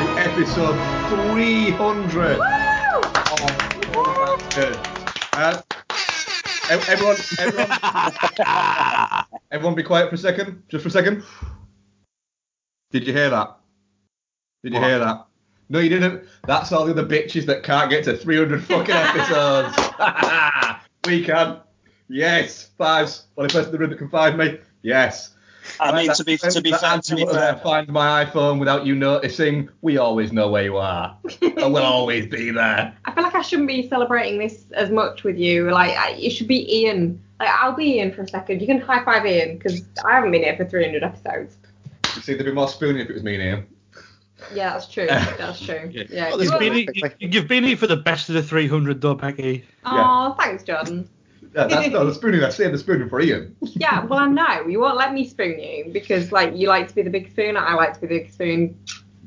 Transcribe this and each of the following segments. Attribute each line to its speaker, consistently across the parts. Speaker 1: episode 300 of Good. Uh, ev- everyone, everyone, everyone, be quiet for a second. Just for a second. Did you hear that? Did you hear that? No, you didn't. That's all the other bitches that can't get to 300 fucking episodes. we can. Yes, fives. Only person in the room that can find me. Yes.
Speaker 2: I mean,
Speaker 1: That-
Speaker 2: to be to be
Speaker 1: that
Speaker 2: fair,
Speaker 1: Andrew
Speaker 2: to be
Speaker 1: over there
Speaker 2: fair,
Speaker 1: Find my iPhone without you noticing. We always know where you are. I will always be there.
Speaker 3: I feel like I shouldn't be celebrating this as much with you. Like I, it should be Ian. Like I'll be Ian for a second. You can high five Ian because I haven't been here for 300 episodes.
Speaker 1: You see, there'd be more spooning if it was me and Ian.
Speaker 3: Yeah, that's true. That's true.
Speaker 4: Yeah.
Speaker 3: Yeah.
Speaker 4: Well, there's
Speaker 3: Well,
Speaker 4: been, e- you, have been here for the best of the 300, though, Becky.
Speaker 3: Aw, thanks, Jordan.
Speaker 1: Yeah, that's no, the spooning. I saved the spooning for Ian.
Speaker 3: Yeah, well I know you won't let me spoon you because like you like to be the big spoon, I like to be the big spoon.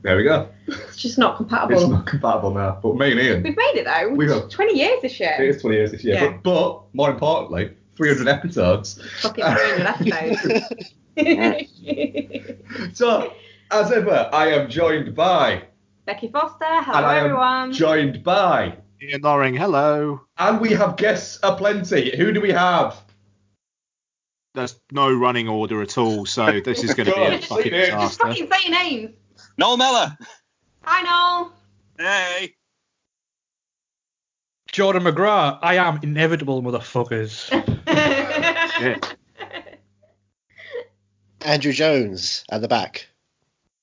Speaker 1: There we go.
Speaker 3: It's just not compatible.
Speaker 1: It's not compatible now, but me and Ian.
Speaker 3: We've made it though.
Speaker 1: We have.
Speaker 3: 20 years this year.
Speaker 1: It is 20 years this year.
Speaker 3: Yeah.
Speaker 1: But, but more importantly, 300 episodes.
Speaker 3: Fucking 300 episodes.
Speaker 1: So, as ever, I am joined by,
Speaker 3: Becky Foster. Hello
Speaker 1: And I am
Speaker 3: everyone.
Speaker 1: joined by,
Speaker 5: Ian Loring, hello.
Speaker 1: and we have guests aplenty. Who do we have?
Speaker 5: There's no running order at all, so this is going to be a
Speaker 1: God,
Speaker 5: fucking
Speaker 1: Ian.
Speaker 3: Just
Speaker 5: disaster.
Speaker 3: fucking say your names.
Speaker 2: Noel Mellor.
Speaker 3: Hi Noel.
Speaker 2: Hey.
Speaker 4: Jordan McGrath, I am inevitable, motherfuckers.
Speaker 6: Andrew Jones at the back.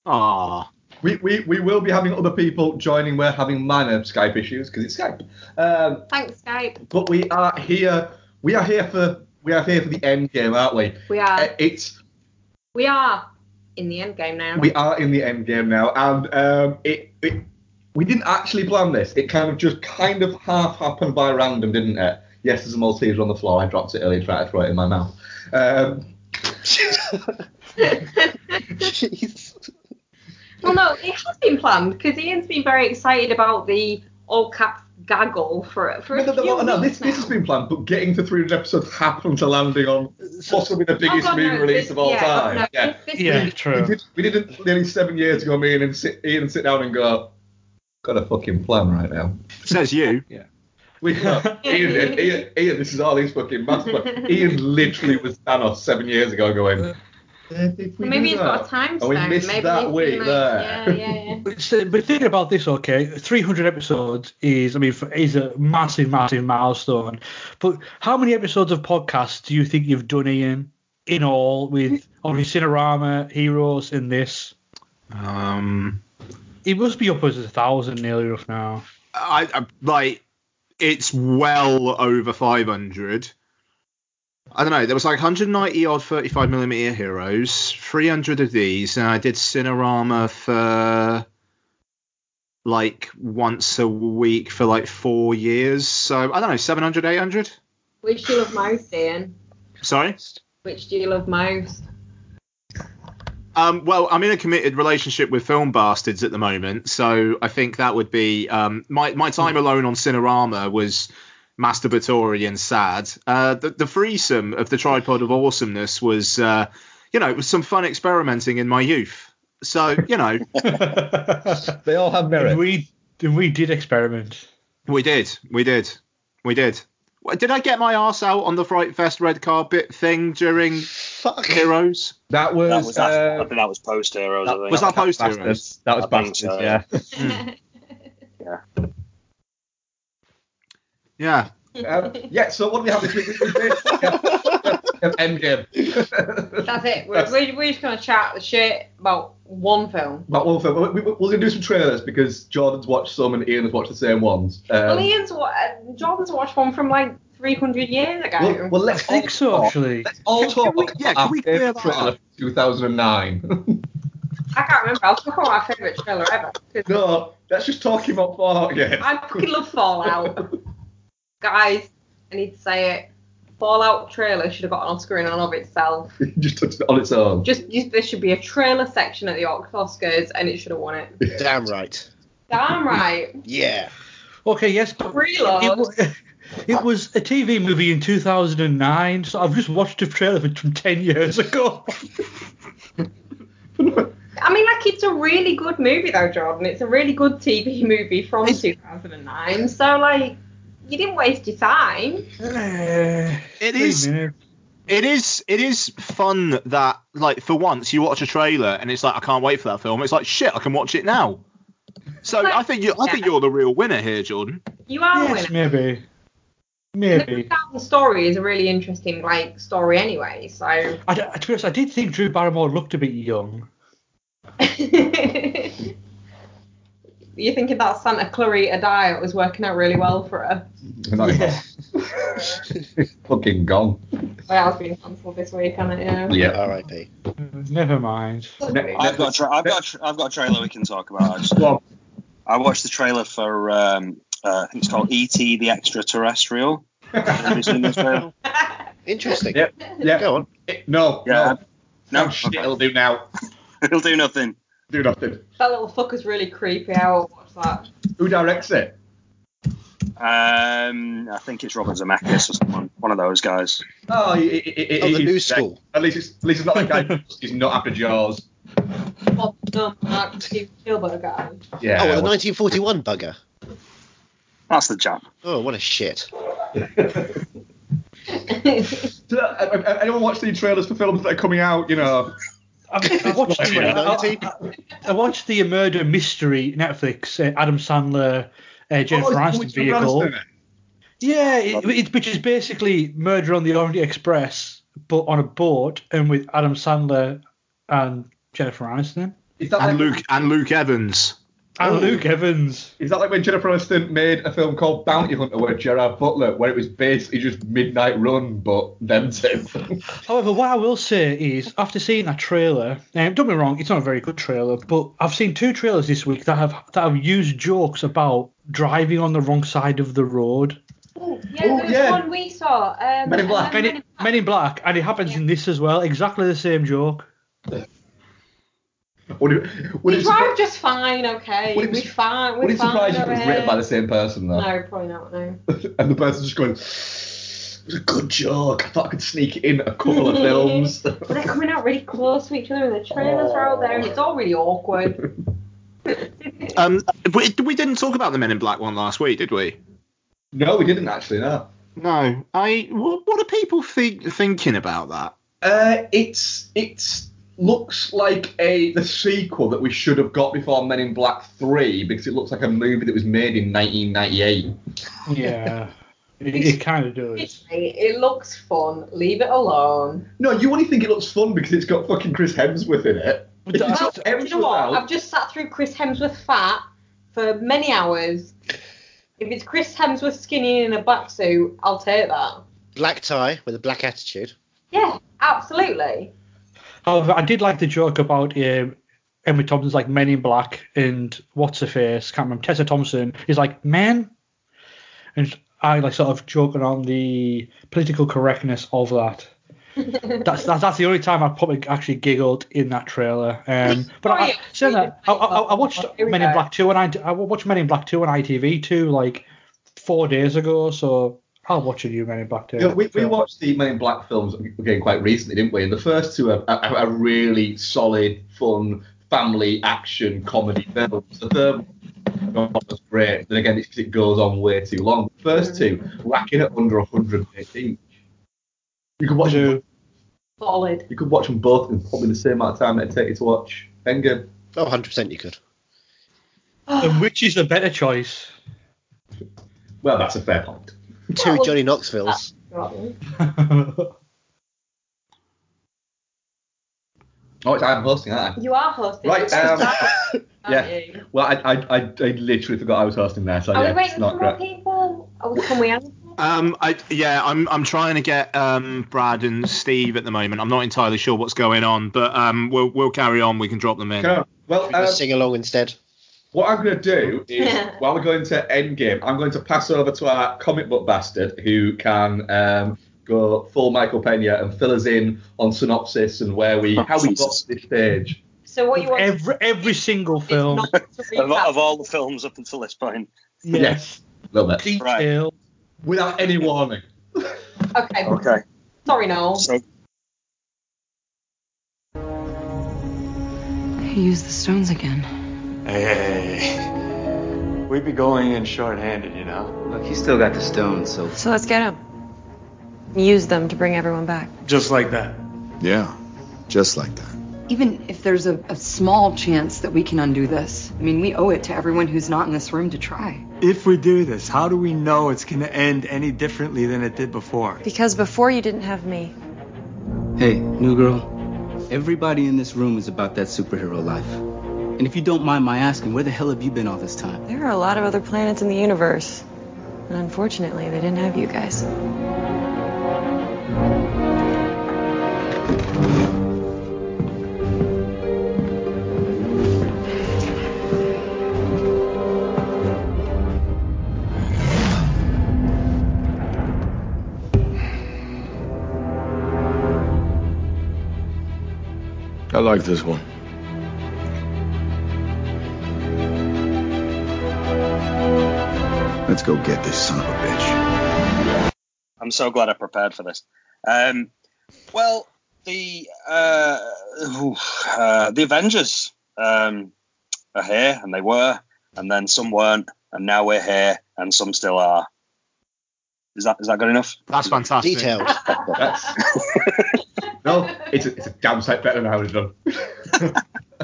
Speaker 5: Ah,
Speaker 1: We, we, we will be having other people joining. We're having minor Skype issues because it's Skype. Um,
Speaker 3: Thanks Skype.
Speaker 1: but we are here. We are here for we are here for the end game, aren't we?
Speaker 3: We are
Speaker 1: Uh, It's
Speaker 3: we are in the end game now.
Speaker 1: we are in the end game now, and um, it, it we didn't actually plan this. It kind of just kind of half happened by random, didn't it? Yes, there's a Malteser on the floor. I dropped it earlier, tried to throw it in my mouth. Um,
Speaker 6: Jeez.
Speaker 3: well no, it has been planned because Ian's been very excited about the all caps gaggle for for a
Speaker 1: no, no,
Speaker 3: few
Speaker 1: no, no,
Speaker 3: weeks
Speaker 1: this this has
Speaker 3: now.
Speaker 1: been planned, but getting to 300 episodes happened to landing on possibly the biggest
Speaker 3: Oh, God,
Speaker 1: movie
Speaker 3: no,
Speaker 1: release
Speaker 3: this-
Speaker 1: of all
Speaker 3: yeah, God,
Speaker 1: time.
Speaker 3: no,
Speaker 1: Yeah.
Speaker 3: this- this
Speaker 4: Yeah,
Speaker 1: We
Speaker 3: week.
Speaker 4: true.
Speaker 1: did, we did it nearly seven years ago. Me and him sit, Ian sit down and go, got a fucking plan right now.
Speaker 5: says you.
Speaker 1: We go, Ian, did. Ian, Ian, this is all his fucking master. plan." Ian literally was Thanos seven years ago going. "Eh, if we
Speaker 3: Maybe
Speaker 1: do
Speaker 3: he's got a
Speaker 1: that."
Speaker 3: time
Speaker 1: And we
Speaker 3: stone.
Speaker 1: missed
Speaker 3: Maybe
Speaker 1: that
Speaker 3: he's been
Speaker 1: week
Speaker 3: like,
Speaker 1: there.
Speaker 3: Yeah, yeah, yeah.
Speaker 4: But so- uh, but think about this, okay? 300 episodes is, I mean, for- is a massive, massive milestone. But how many episodes of podcasts do you think you've done, Ian, in all, with obviously Cinerama, Heroes, and this?
Speaker 5: Um,
Speaker 4: It must be upwards of a thousand nearly enough now.
Speaker 5: I, I like it's well over 500. I don't know. There was like 190 odd 35 millimeter heroes, 300 of these, and I did Cinerama for like once a week for like four years. So I don't know, 700, 800.
Speaker 3: Which do you love most, Ian?
Speaker 5: Sorry.
Speaker 3: Which do you love most?
Speaker 5: Um, well, I'm in a committed relationship with film bastards at the moment, so I think that would be um, my my time alone on Cinerama was masturbatory and sad. Uh, the, the threesome of the tripod of awesomeness was, uh, you know, it was some fun experimenting in my youth. So you know,
Speaker 1: they all have merit.
Speaker 4: And we and we did experiment.
Speaker 5: we did, we did, we did. Wha- Did I get my arse out on the Fright Fest red carpet thing during
Speaker 6: Fuck.
Speaker 5: Heroes?
Speaker 1: that was,
Speaker 2: That was after, I
Speaker 1: uh,
Speaker 2: think that was post Heroes. I think.
Speaker 5: was that post
Speaker 1: Bastards.
Speaker 5: Heroes?
Speaker 1: That was
Speaker 2: I think
Speaker 1: bastards.
Speaker 2: so.
Speaker 1: Yeah. Hmm.
Speaker 5: Yeah.
Speaker 1: Um, yeah. So what do we have this week? We- we basically have- have Endgame.
Speaker 3: That's it. We're, we're, we're just gonna chat the shit about one film.
Speaker 1: But one film. We, we, we're going to do some trailers because Jordan's watched some and Ian has watched the same ones. Um,
Speaker 3: well, Ian's wa- uh, Jordan's watched one from like 300 years ago.
Speaker 1: Well, well, let's
Speaker 4: I think so, actually.
Speaker 1: all
Speaker 5: Can- can
Speaker 1: talk
Speaker 5: we-
Speaker 1: about
Speaker 5: yeah, can
Speaker 1: our
Speaker 5: we clear
Speaker 1: favourite
Speaker 5: that
Speaker 1: trailer
Speaker 5: up?
Speaker 1: from 2009.
Speaker 3: I can't remember. I was talking about my favourite trailer ever. 'Cause
Speaker 1: no, that's just talking about Fallout again.
Speaker 3: I fucking love Fallout. Guys, I need to say it. Fallout trailer should have got an Oscar in and of itself.
Speaker 1: just took it on its own.
Speaker 3: Just, just there should be a trailer section at the Oscars and it should have won it.
Speaker 6: Damn right.
Speaker 3: Damn right.
Speaker 6: Yeah.
Speaker 4: Okay, yes, but
Speaker 3: Reload.
Speaker 4: it, wa- it was a TV movie in 2009, so I've just watched a trailer from 10 years ago.
Speaker 3: I mean, like it's a really good movie though, Jordan. It's a really good TV movie from 2009. So like, you didn't waste your time.
Speaker 4: Eh,
Speaker 5: It
Speaker 4: three
Speaker 5: is-
Speaker 4: minutes.
Speaker 5: It is it is fun that like for once you watch a trailer and it's like I can't wait for that film. It's like shit, I can watch it now. So
Speaker 3: Like-
Speaker 5: I think you I think
Speaker 3: Yeah.
Speaker 5: you're the real winner here, Jordan.
Speaker 3: You are
Speaker 4: Yes,
Speaker 3: a winner.
Speaker 4: maybe.
Speaker 3: The
Speaker 4: Maybe.
Speaker 3: 2000 story is a really interesting like story anyway. So.
Speaker 4: I, d- to be honest, I did think Drew Barrymore looked a bit young.
Speaker 3: You're thinking that Santa Clarita diet was working out really well for her.
Speaker 4: Yeah.
Speaker 1: Fucking gone.
Speaker 3: Well, it's been cancelled this week, hasn't it? Yeah.
Speaker 1: Yeah.
Speaker 6: R.I.P.
Speaker 4: Never mind.
Speaker 2: I've got, a tra- I've, got a tra- I've got a trailer we can talk about. Actually.
Speaker 1: Well,
Speaker 2: I watched the trailer for um, uh, I think it's called E.T. the Extraterrestrial. Have you seen this trailer?
Speaker 6: Interesting.
Speaker 1: Yeah. yeah.
Speaker 6: Go on.
Speaker 1: No.
Speaker 2: Yeah.
Speaker 1: No.
Speaker 2: No?
Speaker 1: no shit,
Speaker 2: Okay.
Speaker 1: it'll do now.
Speaker 2: It'll do nothing.
Speaker 1: Do nothing.
Speaker 3: That little fucker's really creepy. I will watch that.
Speaker 1: Who directs it?
Speaker 2: Um, I think it's Robert Zemeckis or someone, one of those guys.
Speaker 1: Oh, he, he, he,
Speaker 6: Oh, the
Speaker 1: he's-
Speaker 6: new school.
Speaker 1: At least, it's, at least it's not that guy. he's not after Jaws.
Speaker 3: Bob Dunn, Mark Steve Spielberg guy.
Speaker 1: Yeah.
Speaker 6: oh, well, the
Speaker 1: well,
Speaker 6: 1941 bugger.
Speaker 2: That's the chap.
Speaker 6: Oh, what a shit.
Speaker 1: Did I- I- I- uh, anyone watch the trailers for films that are coming out? You know,
Speaker 4: I, I watched the, I,
Speaker 6: 2019.
Speaker 4: I- I watched the murder mystery Netflix uh, Adam Sandler uh, Jennifer
Speaker 1: Oh, it's-
Speaker 4: Aniston
Speaker 1: it's
Speaker 4: vehicle.
Speaker 1: Aniston.
Speaker 4: Yeah, it, it, which is basically Murder on the Orient Express, but on a boat and with Adam Sandler and Jennifer Aniston
Speaker 1: Is that, like,
Speaker 5: And Luke and Luke Evans.
Speaker 4: and
Speaker 6: Ooh.
Speaker 4: Luke Evans.
Speaker 1: is that like when Jennifer Aniston made a film called Bounty Hunter with Gerard Butler, where it was basically just Midnight Run, but them two?
Speaker 4: However, what I will say is, after seeing that trailer, um, don't be wrong, it's not a very good trailer, but I've seen two trailers this week that have that have used jokes about driving on the wrong side of the road.
Speaker 3: Oh, yeah,
Speaker 1: Oh,
Speaker 3: there was
Speaker 1: yeah.
Speaker 3: one we saw. Um,
Speaker 1: Men in Black.
Speaker 3: um,
Speaker 4: Men in, Men in Black, and it happens in this as well. Exactly the same joke.
Speaker 1: would it, would
Speaker 3: We
Speaker 1: it,
Speaker 3: drive
Speaker 1: surpri-
Speaker 3: just fine, okay.
Speaker 1: Would it be
Speaker 3: We're
Speaker 1: su-
Speaker 3: fine. We're
Speaker 1: would it
Speaker 3: fine.
Speaker 1: surprise you if it
Speaker 3: over
Speaker 1: was
Speaker 3: here.
Speaker 1: written by the same person, though?
Speaker 3: No, probably not. eh? No.
Speaker 1: and the person's just going, it was a good joke. I thought I could sneak it in a couple of films.
Speaker 3: But they're coming out really close to each other, and the trailers are out there, and it's all really awkward.
Speaker 5: Um, we, we didn't talk about the Men in Black one last week, did we?
Speaker 1: no, we didn't actually, no.
Speaker 5: No. I. What, what are people think, thinking about that?
Speaker 1: Uh, it's it's looks like a the sequel that we should have got before Men in Black Three because it looks like a movie that was made in 1998.
Speaker 4: Yeah, it, it kind of does.
Speaker 3: it looks fun. Leave it alone.
Speaker 1: No, you only think it looks fun because it's got fucking Chris Hemsworth in it.
Speaker 4: But that's-
Speaker 1: It's
Speaker 3: Well,
Speaker 1: got
Speaker 3: do you know what?
Speaker 1: Hemsworth
Speaker 3: I've
Speaker 1: out.
Speaker 3: just sat through Chris Hemsworth fat for many hours. If it's Chris Hemsworth skinny in a black suit, I'll take that.
Speaker 6: Black tie with a black attitude.
Speaker 3: Yeah, absolutely.
Speaker 4: However, I did like the joke about um, Emma Thompson's like Men in Black and what's her face? Can't remember. Tessa Thompson is like men, and I like sort of joking on the political correctness of that. that's, that's that's the only time I probably actually giggled in that trailer. Um, but I,
Speaker 3: Sorry,
Speaker 4: saying
Speaker 3: we
Speaker 4: that, I,
Speaker 3: didn't
Speaker 4: I, I watched
Speaker 3: talk about-
Speaker 4: Men in Black two and I, I watched Men in Black two on ITV two like four days ago, so I'll watch a new Men in Black two.
Speaker 1: Yeah, we, we
Speaker 4: film.
Speaker 1: watched the Men in Black films again quite recently, didn't we? And the first two are, are, are really solid, fun, family action comedy films. The third one was great, but again, it's 'cause it goes on way too long. The first two racking at under 100 minutes each. You could watch them,
Speaker 3: Solid.
Speaker 1: you could watch them both in probably the same amount of time it'd take you to watch Endgame.
Speaker 6: Oh, 100% you could.
Speaker 4: And which is the better choice?
Speaker 1: Well, that's a fair point.
Speaker 6: Two
Speaker 3: Well, uh,
Speaker 6: Johnny Knoxvilles.
Speaker 3: Jordan.
Speaker 1: Oh, it's, I'm hosting, aren't I?
Speaker 3: You are hosting.
Speaker 1: Right, um, yeah.
Speaker 3: yeah.
Speaker 1: Well, I, I, I, I literally forgot I was hosting there, so
Speaker 3: Are
Speaker 1: Oh, yeah,
Speaker 3: we waiting
Speaker 1: it's
Speaker 3: for
Speaker 1: not
Speaker 3: more
Speaker 1: great.
Speaker 3: people? Oh, can we answer?
Speaker 5: Um, I yeah, I'm I'm trying to get um Brad and Steve at the moment. I'm not entirely sure what's going on, but um, we'll we'll carry on. We can drop them in.
Speaker 1: Can I- well,
Speaker 6: Just
Speaker 1: um,
Speaker 6: sing along instead.
Speaker 1: What I'm going to do is,
Speaker 3: Yeah.
Speaker 1: while we're going to Endgame, I'm going to pass over to our comic book bastard who can um, go full Michael Pena and fill us in on synopsis and where we, how we got to this stage.
Speaker 3: So what you want?
Speaker 4: every every single
Speaker 3: is
Speaker 4: film.
Speaker 3: not to
Speaker 2: Of,
Speaker 3: recap.
Speaker 2: of all the films up until this point.
Speaker 4: yes.
Speaker 1: A little bit.
Speaker 4: Detail.
Speaker 1: Without any warning.
Speaker 3: Okay. Sorry, Noel.
Speaker 2: So
Speaker 7: He used the stones again.
Speaker 8: Hey, hey, hey. We'd be going in shorthanded, you know.
Speaker 9: Look, he's still got the stone, so
Speaker 7: So let's get them. Use them to bring everyone back.
Speaker 8: Just like that.
Speaker 10: Yeah, just like that.
Speaker 7: Even if there's a, a small chance that we can undo this, I mean, we owe it to everyone who's not in this room to try.
Speaker 8: If we do this, how do we know it's going to end any differently than it did before?
Speaker 7: Because before you didn't have me.
Speaker 9: hey, new girl. Everybody in this room is about that superhero life. And if you don't mind my asking, where the hell have you been all this time?
Speaker 7: There are a lot of other planets in the universe. And unfortunately, they didn't have you guys.
Speaker 10: I like this one. Let's go get this son of a bitch.
Speaker 2: I'm so glad I prepared for this. Um, well, the uh, oof, uh, the Avengers um, are here, and they were, and then some weren't, and now we're here, and some still are. Is that is that good enough?
Speaker 5: That's fantastic.
Speaker 6: Detailed.
Speaker 1: That's no, it's a, it's a damn sight better than how it's done.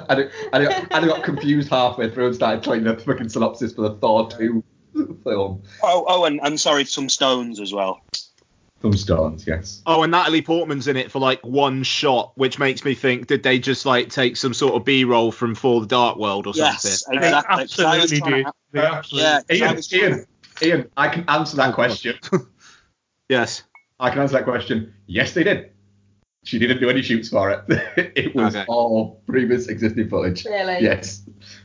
Speaker 1: I, did, I, did, I did got confused halfway through and started trying the fucking synopsis for the Thor 2 film.
Speaker 2: Oh, oh, and, and sorry, some stones as well.
Speaker 1: Thumbstones, yes.
Speaker 5: Oh, and Natalie Portman's in it for like one shot, which makes me think, did they just like take some sort of B-roll from For the Dark World or
Speaker 2: Yes,
Speaker 5: something?
Speaker 4: They
Speaker 2: exactly. 'Cause I was
Speaker 4: absolutely
Speaker 2: trying
Speaker 4: did.
Speaker 2: to ha-
Speaker 4: They
Speaker 1: Uh,
Speaker 4: absolutely
Speaker 2: yeah, 'cause I
Speaker 1: Ian,
Speaker 2: was trying to-
Speaker 1: Ian, Ian, I can answer that question.
Speaker 5: Yes.
Speaker 1: I can answer that question. Yes, they did. She didn't do any shoots for it. it was
Speaker 5: Okay.
Speaker 1: all previous existing footage.
Speaker 3: Really?
Speaker 1: Yes.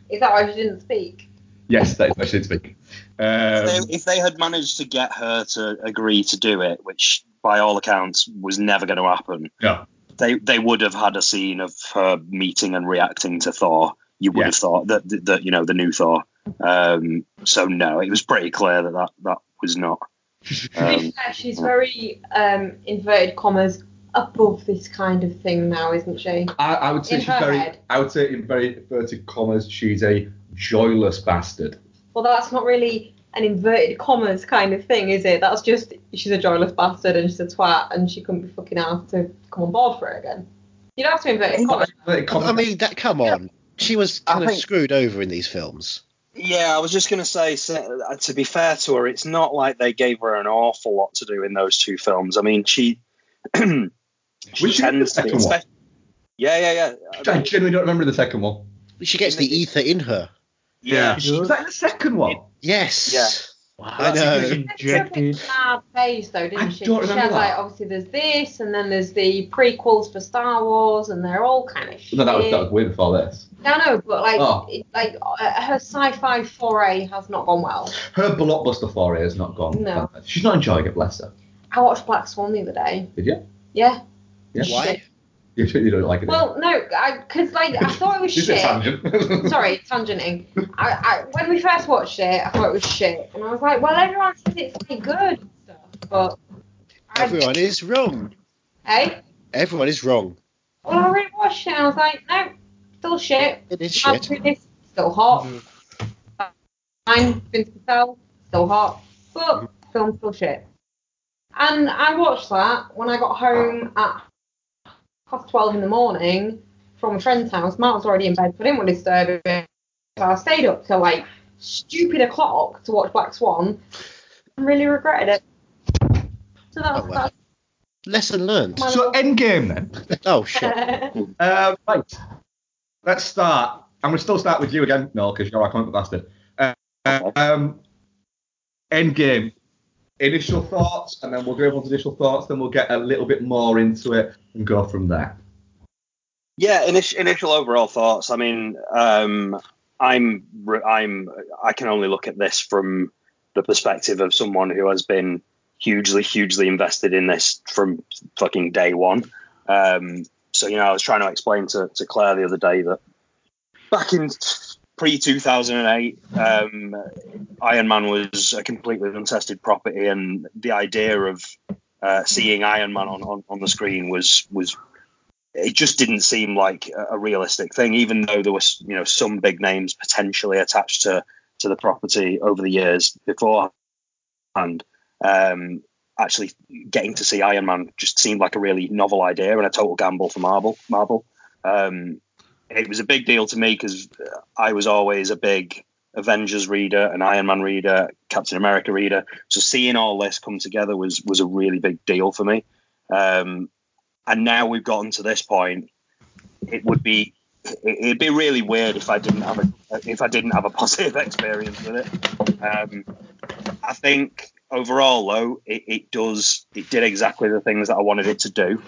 Speaker 3: Is that why she didn't speak?
Speaker 1: Yes, that is why she didn't speak. Um,
Speaker 2: if, they, if they had managed to get her to agree to do it, which by all accounts was never going to happen,
Speaker 1: no.
Speaker 2: they they would have had a scene of her meeting and reacting to Thor. You would
Speaker 1: Yeah.
Speaker 2: have thought that that you know the new Thor. Um, so no, it was pretty clear that that, that was not.
Speaker 3: To
Speaker 2: Um,
Speaker 3: be fair, she's very um, inverted commas above this kind of thing now, isn't she?
Speaker 1: I, I would say
Speaker 3: In
Speaker 1: she's
Speaker 3: her
Speaker 1: very.
Speaker 3: head.
Speaker 1: I would say in very inverted commas, she's a joyless bastard.
Speaker 3: Well, that's not really an inverted commas kind of thing, is it? That's just she's a joyless bastard and she's a twat and she couldn't be fucking asked to come on board for it again. You don't have to inverted commas.
Speaker 1: Inverted commas-
Speaker 6: I mean, that. Come on. She was
Speaker 2: I
Speaker 6: kind of
Speaker 2: think-
Speaker 6: screwed over in these films.
Speaker 2: yeah, I was just going to say so- uh, to be fair to her, it's not like they gave her an awful lot to do in those two films. I mean, she she
Speaker 1: Was she in the
Speaker 2: tends to be
Speaker 1: second one?
Speaker 2: expect- yeah, yeah, yeah.
Speaker 1: I genuinely don't remember the second one.
Speaker 6: She gets the ether in her.
Speaker 2: yeah.
Speaker 4: She does.
Speaker 1: Was that the second one?
Speaker 6: Yes. I
Speaker 4: She was
Speaker 6: know.
Speaker 4: injected.
Speaker 3: Mad phase though, didn't
Speaker 1: I
Speaker 3: she?
Speaker 1: don't
Speaker 3: she
Speaker 1: remember
Speaker 3: had
Speaker 1: that.
Speaker 3: like obviously there's this and then there's the prequels for Star Wars and they're all kind of shit.
Speaker 1: No, that was, that was way before this.
Speaker 3: No, no, but like,
Speaker 1: Oh.
Speaker 3: it, like uh, her sci-fi foray has not gone well.
Speaker 1: Her blockbuster foray has not gone.
Speaker 3: No.
Speaker 1: She's not enjoying it, bless her.
Speaker 3: I watched Black Swan the other day.
Speaker 1: Did you?
Speaker 3: Yeah.
Speaker 1: Yeah.
Speaker 6: Why?
Speaker 1: You don't- you don't like it.
Speaker 3: Well, no, because like I thought it was
Speaker 1: This is a
Speaker 3: shit.
Speaker 1: tangent.
Speaker 3: Sorry, tangenting. I, I, when we first watched it, I thought it was shit, and I was like, well, everyone says it's really good and stuff, but I,
Speaker 6: Everyone is wrong.
Speaker 3: hey,
Speaker 6: Everyone is wrong.
Speaker 3: well, I really watched it, and I was like, no, still shit.
Speaker 6: It is
Speaker 3: Mad
Speaker 6: shit. Mm-hmm.
Speaker 3: Previous, still hot. Mine, Vince Cassell, still hot, but
Speaker 6: Mm-hmm.
Speaker 3: film still shit. And I watched that when I got home at half twelve in the morning from a friend's house. Mark was already in bed, so I didn't want to disturb him. So I stayed up till like stupid o'clock to watch Black Swan. And really regretted it. So that,
Speaker 6: Oh, well. Lesson learned.
Speaker 3: that's
Speaker 1: so
Speaker 3: my
Speaker 1: Endgame then.
Speaker 6: Oh shit.
Speaker 3: little-
Speaker 1: Uh, right. Let's start. I'm going to still start with you again, Noel, because you're our comic book bastard. Uh, um, Endgame. Initial thoughts, and then we'll go on to initial thoughts, then we'll get a little bit more into it and go from there.
Speaker 2: Yeah, initial, initial overall thoughts. I mean, um, I'm re- I'm I can only look at this from the perspective of someone who has been hugely, hugely invested in this from fucking day one. Um, so you know, I was trying to explain to, to Claire the other day that back in pre 2008, um, Iron Man was a completely untested property, and the idea of uh, seeing Iron Man on, on, on the screen was was it just didn't seem like a, a realistic thing, even though there was you know some big names potentially attached to to the property over the years beforehand. Um, actually, getting to see Iron Man just seemed like a really novel idea and a total gamble for Marvel. Marvel. Um, it was a big deal to me because I was always a big Avengers reader, an Iron Man reader, Captain America reader. So seeing all this come together was was a really big deal for me. Um, and now we've gotten to this point, it would be it- it'd be really weird if I didn't have a if I didn't have a positive experience with it. Um, I think overall though, it, it does it did exactly the things that I wanted it to do.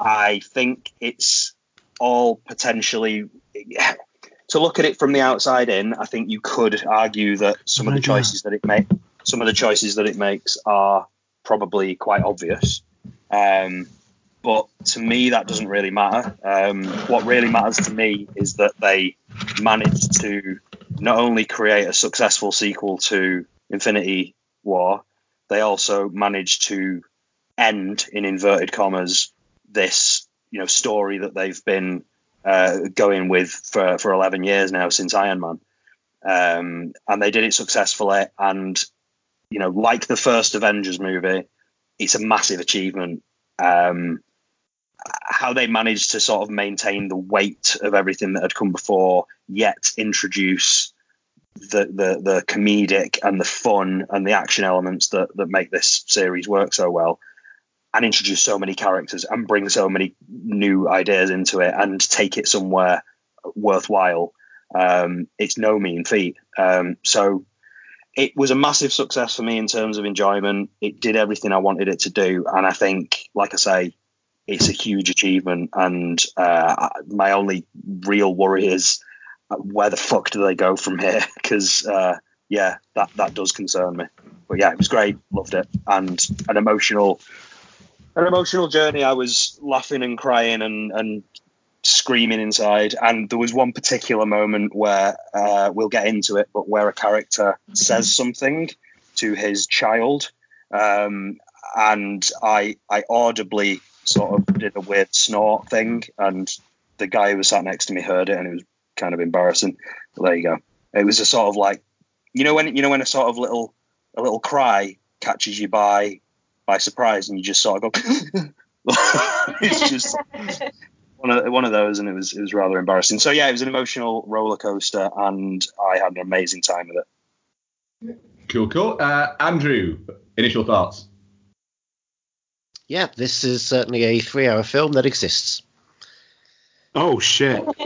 Speaker 2: I think it's all potentially to look at it from the outside in, I think you could argue that some of the choices that it make, some of the choices that it makes are probably quite obvious. Um, but to me, that doesn't really matter. Um, what really matters to me is that they managed to not only create a successful sequel to Infinity War, they also managed to end, in inverted commas, this you know story that they've been uh, going with for, for 11 years now since Iron Man. Um, and they did it successfully. And, you know, like the first Avengers movie, it's a massive achievement. Um, how they managed to sort of maintain the weight of everything that had come before, yet introduce the, the, the comedic and the fun and the action elements that, that make this series work so well and introduce so many characters and bring so many new ideas into it and take it somewhere worthwhile. Um, it's no mean feat. Um, so it was a massive success for me in terms of enjoyment. It did everything I wanted it to do, and I think, like I say, it's a huge achievement. And uh, I- my only real worry is uh, where the fuck do they go from here? Because uh, yeah, that that does concern me. But yeah, it was great. Loved it, and an emotional an emotional journey. I was laughing and crying and, and screaming inside. And there was one particular moment where uh, we'll get into it, but where a character says something to his child, um, and I I audibly sort of did a weird snort thing, and the guy who was sat next to me heard it, and it was kind of embarrassing. There you go. It was a sort of like you know when you know when a sort of little a little cry catches you by by surprise and you just sort of go it's just one of one of those and it was it was rather embarrassing so yeah it was an emotional roller coaster and i had an amazing time with it
Speaker 1: Cool, cool. Uh, Andrew, initial thoughts.
Speaker 6: Yeah, this is certainly a three-hour film that exists.
Speaker 5: Oh shit!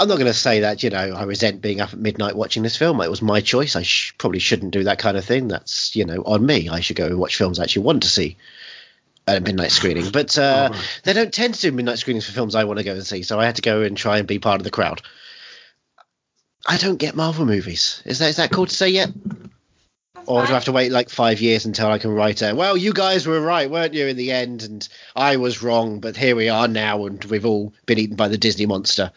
Speaker 6: I'm not going to say that, you know, I resent being up at midnight watching this film. It was my choice. I sh- probably shouldn't do that kind of thing. That's, you know, on me. I should go and watch films I actually want to see at a midnight screening. But uh, they don't tend to do midnight screenings for films I want to go and see. So I had to go and try and be part of the crowd. I don't get Marvel movies. Is that is that cool to say yet? Or do I have to wait like five years until I can write a, well, you guys were right, weren't you, in the end? And I was wrong, but here we are now, and we've all been eaten by the Disney monster.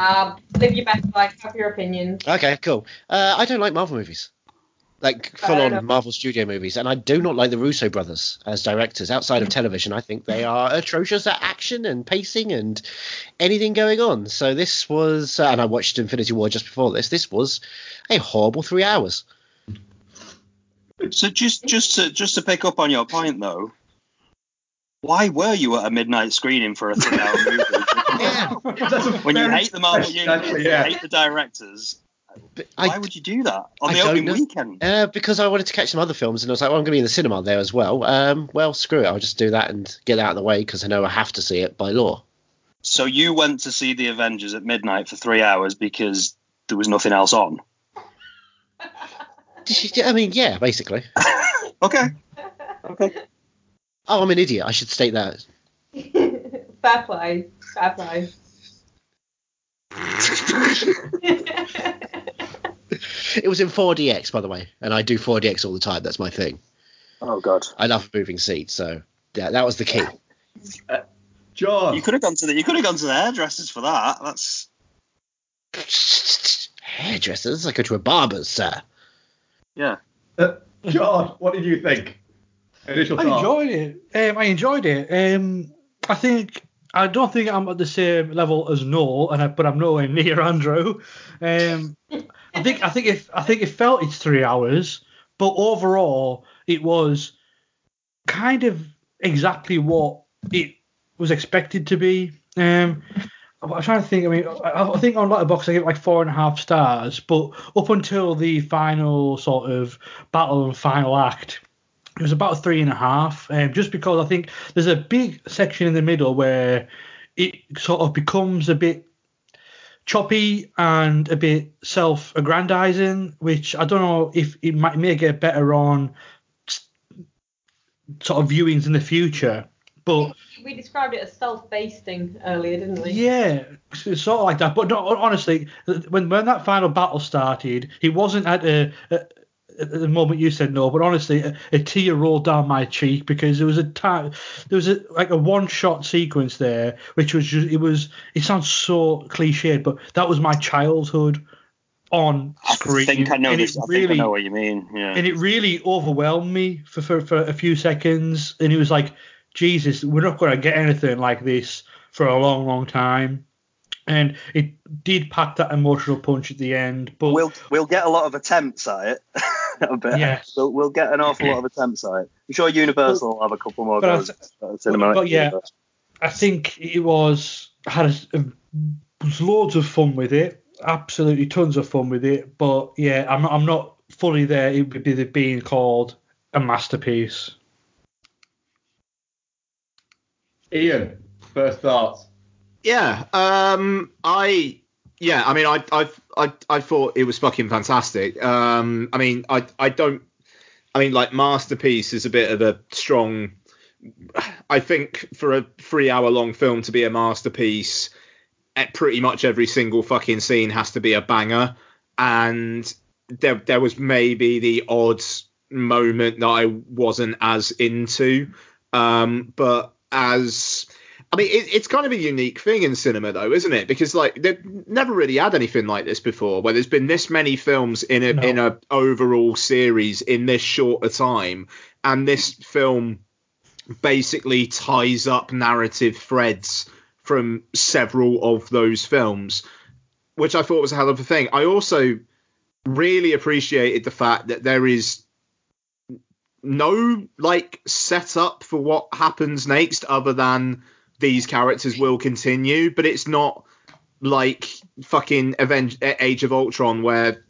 Speaker 3: Uh, live your best life, have your opinions.
Speaker 6: Okay, cool. Uh, I don't like Marvel movies, like
Speaker 3: Fair
Speaker 6: full
Speaker 3: enough.
Speaker 6: on Marvel studio movies, and I do not like the Russo brothers as directors outside of television. I think they are atrocious at action and pacing and anything going on. So this was, uh, and I watched Infinity War just before this. This was a horrible three hours.
Speaker 2: so just just to just to pick up on your point though why were you at a midnight screening for a three-hour movie
Speaker 1: That's a
Speaker 2: when you
Speaker 1: very
Speaker 2: hate the Marvel
Speaker 1: question,
Speaker 2: universe,
Speaker 1: actually,
Speaker 2: you
Speaker 1: yeah.
Speaker 2: hate the directors?
Speaker 6: I-
Speaker 2: Why would you do that on
Speaker 6: I
Speaker 2: the
Speaker 6: don't
Speaker 2: opening
Speaker 6: know.
Speaker 2: weekend?
Speaker 6: Uh, because I wanted to catch some other films, and I was like, well, I'm going to be in the cinema there as well. Um, well, screw it. I'll just do that and get out of the way because I know I have to see it by law.
Speaker 2: So you went to see the Avengers at midnight for three hours because there was nothing else on.
Speaker 6: I mean, yeah, basically.
Speaker 2: Okay. Okay.
Speaker 6: Oh, I'm an idiot. I should state that.
Speaker 3: Fair play. Fair play.
Speaker 6: It was in 4DX, by the way, and I do 4DX all the time. That's my thing.
Speaker 2: Oh God.
Speaker 6: I love moving seats, so yeah, that was the key.
Speaker 1: John.
Speaker 2: You could have gone to the you could have gone to the hairdressers for that. That's
Speaker 6: Hairdressers, I go to a barber's, sir.
Speaker 2: yeah.
Speaker 1: Uh, John, what did you think? Initial
Speaker 4: I
Speaker 1: thought.
Speaker 4: enjoyed it. Um, I enjoyed it. Um, I think I don't think I'm at the same level as Noel, and I, but I'm nowhere near Andrew. Um, I think I think if I think it felt it's three hours, but overall it was kind of exactly what it was expected to be. Um, I'm trying to think. I mean, I, I think on Letterboxd I give it like four and a half stars, but up until the final sort of battle and final act, it was about three and a half, um, just because I think there's a big section in the middle where it sort of becomes a bit choppy and a bit self-aggrandizing, which I don't know if it might may get better on s- sort of viewings in the future, but
Speaker 3: We described it as self-basting earlier, didn't we?
Speaker 4: yeah, it's sort of like that. But no, hon- honestly, when when that final battle started, he wasn't at a, a at the moment you said no, but honestly, a, a tear rolled down my cheek because there was a time there was a, like a one shot sequence there, which was just it was it sounds so cliched, but that was my childhood on screen.
Speaker 2: I think I know
Speaker 4: and
Speaker 2: this.
Speaker 4: it
Speaker 2: I
Speaker 4: really,
Speaker 2: think I know what you mean. Yeah.
Speaker 4: and it really overwhelmed me for, for, for a few seconds. And it was like, Jesus, we're not going to get anything like this for a long, long time. And it did pack that emotional punch at the end. But
Speaker 2: We'll we'll get a lot of attempts at it. I bet.
Speaker 4: Yes.
Speaker 2: We'll, we'll get an awful lot of attempts at it. I'm sure Universal will have a couple more
Speaker 4: but I
Speaker 2: goes.
Speaker 4: th-
Speaker 2: at cinema.
Speaker 4: but yeah. I think it was had a, was loads of fun with it, absolutely tons of fun with it. But yeah, I'm I'm not fully there. It would be the being called a masterpiece.
Speaker 1: Ian, first thoughts.
Speaker 5: Yeah. Um. I. Yeah. I mean, I. I. I. I thought it was fucking fantastic. Um. I mean, I. I don't. I mean, like masterpiece is a bit of a strong. I think for a three-hour-long film to be a masterpiece, eh, pretty much every single fucking scene has to be a banger, and there there was maybe the odd moment that I wasn't as into, um, but as I mean, it, it's kind of a unique thing in cinema, though, isn't it? Because like they've never really had anything like this before, where there's been this many films in a
Speaker 4: No.
Speaker 5: in a overall series in this short a time, and this film basically ties up narrative threads from several of those films, which I thought was a hell of a thing. I also really appreciated the fact that there is no like setup for what happens next other than these characters will continue, but it's not like fucking Aven- Age of Ultron where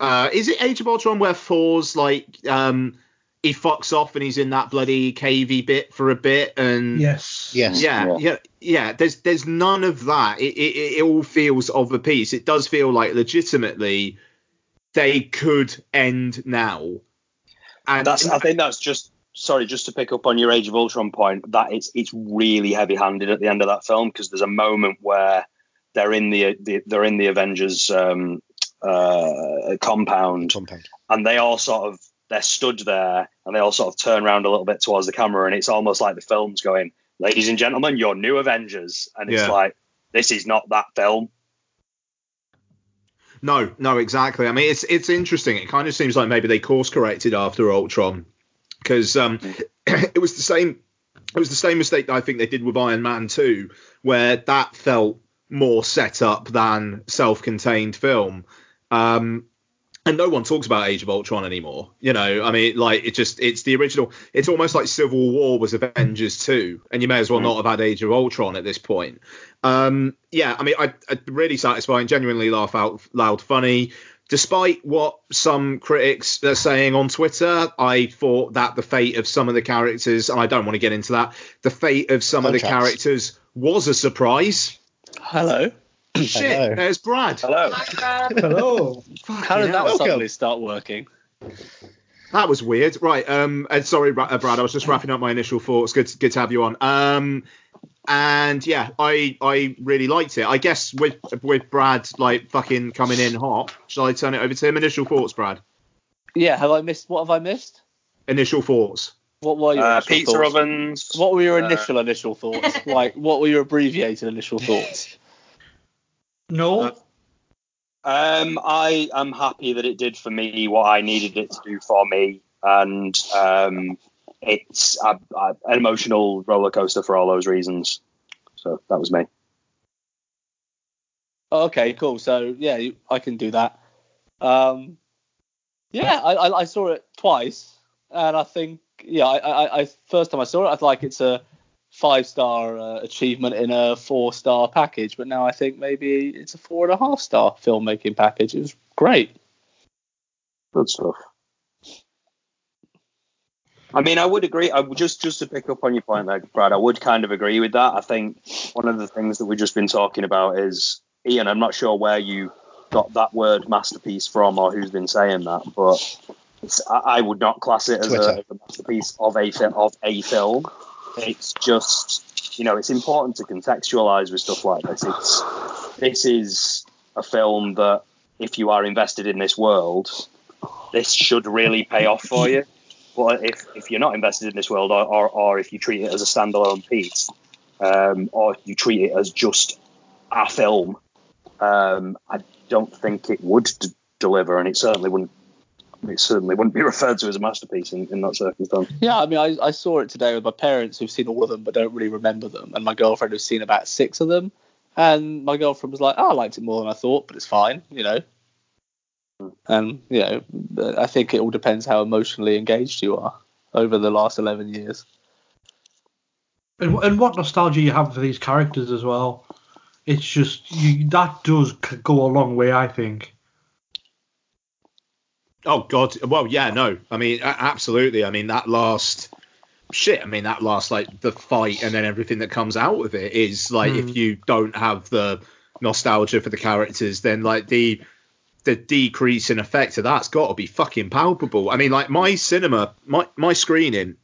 Speaker 5: uh, is it Age of Ultron where Thor's like um, he fucks off and he's in that bloody cavey bit for a bit and
Speaker 4: Yes.
Speaker 6: Yes.
Speaker 5: Mm. yeah, yeah, yeah. There's there's none of that. It, it it all feels of a piece. It does feel like legitimately they could end now. And
Speaker 2: That's. I think that's just. Sorry, just to pick up on your Age of Ultron point, that it's it's really heavy-handed at the end of that film because there's a moment where they're in the, the they're in the Avengers um, uh, compound
Speaker 6: Compound.
Speaker 2: and they all sort of they're stood there and they all sort of turn around a little bit towards the camera and it's almost like the film's going ladies and gentlemen your new avengers and it's
Speaker 5: Yeah.
Speaker 2: like this is not that film
Speaker 5: No, no, exactly. I mean, it's it's interesting. It kind of seems like maybe they course corrected after Ultron because um, it was the same. It was the same mistake that I think they did with Iron Man 2, where that felt more set up than self-contained film. Um, and no one talks about Age of Ultron anymore. You know, I mean, like it just it's the original. It's almost like Civil War was Avengers 2, and you may as well not have had Age of Ultron at this point. Um, yeah, I mean, I, I really satisfying, genuinely laugh out loud, funny. Despite what some critics are saying on Twitter, I thought that the fate of some of the characters, and I don't want to get into that, the fate of some of the
Speaker 6: Contracts.
Speaker 5: characters was a surprise.
Speaker 11: Hello.
Speaker 5: Shit, there's Brad.
Speaker 2: hello
Speaker 3: Like, uh,
Speaker 4: Hello.
Speaker 11: How did that
Speaker 6: welcome.
Speaker 11: suddenly start working?
Speaker 5: That was weird. Right. Um. And sorry, Ra- uh, Brad. I was just wrapping up my initial thoughts. Good. Good to have you on. Um. And yeah, I I really liked it. I guess with with Brad like fucking coming in hot. Shall I turn it over to him? Initial thoughts, Brad.
Speaker 11: Yeah. Have I missed? What have I missed?
Speaker 5: Initial thoughts.
Speaker 11: What were your
Speaker 2: uh,
Speaker 11: initial
Speaker 2: pizza
Speaker 11: thoughts?
Speaker 2: ovens
Speaker 11: What were your
Speaker 2: Uh,
Speaker 11: initial initial thoughts? like, what were your abbreviated initial thoughts?
Speaker 4: No.
Speaker 2: um i am happy that it did for me what i needed it to do for me and um it's a, a, an emotional roller coaster for all those reasons. So that was me.
Speaker 11: Okay, cool. So yeah, you- I can do that. Um, yeah, I, I, I saw it twice, and I think yeah, I, I, I first time I saw it, I thought like it's a five star uh, achievement in a four star package, but now I think maybe it's a four and a half star filmmaking package. It was great.
Speaker 2: Good stuff. I mean, I would agree. I would just just to pick up on your point there, Brad. I would kind of agree with that. I think one of the things that we've just been talking about is Ian. I'm not sure where you got that word masterpiece from or who's been saying that, but it's, I, I would not class it as a,
Speaker 6: Twitter.
Speaker 2: as a masterpiece of a fi- of a film. It's just you know, it's important to contextualize with stuff like this. It's this is a film that if you are invested in this world, this should really pay off for you. But if, if you're not invested in this world, or, or, or if you treat it as a standalone piece, um, or you treat it as just a film, um, I don't think it would d- deliver, and it certainly wouldn't. It certainly wouldn't be referred to as a masterpiece in, in that circumstance.
Speaker 11: Yeah, I mean, I, I saw it today with my parents who've seen all of them but don't really remember them, and my girlfriend who's seen about six of them. And my girlfriend was like, oh, I liked it more than I thought, but it's fine, you know. And, you know, I think it all depends how emotionally engaged you are over the last 11 years.
Speaker 4: And, and what nostalgia you have for these characters as well. It's just you, that does c- go a long way, I think.
Speaker 5: Oh God. Well, yeah, no. I mean, a- absolutely. I mean, that last shit. I mean, that last like the fight and then everything that comes out of it is like if you don't have the nostalgia for the characters, then like the the decrease in effect of that's got to be fucking palpable. I mean, like my cinema, my my screening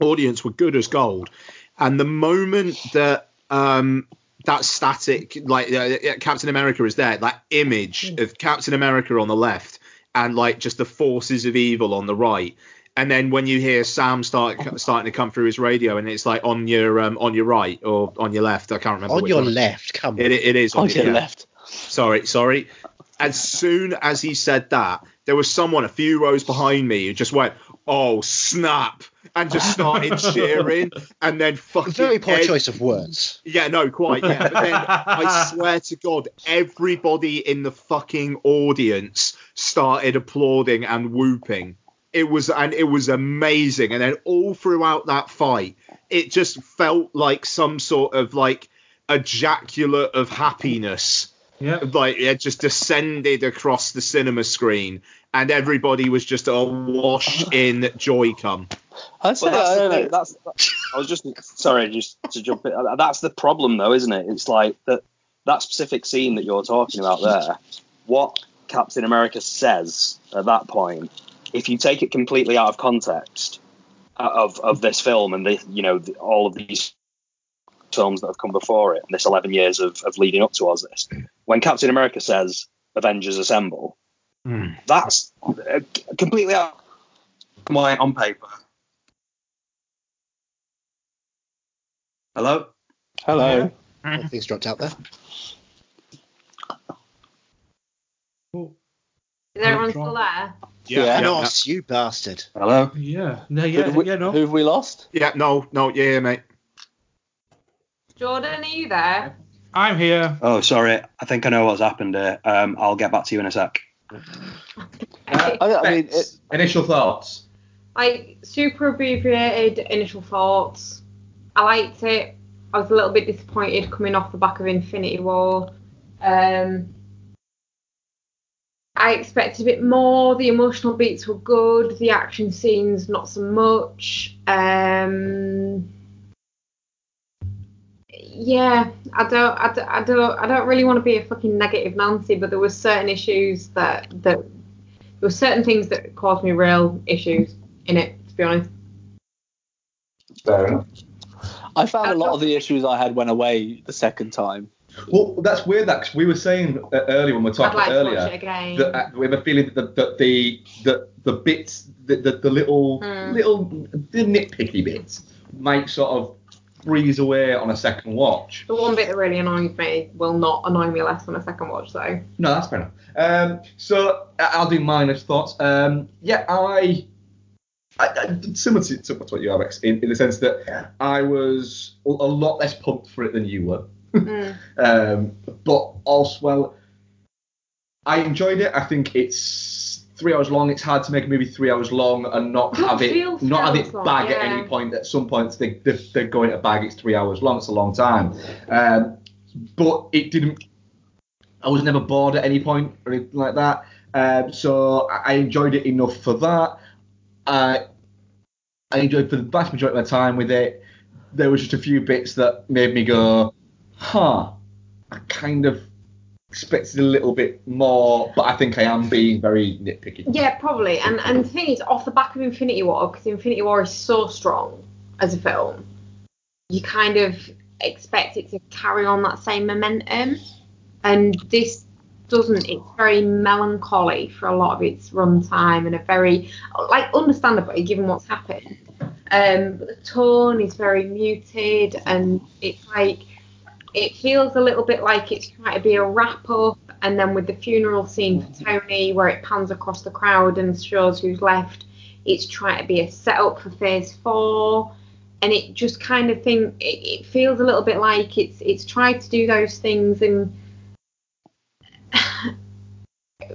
Speaker 5: audience were good as gold, and the moment that um that static like uh, uh, Captain America is there, that image of Captain America on the left and like just the forces of evil on the right. And then when you hear Sam start starting to come through his radio, and it's like on your um, on your right or on your left, I can't remember.
Speaker 6: On
Speaker 5: which
Speaker 6: your
Speaker 5: one.
Speaker 6: left, come on.
Speaker 5: It, it is
Speaker 11: On your
Speaker 5: yeah.
Speaker 11: left.
Speaker 5: Sorry, sorry. As soon as he said that, there was someone a few rows behind me who just went, "Oh snap!" and just started cheering, and then fucking
Speaker 6: Very poor
Speaker 5: ev-
Speaker 6: choice of words.
Speaker 5: yeah, no, quite. Yeah, but then I swear to God, everybody in the fucking audience started applauding and whooping. It was and it was amazing. And then all throughout that fight, it just felt like some sort of like ejaculate of happiness.
Speaker 4: Yeah.
Speaker 5: Like it just descended across the cinema screen, and everybody was just awash in joy. Come.
Speaker 11: I'd say,
Speaker 2: Well, that's
Speaker 11: I
Speaker 2: the
Speaker 11: don't
Speaker 2: thing,
Speaker 11: know.
Speaker 2: That's, I was just sorry, just to jump. In. That's the problem, though, isn't it? It's like that that specific scene that you're talking about there. What Captain America says at that point, if you take it completely out of context uh, of of this film and the you know the, all of these films that have come before it and this 11 years of, of leading up towards this, when Captain America says "Avengers Assemble," that's uh, completely out. of My on paper, Hello?
Speaker 11: Hello. Mm-hmm.
Speaker 6: Oh, things dropped out there.
Speaker 3: Is everyone still there?
Speaker 11: Yeah.
Speaker 6: Nos, you bastard.
Speaker 2: Hello?
Speaker 4: Yeah. No, yeah,
Speaker 11: Who-
Speaker 4: yeah, no.
Speaker 11: Who have we lost?
Speaker 5: Yeah, no, no, yeah, mate.
Speaker 3: Jordan, are you there?
Speaker 4: I'm here.
Speaker 2: Oh, sorry. I think I know what's happened here. Um, I'll get back to you in a sec.
Speaker 1: Uh,
Speaker 11: I, I mean, it,
Speaker 1: Bex, initial thoughts.
Speaker 3: Like super abbreviated initial thoughts. I liked it. I was a little bit disappointed coming off the back of Infinity War. Um, I expected a bit more. The emotional beats were good. The action scenes, not so much. Um, yeah, I don't, I don't, I don't, I don't really want to be a fucking negative Nancy, but there were certain issues that that there were certain things that caused me real issues in it. To be honest,
Speaker 1: Fair enough.
Speaker 11: I found a lot of the issues I had went away the second time.
Speaker 1: Well, that's weird. That 'cause we were saying uh, earlier when we were
Speaker 3: I'd
Speaker 1: talking
Speaker 3: like to
Speaker 1: earlier
Speaker 3: watch it again.
Speaker 1: that uh, we have a feeling that the that the the, the bits the, the, the little
Speaker 3: Mm.
Speaker 1: little the nitpicky bits might sort of breeze away on a second watch.
Speaker 3: the one bit that really annoyed me will not annoy me less on a second watch, though.
Speaker 1: No, that's fair enough. Um, so I- I'll do minus thoughts. Um, yeah, I I, I, similar to, to what you have, Alex, in, in the sense that I was a a lot less pumped for it than you were.
Speaker 3: Mm.
Speaker 1: Um, but also, well, I enjoyed it. I think it's three hours long. It's hard to make a movie three hours long and not
Speaker 3: Not
Speaker 1: have
Speaker 3: feel
Speaker 1: it not have it
Speaker 3: three hours
Speaker 1: bag
Speaker 3: long,
Speaker 1: at
Speaker 3: yeah.
Speaker 1: any point. At some points, they, they they're going to bag. It's three hours long. It's a long time. Um, but it didn't. I was never bored at any point or anything like that. Um, so I I enjoyed it enough for that. Uh, I enjoyed for the vast majority of my time with it. There was just a few bits that made me go, huh, I kind of expected a little bit more, but I think I am being very nitpicky.
Speaker 3: Yeah, probably. And and the thing is, off the back of Infinity War, because Infinity War is so strong as a film, you kind of expect it to carry on that same momentum, and this doesn't. It's very melancholy for a lot of its runtime, and a very like understandably given what's happened. Um, but the tone is very muted, and it's like it feels a little bit like it's trying to be a wrap up, and then with the funeral scene for Tony, where it pans across the crowd and shows who's left, it's trying to be a setup for Phase Four, and it just kind of thing. It, it feels a little bit like it's it's tried to do those things and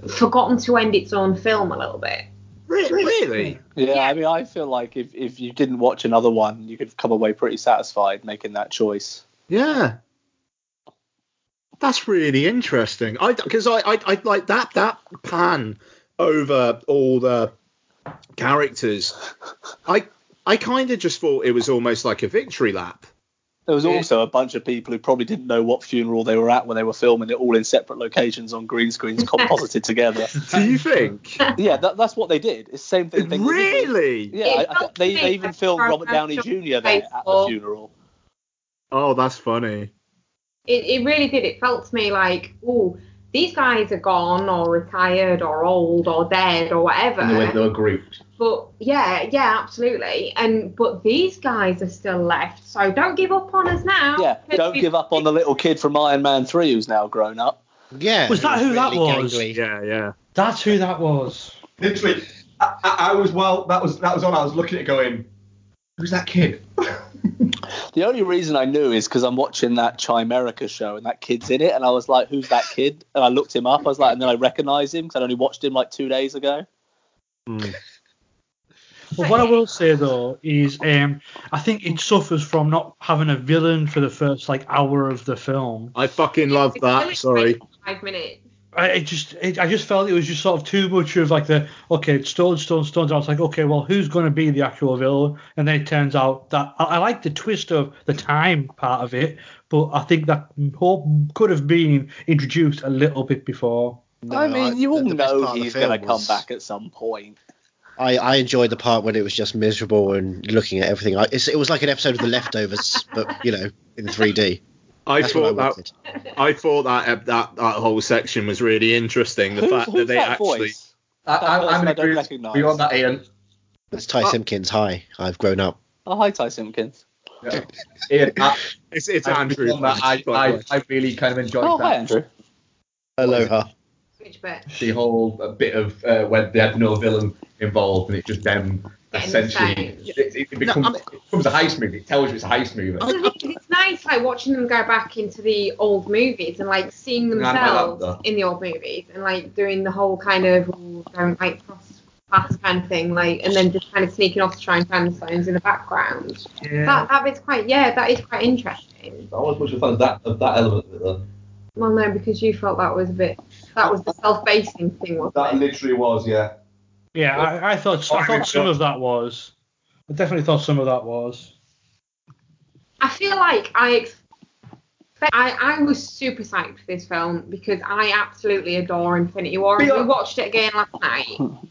Speaker 3: forgotten to end its own film a little bit.
Speaker 5: Really?
Speaker 11: Yeah, I mean, I feel like if, if you didn't watch another one, you could have come away pretty satisfied making that choice.
Speaker 5: Yeah. That's really interesting. I because I, I I like that that pan over all the characters. I I kind of just thought it was almost like a victory lap.
Speaker 11: There was also a bunch of people who probably didn't know what funeral they were at when they were filming it all in separate locations on green screens composited together.
Speaker 5: Do you think?
Speaker 11: Yeah, that, that's what they did. It's the same thing. thing
Speaker 5: Really?
Speaker 11: Yeah, I, I, they, they even filmed Robert Downey Jr. there at the funeral.
Speaker 5: Oh, that's funny.
Speaker 3: It, it really did. It felt to me like, oh, these guys are gone or retired or old or dead or whatever.
Speaker 1: And the way they were grouped.
Speaker 3: But yeah, yeah, absolutely. And but these guys are still left, so don't give up on us now.
Speaker 11: Yeah, don't give up on the little kid from Iron Man 3 who's now grown up.
Speaker 6: Yeah.
Speaker 4: Was that who that was?
Speaker 5: Yeah, yeah.
Speaker 4: That's who that was.
Speaker 1: Literally, I, I, I was well. That was that was all. I was looking at it going, who's that kid?
Speaker 11: The only reason I knew is because I'm watching that Chimerica show and that kid's in it, and I was like, "Who's that kid?" And I looked him up. I was like, and then I recognised him because I'd only watched him like two days ago.
Speaker 4: Well, what I will say though is, um, I think it suffers from not having a villain for the first like hour of the film.
Speaker 5: I fucking love that. Sorry.
Speaker 3: Five minutes.
Speaker 4: I it just, it, I just felt it was just sort of too much of like the okay, it's Stone, Stone, Stones. I was like, okay, well, who's going to be the actual villain? And then it turns out that I, I like the twist of the time part of it, but I think that hope could have been introduced a little bit before.
Speaker 11: I mean, you all
Speaker 6: the best
Speaker 11: know
Speaker 6: part of the
Speaker 11: he's
Speaker 6: film
Speaker 11: going to come
Speaker 6: was-
Speaker 11: back at some point.
Speaker 6: I, I enjoyed the part when it was just miserable and looking at everything. I, it's, it was like an episode of The Leftovers, but you know, in 3D.
Speaker 5: I
Speaker 6: That's
Speaker 5: thought
Speaker 6: what I
Speaker 5: that I thought that, ep- that that whole section was really interesting. The
Speaker 11: Who's-
Speaker 5: fact that
Speaker 11: who's
Speaker 5: they
Speaker 11: that
Speaker 5: actually
Speaker 11: voice?
Speaker 1: I,
Speaker 11: That person
Speaker 1: I, I'm
Speaker 11: I
Speaker 1: in
Speaker 11: don't
Speaker 1: agreement with
Speaker 11: recognise.
Speaker 1: you on that, Ian.
Speaker 6: That's Ty Simpkins. Hi, I've grown up.
Speaker 11: Oh, hi, Ty Simpkins.
Speaker 1: Yeah. Ian, I,
Speaker 5: It's, it's
Speaker 1: I,
Speaker 5: Andrew.
Speaker 1: on that, I,
Speaker 5: by the
Speaker 1: I,
Speaker 5: way.
Speaker 1: I really kind of enjoyed
Speaker 11: Oh,
Speaker 1: that.
Speaker 11: hi, Andrew.
Speaker 6: Aloha.
Speaker 3: Which bit?
Speaker 1: the whole uh, bit of uh, where they had no villain involved and it's just them
Speaker 3: Getting
Speaker 1: essentially
Speaker 3: the
Speaker 1: it, it, it becomes,
Speaker 5: I mean-
Speaker 1: it becomes a heist movie. It tells you it's a heist movie.
Speaker 3: Well, the thing is, it's nice like watching them go back into the old movies and like seeing
Speaker 1: No, I like that,
Speaker 3: themselves
Speaker 1: though.
Speaker 3: in the old movies and like doing the whole kind of "Ooh, don't like cross paths kind of thing like and then just kind of sneaking off to try and find the stones in the background. That that is quite yeah that is quite interesting.
Speaker 1: I was much of a fan of that of that element of it though.
Speaker 3: Well no because you felt that was a bit that was the self-basing thing wasn't
Speaker 1: That
Speaker 3: it?
Speaker 1: literally was, yeah.
Speaker 4: Yeah, I, I thought I thought some of that was. I definitely thought some of that was.
Speaker 3: I feel like I ex- I, I was super psyched for this film because I absolutely adore Infinity War.
Speaker 1: Be
Speaker 3: We
Speaker 1: hon-
Speaker 3: watched it again last night.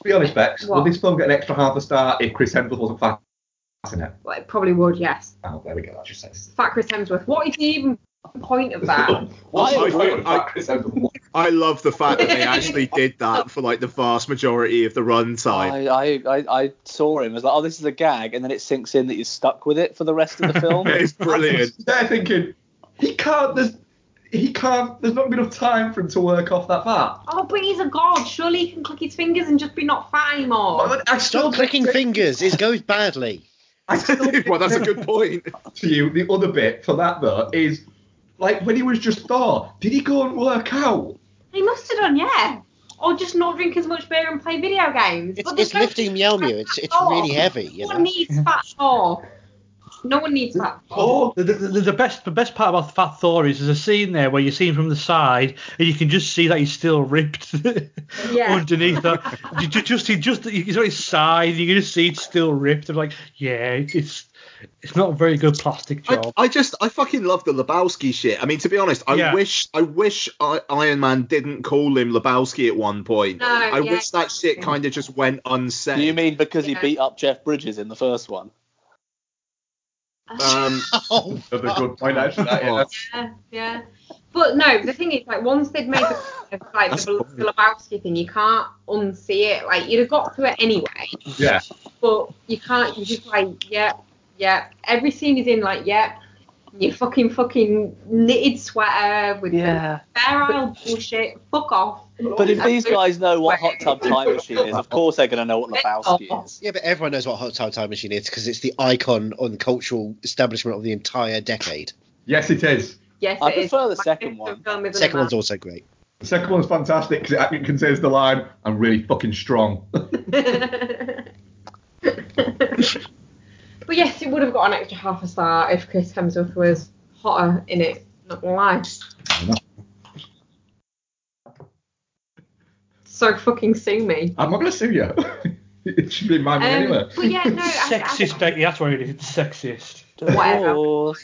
Speaker 1: To be honest, Bex,
Speaker 3: What?
Speaker 1: would this film get an extra half a star if Chris Hemsworth wasn't fast in it?
Speaker 3: Well, it probably would, yes.
Speaker 1: Oh, there we go. That just says.
Speaker 3: Fat Chris Hemsworth. What is the even point of that?
Speaker 1: What's
Speaker 11: I
Speaker 1: my
Speaker 11: agree.
Speaker 1: point of that, Chris Hemsworth?
Speaker 5: I love the fact that they actually did that for like the vast majority of the runtime.
Speaker 11: I, I, I, I saw him. I was like, oh, this is a gag, and then it sinks in that you're stuck with it for the rest of the film.
Speaker 5: It's brilliant.
Speaker 1: They're thinking he can't. There's, he can't. There's not gonna be enough time for him to work off that fat.
Speaker 3: Oh, but he's a god. Surely he can click his fingers and just be not fat anymore.
Speaker 6: Stop clicking fingers. It goes badly.
Speaker 1: well, that's a good point. To you, the other bit for that though is like when he was just Thor, did he go and work out?
Speaker 3: He must have done, yeah. Or just not drink as much beer and play video games.
Speaker 6: It's,
Speaker 3: But there's
Speaker 6: it's
Speaker 3: no-
Speaker 6: lifting Mjolnir. It's it's
Speaker 3: Oh.
Speaker 6: really heavy. You
Speaker 3: No
Speaker 6: know?
Speaker 3: one needs fat Thor. No one needs fat Thor.
Speaker 4: The, the, the- the best the best part about Fat Thor is there's a scene there where you see him from the side and you can just see that he's still ripped
Speaker 11: Oh,
Speaker 3: Yeah.
Speaker 4: underneath that. You ju- just he just he's on his side. You can just see it's still ripped. I'm like, yeah, it's it's not a very good plastic job.
Speaker 5: I, I just I fucking love the Lebowski shit. I mean, to be honest, I
Speaker 4: Yeah.
Speaker 5: wish I wish I, Iron Man didn't call him Lebowski at one point.
Speaker 3: No,
Speaker 5: I
Speaker 3: yeah.
Speaker 5: wish that shit kind of just went unsaid.
Speaker 11: Do you mean because
Speaker 3: Yeah.
Speaker 11: he beat up Jeff Bridges in the first one?
Speaker 5: um,
Speaker 6: Oh,
Speaker 1: Another good point, actually. that, yeah.
Speaker 3: Yeah, yeah. But no, the thing is, like, once they'd made the, of, like,
Speaker 5: That's
Speaker 3: the,
Speaker 5: boring.
Speaker 3: the Lebowski thing, you can't unsee it. Like, you'd have got to it anyway,
Speaker 1: yeah.
Speaker 3: but you can't. You're just like, yeah, yeah. Every scene is in, like, yeah. Your fucking fucking knitted sweater with the bare aisle bullshit. Fuck off.
Speaker 11: But if these guys know what Hot Tub Time Machine is, of course they're going to know what
Speaker 3: Oh,
Speaker 11: Lebowski is.
Speaker 6: Yeah, but everyone knows what Hot Tub Time Machine is because it's the icon on the cultural establishment of the entire decade.
Speaker 1: Yes, it is.
Speaker 3: Yes,
Speaker 11: I
Speaker 3: it is.
Speaker 11: prefer the
Speaker 3: My
Speaker 11: second
Speaker 3: favourite
Speaker 11: one.
Speaker 3: film is
Speaker 6: Second
Speaker 3: Another
Speaker 6: one's also great.
Speaker 1: The second one's fantastic because it, actually contains the line, "I'm really fucking strong."
Speaker 3: but yes, it would have got an extra half a star if Chris Hemsworth was hotter in it. Not gonna lie. So fucking sue me.
Speaker 1: I'm not gonna sue you. it should be my
Speaker 3: Um,
Speaker 1: money anyway.
Speaker 3: but yeah, no. I- I-
Speaker 4: sexist, Becky. That's what it is. It's sexist.
Speaker 3: Whatever.
Speaker 11: Oh,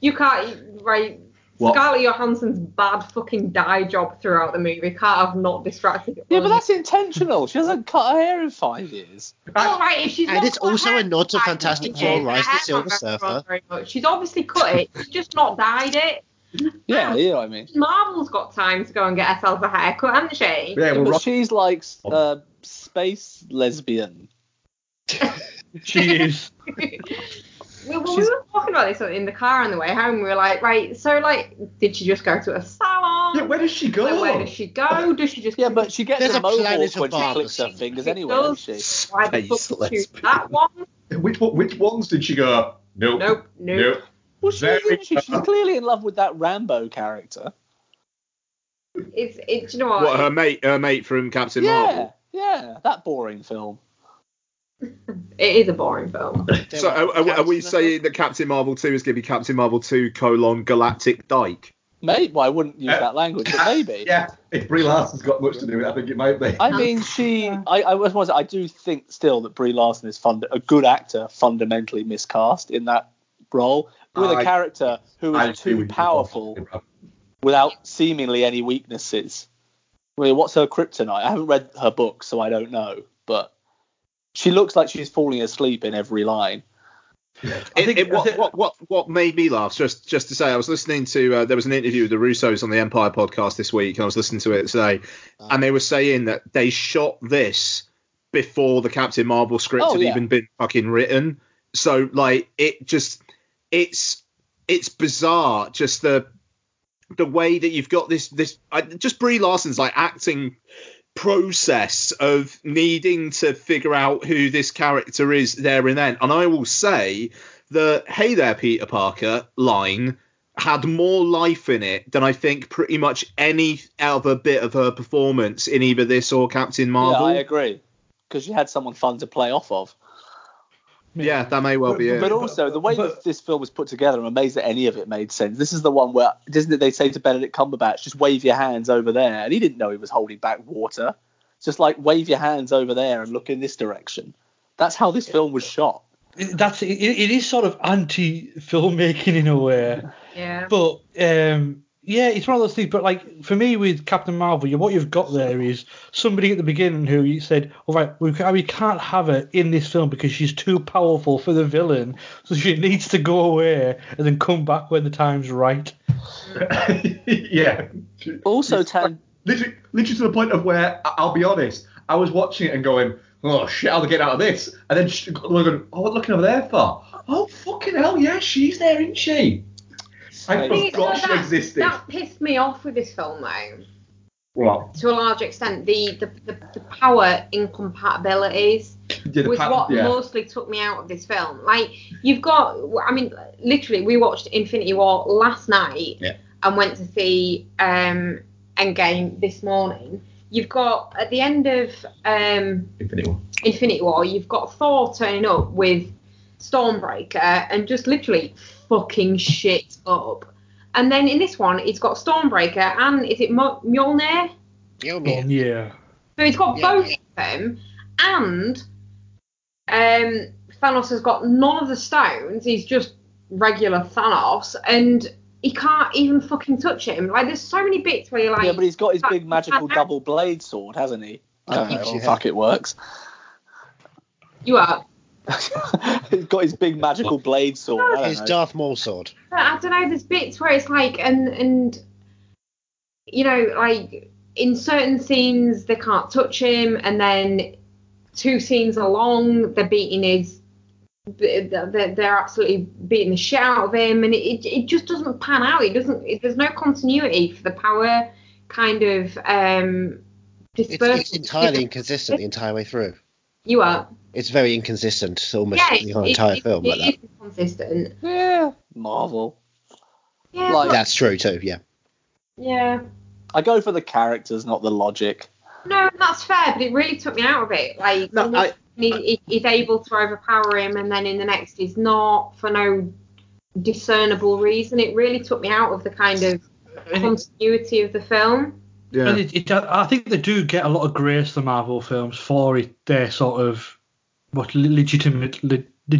Speaker 3: You can't right.
Speaker 1: What?
Speaker 3: Scarlett Johansson's bad fucking dye job throughout the movie can't have not distracted.
Speaker 11: Yeah, but that's intentional. She hasn't cut her hair in five years.
Speaker 3: all right. If she's
Speaker 6: And
Speaker 3: not
Speaker 6: it's
Speaker 3: cut her
Speaker 6: also
Speaker 3: hair
Speaker 6: a nod to
Speaker 3: dye,
Speaker 6: Fantastic
Speaker 3: she
Speaker 6: Four:
Speaker 3: did.
Speaker 6: Rise of the
Speaker 3: Her hair's
Speaker 6: Silver
Speaker 3: not very
Speaker 6: Surfer.
Speaker 3: very much. She's obviously cut it. She's just not dyed it.
Speaker 11: Yeah, you know what I mean.
Speaker 3: Marvel's got time to go and get herself a haircut, hasn't she?
Speaker 1: yeah, Oh.
Speaker 11: Yeah,
Speaker 1: well,
Speaker 11: but
Speaker 1: Ross,
Speaker 11: she's like uh, space lesbian.
Speaker 4: She is.
Speaker 3: we, well, we were talking about this in the car on the way home. We were like, right, so like, did she just go to a salon?
Speaker 1: yeah, where does she
Speaker 3: Like,
Speaker 1: go?
Speaker 3: where does she go? Does she just
Speaker 11: Yeah, but she gets
Speaker 6: There's
Speaker 11: a
Speaker 6: a planet
Speaker 11: mohawk
Speaker 6: of
Speaker 11: when she
Speaker 6: barbers.
Speaker 11: clicks her fingers
Speaker 3: It
Speaker 11: anyway, doesn't she?
Speaker 3: does. why the fuck
Speaker 5: Space
Speaker 3: did you
Speaker 5: lesbian.
Speaker 3: choose that one?
Speaker 1: Which one- which ones did she go? Nope.
Speaker 3: Nope, nope.
Speaker 1: Nope.
Speaker 11: Well, she,
Speaker 1: Very
Speaker 11: isn't she? she's clearly in love with that Rambo character.
Speaker 3: It's it's you know what?
Speaker 5: what her mate her mate from Captain
Speaker 11: Yeah,
Speaker 5: Marvel.
Speaker 11: yeah, that boring film.
Speaker 3: It is a boring film.
Speaker 6: There
Speaker 5: So
Speaker 6: were
Speaker 5: are, are- are we
Speaker 6: thousands of
Speaker 5: saying that Captain Marvel two is going to be Captain Marvel two colon Galactic Dyke?
Speaker 11: Maybe well, I wouldn't use
Speaker 1: Uh,
Speaker 11: that language, but maybe.
Speaker 1: Yeah, if Brie Larson's got much to do with it, I think it might be.
Speaker 11: I mean, she. I, I was. was- I do think still that Brie Larson is fund a good actor, fundamentally miscast in that role with a
Speaker 1: I-
Speaker 11: character who
Speaker 1: I
Speaker 11: is
Speaker 1: agree
Speaker 11: too
Speaker 1: with you,
Speaker 11: powerful
Speaker 1: Ross.
Speaker 11: without seemingly any weaknesses. I mean, what's her kryptonite? I haven't read her book, so I don't know. But she looks like she's falling asleep in every line.
Speaker 4: I
Speaker 5: It-
Speaker 4: think-
Speaker 5: it-
Speaker 4: I
Speaker 5: what,
Speaker 4: think-
Speaker 5: what, what, what made me laugh, just just to say, I was listening to, uh, there was an interview with the Russos on the Empire podcast this week, and I was listening to it today, and they were saying that they shot this before the Captain Marvel script
Speaker 11: Oh,
Speaker 5: had
Speaker 11: yeah.
Speaker 5: even been fucking written. So, like, it just, it's, it's bizarre, just the, the way that you've got this, this, I, just Brie Larson's, like, acting process of needing to figure out who this character is there and then. And I will say the "Hey there, Peter Parker" line had more life in it than I think pretty much any other bit of her performance in either this or Captain Marvel.
Speaker 11: Yeah, I agree. Because she had someone fun to play off of.
Speaker 5: Yeah, that may well be it.
Speaker 11: But also, the way
Speaker 4: But-
Speaker 11: that this film was put together, I'm amazed that any of it made sense. This is the one where, isn't it, they say to Benedict Cumberbatch, just wave your hands over there. And he didn't know he was holding back water. Just like, wave your hands over there and look in this direction. That's how this film was shot.
Speaker 4: It- That's it, it is sort of anti filmmaking in a way.
Speaker 3: Yeah.
Speaker 4: But um, yeah, it's one of those things. But like for me with Captain Marvel, you, what you've got there is somebody at the beginning who you said, "All right, we, ca- we can't have her in this film because she's too powerful for the villain, so she needs to go away and then come back when the time's right."
Speaker 1: yeah.
Speaker 11: Also, Tan.
Speaker 1: Literally, literally to the point of where I- I'll be honest, I was watching it and going, oh shit, how do I get out of this? And then she, we're going, oh, what looking over there for? Oh fucking hell, yeah, she's there, isn't she? I
Speaker 3: See, so
Speaker 1: forgot she
Speaker 3: that-
Speaker 1: existed.
Speaker 3: That pissed me off with this film, though,
Speaker 1: What?
Speaker 3: to a large extent. The the, the, the power incompatibilities
Speaker 1: Yeah, the
Speaker 3: was
Speaker 1: pat-
Speaker 3: what
Speaker 1: yeah.
Speaker 3: mostly took me out of this film. Like you've got, I mean, literally, we watched Infinity War last night
Speaker 6: Yeah.
Speaker 3: and went to see um, Endgame this morning. You've got at the end of um,
Speaker 1: Infinity War.
Speaker 3: Infinity War, you've got Thor turning up with Stormbreaker and just literally fucking shit up. And then in this one, it's got Stormbreaker and is it Mo- Mjolnir?
Speaker 6: Mjolnir.
Speaker 4: Yeah.
Speaker 3: So it's got both of them, and um, Thanos has got none of the stones. He's just regular Thanos, and he can't even fucking touch him. Like there's so many bits where you're like,
Speaker 11: yeah, but he's got his big
Speaker 3: Fuck,
Speaker 11: magical
Speaker 3: fuck,
Speaker 11: double blade sword, hasn't he? I don't
Speaker 6: Yes,
Speaker 11: know.
Speaker 6: you have.
Speaker 11: Fuck, it works.
Speaker 3: you are.
Speaker 11: he's got his big magical blade sword.
Speaker 4: Oh,
Speaker 11: I don't
Speaker 6: Is
Speaker 11: know.
Speaker 6: Darth Maul sword?
Speaker 3: But I don't know. There's bits where it's like, and and you know, like in certain scenes they can't touch him, and then two scenes along they're beating his, they're, they're absolutely beating the shit out of him, and it it just doesn't pan out. It doesn't. It, there's no continuity for the power kind of um
Speaker 6: It's,
Speaker 3: dispersal.
Speaker 6: it's entirely inconsistent the entire way through.
Speaker 3: You are.
Speaker 6: It's very inconsistent almost
Speaker 3: Yeah,
Speaker 6: the whole
Speaker 3: it-
Speaker 6: entire
Speaker 3: it-
Speaker 6: film like that.
Speaker 3: It is consistent.
Speaker 11: Yeah, Marvel.
Speaker 3: Yeah.
Speaker 11: Like-
Speaker 3: but-
Speaker 6: That's true too. Yeah.
Speaker 3: yeah.
Speaker 11: I go for the characters, not the logic.
Speaker 3: No, that's fair, but it really took me out of it. Like,
Speaker 5: No,
Speaker 3: in one
Speaker 5: I-
Speaker 3: he, he- he's able to overpower him, and then in the next, he's not for no discernible reason. It really took me out of the kind of continuity of the film.
Speaker 5: Yeah.
Speaker 4: And it, it, I think they do get a lot of grace the Marvel films for it. Their sort of what le- legitimate. Le, le,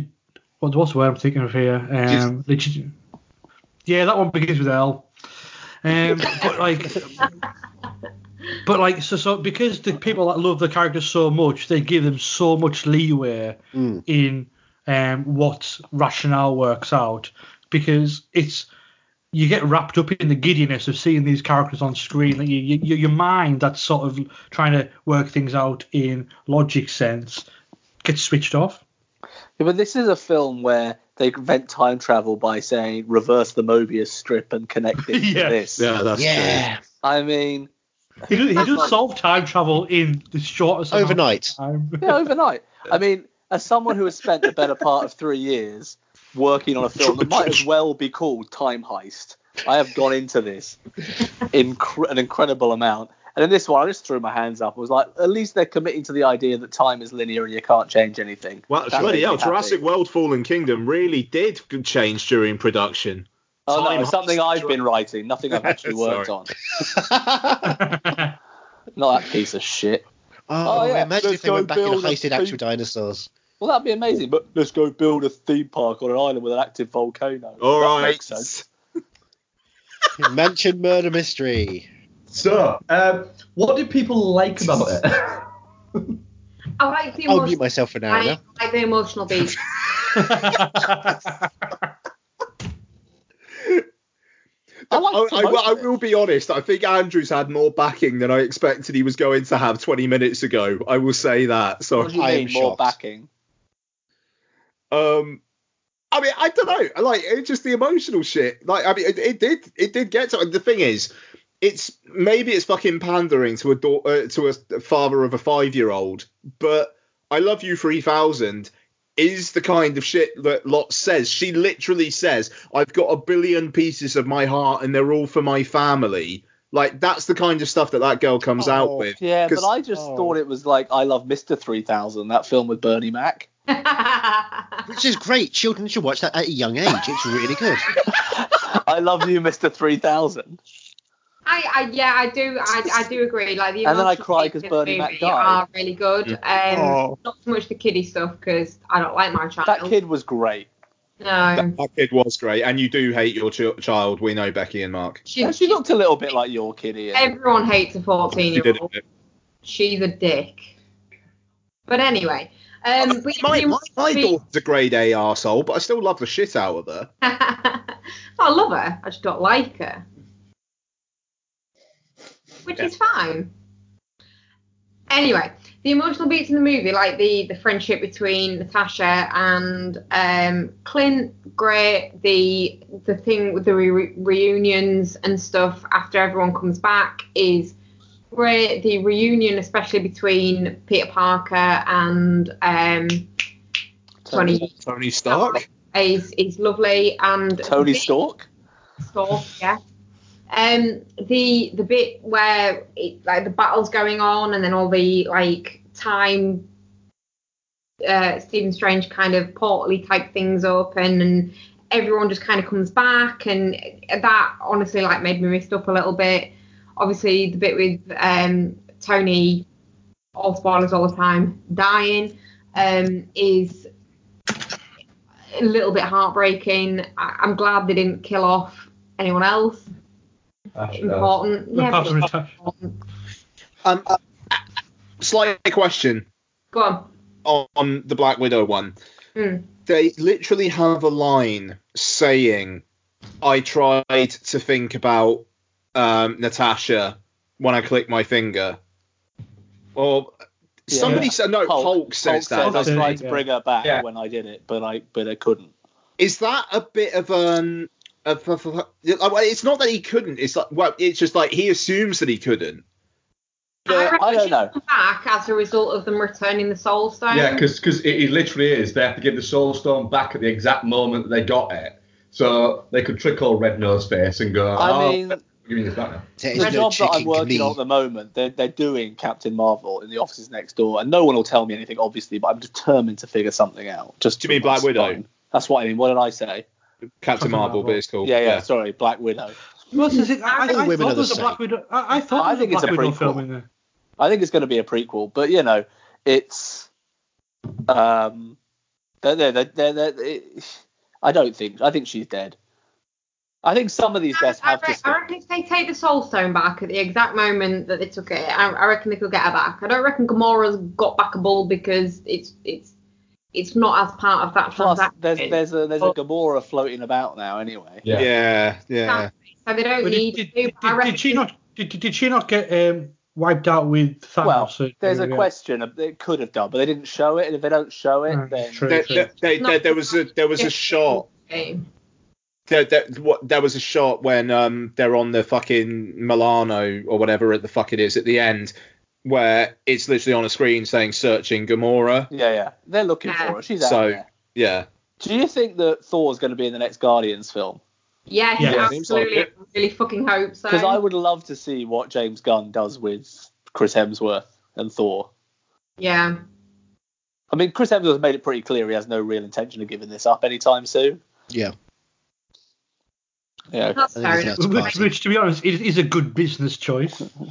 Speaker 4: what, what's the word I'm thinking of here? Um, legit, yeah, that one begins with L. Um, but like, but like, so so because the people that love the characters so much, they give them so much leeway
Speaker 6: Mm.
Speaker 4: in um, what rationale works out because it's you get wrapped up in the giddiness of seeing these characters on screen. Like you, you, your mind that's sort of trying to work things out in logic sense gets switched off.
Speaker 11: Yeah, but this is a film where they invent time travel by saying reverse the Mobius strip and connect this
Speaker 4: Yeah.
Speaker 11: to this.
Speaker 5: Yeah, that's true.
Speaker 6: yeah.
Speaker 11: I mean,
Speaker 4: He does, he
Speaker 11: That's
Speaker 4: does solve time travel in the shortest amount of
Speaker 6: Overnight.
Speaker 4: time.
Speaker 11: yeah, overnight. I mean, as someone who has spent the better part of three years working on a film that might as well be called Time Heist, I have gone into this incre- an incredible amount. And in this one, I just threw my hands up. I was like, at least they're committing to the idea that time is linear and you can't change anything.
Speaker 5: Well,
Speaker 11: That
Speaker 5: bloody
Speaker 11: made me
Speaker 5: hell,
Speaker 11: happy.
Speaker 5: Jurassic World Fallen Kingdom really did change during production.
Speaker 11: Oh,
Speaker 5: Time
Speaker 11: no, it's something
Speaker 5: Heist.
Speaker 11: I've been writing, nothing I've actually worked
Speaker 5: Sorry.
Speaker 11: on. Not that piece of shit.
Speaker 6: Oh,
Speaker 11: Oh, yeah,
Speaker 6: imagine if
Speaker 11: let's
Speaker 6: they went
Speaker 11: go
Speaker 6: back and
Speaker 11: build a
Speaker 6: heisted
Speaker 11: theme-
Speaker 6: actual dinosaurs.
Speaker 11: Well, that'd be amazing. But let's go build a theme park on an island with an active volcano.
Speaker 5: All
Speaker 11: That
Speaker 5: right.
Speaker 11: makes sense.
Speaker 6: Mansion murder mystery.
Speaker 1: So, um, what did people like about it?
Speaker 3: I like the
Speaker 6: I'll
Speaker 11: Oh,
Speaker 3: emotional,
Speaker 6: mute myself for now.
Speaker 3: I
Speaker 6: now.
Speaker 3: like the emotional beat.
Speaker 11: I liked
Speaker 5: I, I-
Speaker 11: most
Speaker 5: I
Speaker 11: of it.
Speaker 5: will be honest. I think Andrew's had more backing than I expected he was going to have 20 minutes ago. I will say that.
Speaker 11: What
Speaker 5: So,
Speaker 11: do you
Speaker 6: I am
Speaker 11: mean more
Speaker 6: shocked.
Speaker 11: backing?
Speaker 5: um, I mean, I don't know. Like, it's just the emotional shit. Like, I mean, it, it did, it did get to. The thing is, it's maybe it's fucking pandering to a daughter, to a father of a five-year-old, but I love you 3000 is the kind of shit that Lot says. She literally says, I've got a billion pieces of my heart and they're all for my family. Like, that's the kind of stuff that that girl comes out
Speaker 6: Oh,
Speaker 5: with.
Speaker 11: Yeah,
Speaker 5: 'Cause-
Speaker 11: but I just
Speaker 6: oh.
Speaker 11: thought it was like I Love Mr. 3000, that film with Bernie Mac.
Speaker 6: Which is great. Children should watch that at a young age. It's really good.
Speaker 11: I Love You, Mr. 3000.
Speaker 3: I, I yeah I do I, I do agree like the
Speaker 11: And then I
Speaker 3: emotional
Speaker 11: cry
Speaker 3: beats
Speaker 11: 'cause
Speaker 3: of
Speaker 11: Bernie
Speaker 3: the
Speaker 11: Mac
Speaker 3: movie
Speaker 11: died.
Speaker 3: are really good um,
Speaker 6: Oh.
Speaker 3: not so much the kiddie stuff because I don't like my child
Speaker 11: That kid was great.
Speaker 3: no
Speaker 5: That, that kid was great, and you do hate your ch- child. We know Becky and Mark.
Speaker 3: she,
Speaker 11: she looked a little bit like your kid, Ian.
Speaker 3: everyone hates a 14
Speaker 5: She
Speaker 3: year
Speaker 5: did
Speaker 3: old
Speaker 5: it.
Speaker 3: she's a dick. But anyway, um, we-
Speaker 5: my,
Speaker 3: we-
Speaker 5: my, my
Speaker 3: we-
Speaker 5: daughter's a grade A arsehole, but I still love the shit out of her.
Speaker 3: I love her. I just don't like her, which is fine. Anyway, the emotional beats in the movie, like the the friendship between Natasha and um, Clint, great. The the thing with the re- reunions and stuff after everyone comes back is great. The reunion, especially between Peter Parker and um, Tony,
Speaker 5: Tony Stark.
Speaker 3: is is lovely. And
Speaker 11: Tony
Speaker 3: the-
Speaker 11: Stork.
Speaker 3: Storm, yeah. Um, the the bit where it, like the battle's going on and then all the like time, uh, Stephen Strange kind of portly type things open and everyone just kind of comes back and that honestly like made me messed up a little bit. Obviously the bit with um Tony, all spoilers all the time, dying, um, is a little bit heartbreaking. I, I'm glad they didn't kill off anyone else. Important. Yeah,
Speaker 4: Apart
Speaker 3: but-
Speaker 4: from Natasha.
Speaker 5: Um, uh, slight question
Speaker 3: Go on.
Speaker 5: on, on the Black Widow one.
Speaker 3: Mm.
Speaker 5: They literally have a line saying, "I tried to think about um, Natasha when I click my finger." Or somebody
Speaker 11: Yeah.
Speaker 5: said no. Hulk,
Speaker 11: Hulk
Speaker 5: says that.
Speaker 11: said I
Speaker 5: doesn't
Speaker 11: tried
Speaker 5: he?
Speaker 11: to bring her back
Speaker 5: Yeah.
Speaker 11: when I did it, but I but I couldn't.
Speaker 5: Is that a bit of an? Of, of- of- uh, well, it's not that he couldn't. It's like well, it's just like he assumes that he couldn't.
Speaker 3: I, reckon
Speaker 11: I don't know.
Speaker 3: she'll come back as a result of them returning the Soul Stone.
Speaker 1: Yeah, because it, it literally is. They have to give the Soul Stone back at the exact moment that they got it. So they could trick old Red Nose Face and go,
Speaker 11: I
Speaker 1: oh,
Speaker 11: mean,
Speaker 1: we're giving this back now.
Speaker 6: There is
Speaker 11: the
Speaker 6: no
Speaker 11: job that I'm
Speaker 6: checking
Speaker 11: working
Speaker 6: me.
Speaker 11: on at the moment, they're, they're doing Captain Marvel in the offices next door, and no one will tell me anything, obviously, but I'm determined to figure something out. Just
Speaker 5: Do you mean Black Widow?
Speaker 11: That's what I mean. What did I say?
Speaker 5: Captain Marvel, but it's cool.
Speaker 11: Yeah, yeah, sorry, Black Widow.
Speaker 4: Well, that's the thing, I, I,
Speaker 6: All
Speaker 4: I
Speaker 6: women
Speaker 4: thought there
Speaker 6: are the
Speaker 4: was a
Speaker 6: same.
Speaker 4: Black Widow. I, I thought
Speaker 11: I
Speaker 4: there
Speaker 11: think
Speaker 4: was
Speaker 11: it's
Speaker 4: a
Speaker 11: a
Speaker 4: Black Widow
Speaker 11: prequel.
Speaker 4: film in there.
Speaker 11: I think it's going to be a prequel, but you know, it's um, they're, they're, they're, they're, they're- it- I don't think. I think she's dead. I think some of these deaths
Speaker 3: I,
Speaker 11: have
Speaker 3: re- I
Speaker 11: to. Stay.
Speaker 3: reckon if they take the Soul Stone back at the exact moment that they took it, I, I reckon they could get her back. I don't reckon Gamora's got back a ball because it's it's it's not as part of that
Speaker 11: Plus,
Speaker 3: transaction.
Speaker 11: there's there's a there's a Gamora floating about now anyway.
Speaker 1: Yeah.
Speaker 5: yeah, yeah.
Speaker 3: Exactly. So they don't
Speaker 4: But
Speaker 3: need
Speaker 4: did,
Speaker 3: to.
Speaker 4: did, did,
Speaker 3: I
Speaker 4: did
Speaker 3: reckon
Speaker 4: she not? Did, did she not get um, wiped out with Thanos?
Speaker 11: Well,
Speaker 4: Uh,
Speaker 11: there's a
Speaker 4: yeah.
Speaker 11: question of- it could have done, but they didn't show it. And if they don't show it,
Speaker 4: Yeah,
Speaker 11: then
Speaker 4: true.
Speaker 5: There, there, there- there- there was a there was a
Speaker 3: Yeah.
Speaker 5: shot there, there, what, there was a shot when um, they're on the fucking Milano or whatever the fuck it is at the end, where it's literally on a screen saying searching Gamora.
Speaker 11: yeah, yeah, they're looking
Speaker 3: Yeah.
Speaker 11: for her. She's out
Speaker 5: So
Speaker 11: there.
Speaker 5: yeah,
Speaker 11: Do you think that Thor's going to be in the next Guardians film?
Speaker 3: Yeah,
Speaker 4: Yeah,
Speaker 5: it seems like
Speaker 3: absolutely.
Speaker 5: it.
Speaker 3: I really fucking hope so.
Speaker 11: Because I would love to see what James Gunn does with Chris Hemsworth and Thor.
Speaker 3: Yeah.
Speaker 11: I mean, Chris Hemsworth made it pretty clear he has no real intention of giving this up anytime soon.
Speaker 6: Yeah.
Speaker 11: Yeah,
Speaker 3: That's
Speaker 6: I think
Speaker 3: fair enough.
Speaker 6: it's That's
Speaker 4: Which,
Speaker 6: classy.
Speaker 4: which, to be honest, is, is a good business choice.
Speaker 11: yeah.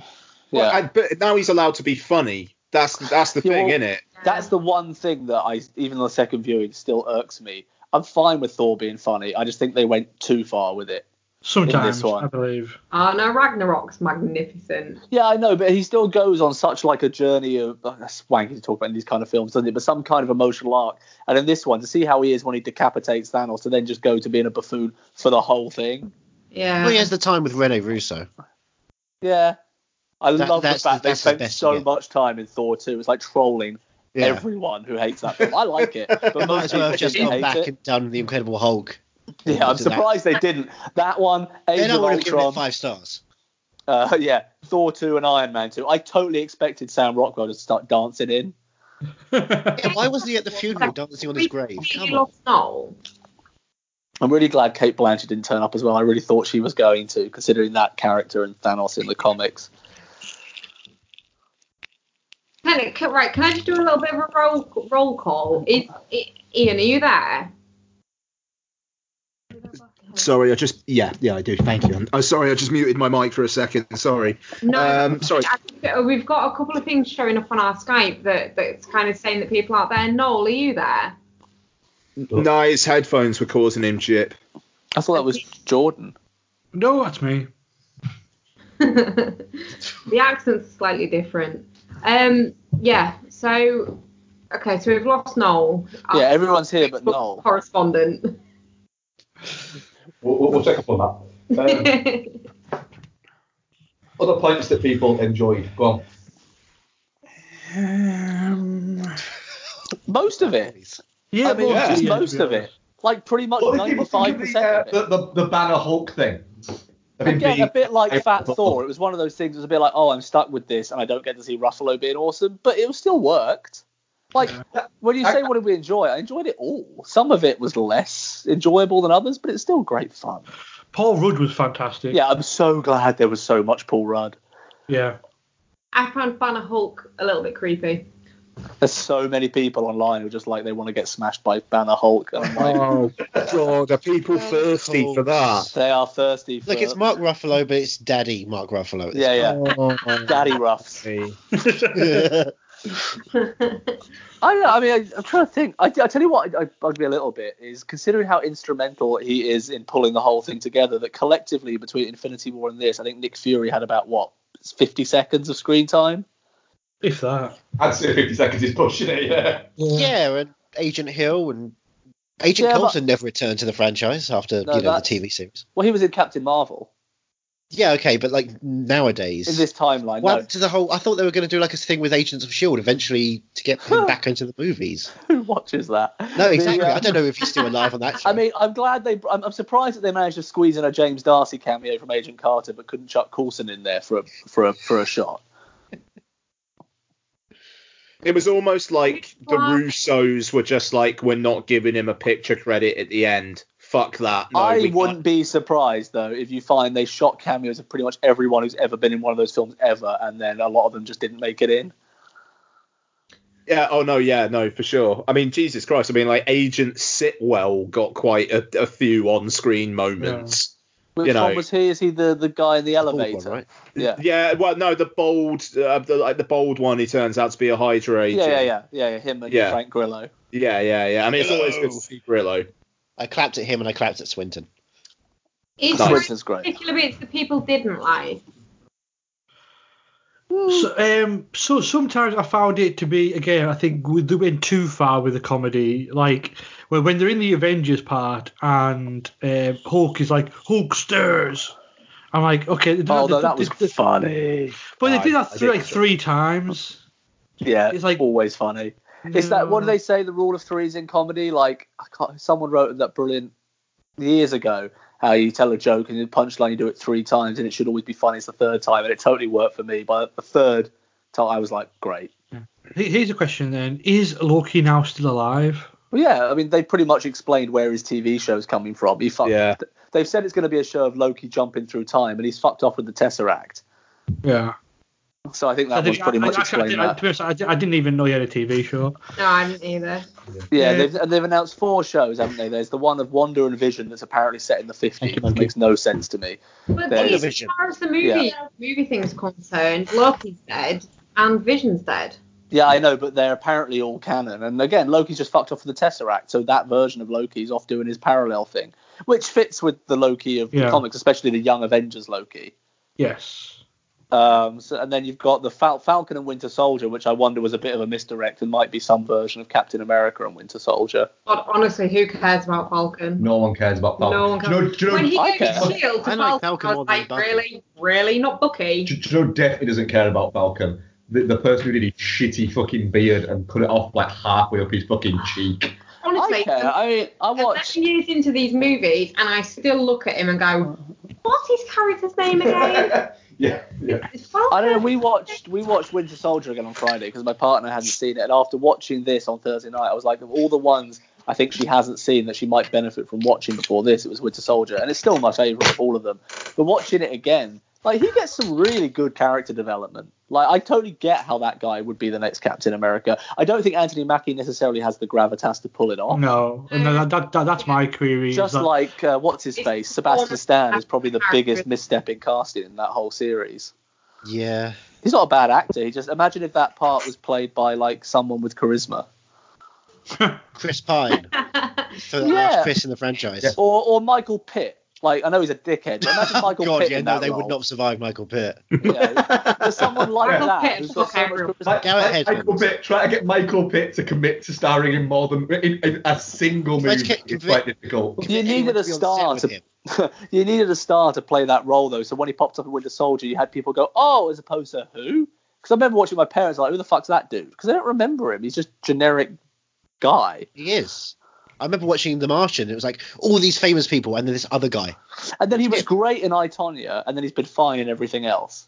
Speaker 5: Well, and- but now he's allowed to be funny. That's that's the
Speaker 11: Yeah,
Speaker 5: thing,
Speaker 11: well-
Speaker 5: in it?
Speaker 11: That's the one thing that I, even on the second viewing, still irks me. I'm fine with Thor being funny. I just think they went too far with it.
Speaker 4: Sometimes,
Speaker 11: one.
Speaker 4: I believe.
Speaker 3: Oh no, Ragnarok's magnificent.
Speaker 11: Yeah, I know, but he still goes on such like a journey of uh, that's wanky to talk about in these kind of films, doesn't it? But some kind of emotional arc, and in this one, to see how he is when he decapitates Thanos, and then just go to being a buffoon for the whole thing.
Speaker 3: Yeah.
Speaker 6: Well, he has the time with Rene Russo.
Speaker 11: Yeah, I
Speaker 6: That-
Speaker 11: love the
Speaker 6: that's-
Speaker 11: fact they
Speaker 6: that's the
Speaker 11: spent
Speaker 6: best
Speaker 11: so
Speaker 6: bit.
Speaker 11: much time in Thor 2. It's like trolling
Speaker 6: Yeah.
Speaker 11: everyone who hates that film. I like it, but
Speaker 6: They might as
Speaker 11: most
Speaker 6: well have
Speaker 11: people
Speaker 6: just
Speaker 11: didn't
Speaker 6: gone
Speaker 11: hate
Speaker 6: back
Speaker 11: it.
Speaker 6: and done the Incredible Hulk.
Speaker 11: yeah, I'm
Speaker 6: to that.
Speaker 11: surprised they didn't. That one, Age
Speaker 6: Then I
Speaker 11: of
Speaker 6: would have given it
Speaker 11: Ultron,
Speaker 6: five stars.
Speaker 11: uh, yeah, Thor 2 and Iron Man 2. I totally expected Sam Rockwell to start dancing in.
Speaker 6: Yeah, why wasn't he at the funeral dancing on his grave? Come on.
Speaker 3: lost Noel.
Speaker 11: I'm really glad Kate Blanchett didn't turn up as well. I really thought she was going to, considering that character and Thanos in the comics.
Speaker 3: Can it, can, right, can I just do a little bit of a roll, roll call? Is, I, Ian, are you there?
Speaker 5: Sorry, I just yeah yeah I do. Thank you. I'm, oh, sorry, I just muted my mic for a second. Sorry.
Speaker 3: No.
Speaker 5: Um, sorry.
Speaker 3: I think we've got a couple of things showing up on our Skype that, that's kind of saying that people aren't there. Noel, are you there?
Speaker 5: No, his headphones were causing him jip.
Speaker 11: I thought that was Jordan.
Speaker 4: No, that's me.
Speaker 3: the accent's slightly different. Um, yeah. So, okay, so we've lost Noel.
Speaker 11: Yeah, everyone's here but
Speaker 3: Facebook
Speaker 11: Noel.
Speaker 3: Correspondent.
Speaker 1: We'll, we'll, we'll check up on that. Um, other points that people enjoyed. Go on.
Speaker 4: Um,
Speaker 11: most of it.
Speaker 4: Yeah,
Speaker 11: I mean,
Speaker 1: most-
Speaker 11: just
Speaker 1: yeah, to
Speaker 11: most
Speaker 1: be
Speaker 11: of it.
Speaker 1: honest.
Speaker 11: Like pretty
Speaker 3: Oh,
Speaker 11: much
Speaker 1: What did people think
Speaker 11: ninety-five
Speaker 1: of
Speaker 11: percent.
Speaker 1: the, uh, the, the, the banner Hulk thing? Of him
Speaker 11: Again,
Speaker 1: being-
Speaker 11: a bit like
Speaker 1: I-
Speaker 11: Fat Thor. It was one of those things. It was a bit like, oh, I'm stuck with this, and I don't get to see Ruffalo being awesome, but it still worked. Like when you say what did we enjoy, I enjoyed it all. Some of it was less enjoyable than others, but it's still great fun.
Speaker 4: Paul Rudd was fantastic.
Speaker 11: Yeah, I'm so glad there was so much Paul Rudd.
Speaker 4: Yeah.
Speaker 3: I found Banner Hulk a little bit creepy.
Speaker 11: There's so many people online who are just like they want to get smashed by Banner Hulk. And I'm like,
Speaker 5: Oh god, are people thirsty for that?
Speaker 11: they are thirsty. For,
Speaker 6: Look, it's Mark Ruffalo, but it's Daddy Mark Ruffalo. at this
Speaker 11: yeah, yeah,
Speaker 5: Oh,
Speaker 11: Daddy Ruffs. I don't know. I mean, I, I'm trying to think. I, I tell you what, I, I bugged me a little bit is considering how instrumental he is in pulling the whole thing together. That collectively between Infinity War and this, I think Nick Fury had about what 50 seconds of screen time.
Speaker 4: If that.
Speaker 1: I'd say 50 seconds is pushing it, yeah.
Speaker 6: yeah, and Agent Hill and Agent
Speaker 11: Yeah, but-
Speaker 6: Coulson never returned to the franchise after
Speaker 11: No,
Speaker 6: you know the
Speaker 11: that's-
Speaker 6: TV series.
Speaker 11: Well, he was in Captain Marvel
Speaker 6: Yeah, okay, but like
Speaker 11: in
Speaker 6: nowadays,
Speaker 11: this timeline.
Speaker 6: what
Speaker 11: No.
Speaker 6: happened to the whole? I thought they were going to do like a thing with Agents of Shield E eventually to get him back into the movies.
Speaker 11: Who watches that?
Speaker 6: No,
Speaker 11: The,
Speaker 6: exactly.
Speaker 11: uh,
Speaker 6: I don't know if he's still alive on that. Show.
Speaker 11: I mean, I'm glad they. I'm, I'm surprised that they managed to squeeze in a James Darcy cameo from Agent Carter, but couldn't chuck Coulson in there for a for a for a shot.
Speaker 5: It was almost like the
Speaker 3: Why?
Speaker 5: Russos were just like, we're not giving him a picture credit at the end. Fuck that. No,
Speaker 11: I
Speaker 5: we
Speaker 11: wouldn't be surprised though if you find they shot cameos of pretty much everyone who's ever been in one of those films ever, and then a lot of them just didn't make it in.
Speaker 5: Yeah. Oh no. Yeah. No. For sure. I mean, Jesus Christ. I mean, like Agent Sitwell got quite a, a few on-screen moments.
Speaker 11: Which
Speaker 5: You know-
Speaker 11: one was he? Is he the the guy in the
Speaker 6: Old
Speaker 11: elevator?
Speaker 6: one, right?
Speaker 11: Yeah.
Speaker 5: Yeah. Well, no. The bold, uh, the, like the bold one, he turns out to be a Hydra agent.
Speaker 11: Yeah, yeah, yeah, yeah, yeah. Him and
Speaker 5: Yeah.
Speaker 11: Frank Grillo.
Speaker 5: Yeah. Yeah. yeah. I mean, it's always good to
Speaker 6: Hello.
Speaker 5: see Grillo.
Speaker 6: I clapped at him and I clapped at Swinton.
Speaker 3: Is
Speaker 5: Nice.
Speaker 3: there
Speaker 11: Swinton's
Speaker 3: any
Speaker 11: great.
Speaker 3: particular bits that people didn't like?
Speaker 4: So, um, so sometimes I found it to be again. I think we- they went too far with the comedy. Like when when they're in the Avengers part and um, Hulk is like Hulksters. I'm like, okay. they did
Speaker 11: Oh no,
Speaker 4: they-
Speaker 11: that was
Speaker 4: they- they-
Speaker 11: funny.
Speaker 4: But they did
Speaker 5: I-
Speaker 4: that
Speaker 5: I
Speaker 4: three,
Speaker 5: did
Speaker 4: like three times.
Speaker 11: Yeah, it's
Speaker 4: It's
Speaker 11: like Mm.
Speaker 4: like-
Speaker 11: always funny. It's that what do
Speaker 4: No.
Speaker 11: they say? The rule of threes in comedy. Like I can't, someone wrote that brilliant years ago. How you tell a joke and the punchline, you do it three times, and it should always be funny. It's the third time, and it totally worked for me. By the third time, I was like, great.
Speaker 4: He- Here's a question then: Is Loki now still alive?
Speaker 11: Well, yeah, I mean, they pretty much explained where his TV show's coming from. He fucked.
Speaker 5: Yeah.
Speaker 11: They've said it's going to be a show of Loki jumping through time, and he's fucked off with the Tesseract.
Speaker 4: Yeah.
Speaker 11: So I think that
Speaker 4: I
Speaker 11: was
Speaker 4: didn't-
Speaker 11: pretty
Speaker 4: I-
Speaker 11: much
Speaker 4: I- I
Speaker 11: explained
Speaker 4: didn't- I-
Speaker 11: that.
Speaker 4: to be honest, I di- I didn't even know he had a TV show.
Speaker 3: No, I didn't either.
Speaker 11: yeah,
Speaker 4: Yeah.
Speaker 11: They've, and they've announced four shows, haven't they? There's the one of Wonder and Vision that's apparently set in the 50s,
Speaker 4: Thank you,
Speaker 11: which
Speaker 4: thank you.
Speaker 11: makes no sense to me.
Speaker 3: But
Speaker 11: There
Speaker 3: geez,
Speaker 11: is.
Speaker 3: as
Speaker 6: Vision.
Speaker 3: far as the movie
Speaker 11: Yeah.
Speaker 3: movie thing's concerned, Loki's dead and Vision's dead.
Speaker 11: Yeah, I know, but they're apparently all canon. And again, Loki's just fucked off with the Tesseract, so that version of Loki's off doing his parallel thing, which fits with the Loki of the
Speaker 4: Yeah.
Speaker 11: comics, especially the Young Avengers Loki.
Speaker 4: Yes.
Speaker 11: Um, so, and then you've got the Fal- Falcon and Winter Soldier, which I wonder was a bit of a misdirect and might be some version of Captain America and Winter Soldier.
Speaker 3: God, honestly, who cares about Falcon?
Speaker 1: No one cares about Falcon.
Speaker 3: No one
Speaker 1: Do you know-
Speaker 3: cares.
Speaker 1: do you know-
Speaker 3: when he
Speaker 11: I
Speaker 3: gave his
Speaker 11: care.
Speaker 3: shield to
Speaker 6: I
Speaker 3: Falcon,
Speaker 6: like Falcon
Speaker 3: I
Speaker 6: more
Speaker 3: was
Speaker 6: than
Speaker 3: like,
Speaker 6: Bucky.
Speaker 3: really, really, not Bucky.
Speaker 1: Do you know definitely doesn't care about Falcon? The, the person who did his shitty fucking beard and cut it off like halfway up his fucking cheek.
Speaker 11: I
Speaker 3: Honestly,
Speaker 11: care. I mean, I
Speaker 3: I'm
Speaker 11: watched.
Speaker 3: 11 years into these movies, and I still look at him and go, "What's his character's name again?"
Speaker 1: yeah, yeah.
Speaker 3: It's Falcon.
Speaker 11: I don't know. We watched we watched Winter Soldier again on Friday because my partner hadn't seen it, and after watching this on Thursday night, I was like, of all the ones I think she hasn't seen that she might benefit from watching before this, it was Winter Soldier, and it's still my favourite of all of them. But watching it again, like he gets some really good character development. Like I totally get how that guy would be the next Captain America. I don't think Anthony Mackie necessarily has the gravitas to pull it off.
Speaker 4: No. And that, that, that, that's my query. is
Speaker 11: Oh. Just
Speaker 4: that-
Speaker 11: like uh, what's his
Speaker 3: It's
Speaker 11: face,
Speaker 3: the
Speaker 11: Sebastian
Speaker 3: corner-
Speaker 11: Stan is probably the
Speaker 3: character.
Speaker 11: biggest misstep in casting in that whole series.
Speaker 6: Yeah.
Speaker 11: He's not a bad actor. He just imagine if that part was played by like someone with charisma,
Speaker 6: Chris Pine. so that
Speaker 11: Yeah.
Speaker 6: last Chris in the franchise.
Speaker 11: or or Michael Pitt. Like I know he's a dickhead, but imagine Michael
Speaker 6: God,
Speaker 11: Pitt
Speaker 6: yeah,
Speaker 11: in
Speaker 6: no,
Speaker 11: that
Speaker 6: they
Speaker 11: role.
Speaker 6: would not survive Michael Pitt.
Speaker 11: You know, there's someone like
Speaker 1: Michael
Speaker 11: that
Speaker 3: Pitt
Speaker 11: who's
Speaker 3: is
Speaker 11: got so
Speaker 3: fucking
Speaker 11: much
Speaker 3: real.
Speaker 11: charisma.
Speaker 6: Garrett
Speaker 1: Mi- Michael
Speaker 6: Hedlund.
Speaker 1: Pitt, try to get Michael Pitt to commit to starring in more than in, in a single
Speaker 6: Let's
Speaker 1: movie.
Speaker 6: get-
Speaker 1: it's quite difficult.
Speaker 11: You needed a
Speaker 6: Anyone to be on set
Speaker 11: star
Speaker 6: with
Speaker 11: to-
Speaker 6: him.
Speaker 11: you needed a star to play that role though. So when he popped up in Winter Soldier, you had people go, "Oh," as opposed to who? 'Cause Because I remember watching my parents like, who the fuck's that dude? Because I don't remember him. He's just generic guy.
Speaker 6: He is. I remember watching The Martian. It was like all these famous people and then this other guy,
Speaker 11: And then he was great in I Tonya, and then he's been fine in everything else.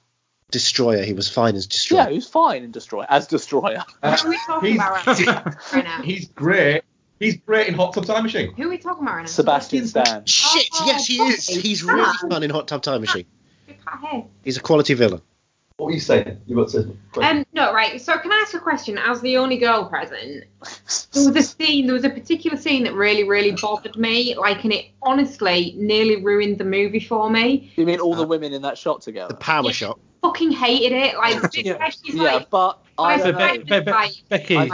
Speaker 6: Destroyer. He was fine as Destroyer.
Speaker 11: Yeah, he's fine in Destroyer as Destroyer.
Speaker 3: Who are we talking about right now? Right now?
Speaker 1: Uh, He's great. He's great in Hot Tub Time Machine.
Speaker 3: Who are we talking about right now?
Speaker 11: Sebastian Stan.
Speaker 6: Shit,
Speaker 3: Oh,
Speaker 6: yes, he is.
Speaker 3: fucking
Speaker 6: He's
Speaker 3: crap.
Speaker 6: really fun in Hot Tub Time Machine.
Speaker 3: We can't hear.
Speaker 6: He's a quality villain.
Speaker 1: What are you saying? You got to.
Speaker 3: Um, no, right. So can I ask a question? As the only girl present, there was a scene. There was a particular scene that really, really bothered me. Like, and it honestly nearly ruined the movie for me.
Speaker 11: You mean all the women in that shot together?
Speaker 6: Uh, The power
Speaker 3: Yeah.
Speaker 6: shot.
Speaker 3: Fucking hated it. Like,
Speaker 4: Yeah.
Speaker 3: where she's
Speaker 11: yeah,
Speaker 3: like,
Speaker 11: but I
Speaker 3: Where's
Speaker 11: don't
Speaker 3: the
Speaker 11: know.
Speaker 3: baby? Be- be- Like-
Speaker 4: Becky,
Speaker 11: I-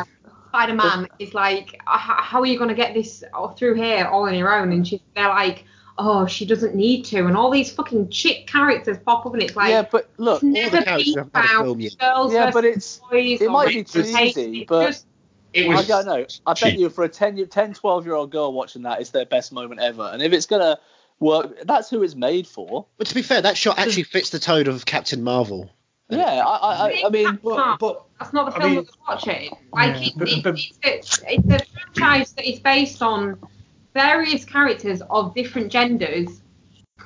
Speaker 3: Spider Man is like, "Ah, h- how are you going to get this all through here all on your own? And she's they're like, oh, she doesn't need to. And all these fucking chick characters pop up, and it's like,
Speaker 11: yeah, but
Speaker 3: it's
Speaker 11: look,
Speaker 3: never
Speaker 6: characters
Speaker 3: been
Speaker 6: haven't had a
Speaker 3: about
Speaker 6: film yet.
Speaker 3: girls
Speaker 11: Yeah, but
Speaker 3: versus boys.
Speaker 11: it
Speaker 3: or
Speaker 11: might be
Speaker 3: race versus
Speaker 11: cheesy,
Speaker 3: hate. It's
Speaker 11: but-
Speaker 3: just-
Speaker 1: It
Speaker 11: I
Speaker 1: was.
Speaker 11: don't know. I bet
Speaker 1: cheap.
Speaker 11: you for a 10, year- 10 12 year old girl watching that, it's their best moment ever. And if it's gonna work, that's who it's made for.
Speaker 6: But to be fair, that shot actually fits the tone of Captain Marvel.
Speaker 11: Yeah, I, I, I mean,
Speaker 1: But, but
Speaker 3: That's not the
Speaker 1: I
Speaker 3: film
Speaker 1: mean-
Speaker 3: that we're watching. Like
Speaker 4: Yeah,
Speaker 3: it,
Speaker 4: but-
Speaker 3: it,
Speaker 4: but-
Speaker 3: it's, a, it's a franchise that is based on various characters of different genders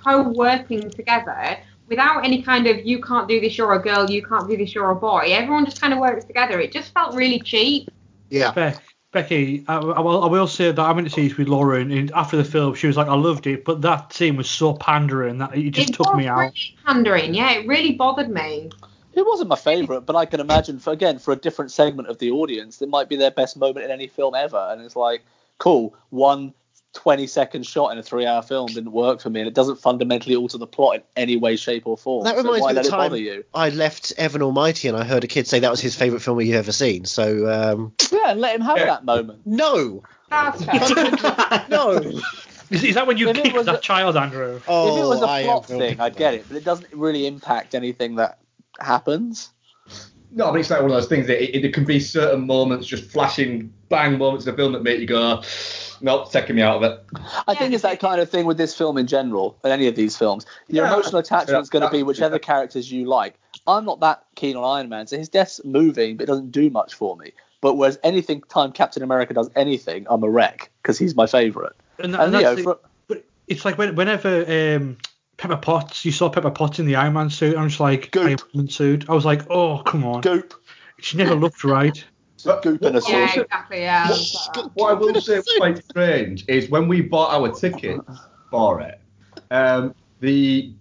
Speaker 3: co-working together without any kind of you can't do this, you're a girl, you can't do this, you're a boy. Everyone just kind of works together. It just felt really cheap.
Speaker 6: Yeah.
Speaker 4: Be- Becky, I, I, will, I will say that I went to see this with Lauren, and after the film, she was like, I loved it, but that scene was so pandering that it just
Speaker 3: it
Speaker 4: took
Speaker 3: was
Speaker 4: me out.
Speaker 3: really pandering. Yeah, it really bothered me.
Speaker 11: it wasn't my favorite, but I can imagine for again for a different segment of the audience, it might be their best moment in any film ever. And it's like, cool, one 20 second shot in a three hour film didn't work for me, and it doesn't fundamentally alter the plot in any way, shape, or form.
Speaker 6: That
Speaker 11: so
Speaker 6: reminds
Speaker 11: why
Speaker 6: me of
Speaker 11: let
Speaker 6: the
Speaker 11: it
Speaker 6: time
Speaker 11: bother you?
Speaker 6: I left Evan Almighty and I heard a kid say that was his favourite film he'd ever seen. So, um,
Speaker 11: Yeah, and let him have
Speaker 1: Yeah.
Speaker 11: that moment.
Speaker 6: no.
Speaker 3: That's fair.
Speaker 6: no.
Speaker 4: Is, is that when you
Speaker 11: If it
Speaker 4: kicked
Speaker 11: was
Speaker 4: that
Speaker 11: a-
Speaker 4: child, Andrew?
Speaker 6: Oh,
Speaker 11: if it was
Speaker 6: I
Speaker 11: a
Speaker 6: am
Speaker 11: plot
Speaker 6: guilty
Speaker 11: thing,
Speaker 6: for
Speaker 11: I'd
Speaker 6: that.
Speaker 11: get it, but it doesn't really impact anything that happens.
Speaker 1: No, but it's like one of those things that it, it, there can be certain moments, just flashing bang moments of the film that make you go, nope, taking me out of it.
Speaker 11: I think it's that kind of thing with this film in general, and any of these films. Your
Speaker 1: Yeah.
Speaker 11: emotional attachment's
Speaker 1: Yeah.
Speaker 11: going to be whichever characters you like. I'm not that keen on Iron Man, so his death's moving, but it doesn't do much for me. But whereas anything time Captain America does anything, I'm a wreck because he's my favourite.
Speaker 4: And,
Speaker 11: And,
Speaker 4: and that's
Speaker 11: you know,
Speaker 4: the-
Speaker 11: for-
Speaker 4: but it's like when, whenever um, Pepper Potts, you saw Pepper Potts in the Iron Man suit, I'm just like,
Speaker 11: Goop.
Speaker 4: Iron Man suit. I was like, oh, come on.
Speaker 11: goop,
Speaker 4: She never looked right.
Speaker 1: But
Speaker 11: goop in a
Speaker 1: what-
Speaker 11: suit.
Speaker 3: yeah, exactly. Yeah. I was like,
Speaker 1: What I will say was quite strange is when we bought our ticket for it, um, the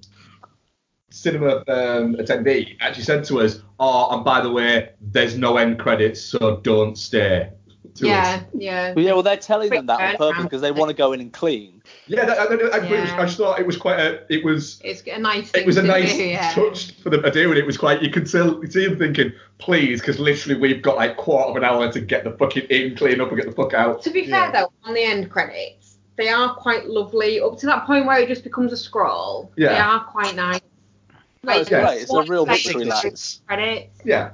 Speaker 1: cinema um, attendee actually said to us, "Oh, and by the way, there's no end credits, so don't stay." To
Speaker 3: yeah,
Speaker 1: Us.
Speaker 3: yeah.
Speaker 11: Well, yeah, well, they're telling
Speaker 3: Quick
Speaker 11: them that on purpose
Speaker 3: turnaround.
Speaker 11: because they want to go in and clean.
Speaker 1: Yeah, that, I, I, I, it was-
Speaker 3: Yeah.
Speaker 1: I just thought it was quite a. It was.
Speaker 3: It's a nice.
Speaker 1: It was a
Speaker 3: thing to
Speaker 1: nice
Speaker 3: do, yeah.
Speaker 1: touch for them to do, and it was quite. You could tell, see him thinking, "Please," because literally we've got like quarter of an hour to get the fucking in, clean up, and get the fuck out.
Speaker 3: To be fair though, on the end credits, they are quite lovely. Up to that point where it just becomes a scroll,
Speaker 1: Yeah.
Speaker 3: they are quite nice.
Speaker 11: No, it's
Speaker 1: Yes.
Speaker 11: great. It's a real
Speaker 3: Like,
Speaker 11: victory lap.
Speaker 6: Signatures.
Speaker 3: Credits
Speaker 1: Yeah,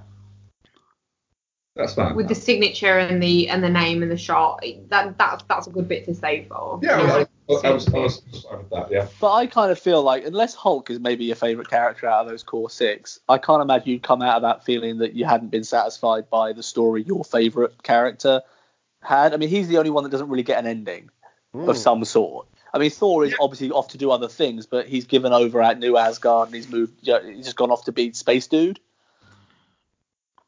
Speaker 1: that's fine.
Speaker 3: with the signature and the and the name and the shot. That that's that's a good bit to save for.
Speaker 1: Yeah,
Speaker 3: You know,
Speaker 1: I was,
Speaker 3: like,
Speaker 1: I was, I was sorry with that. Yeah.
Speaker 11: But I kind of feel like unless Hulk is maybe your favourite character out of those core six, I can't imagine you'd come out of that feeling that you hadn't been satisfied by the story your favourite character had. I mean, he's the only one that doesn't really get an ending of some sort. I mean, Thor is obviously off to do other things, but he's given over at New Asgard and he's moved. You know, he's just gone off to be space dude.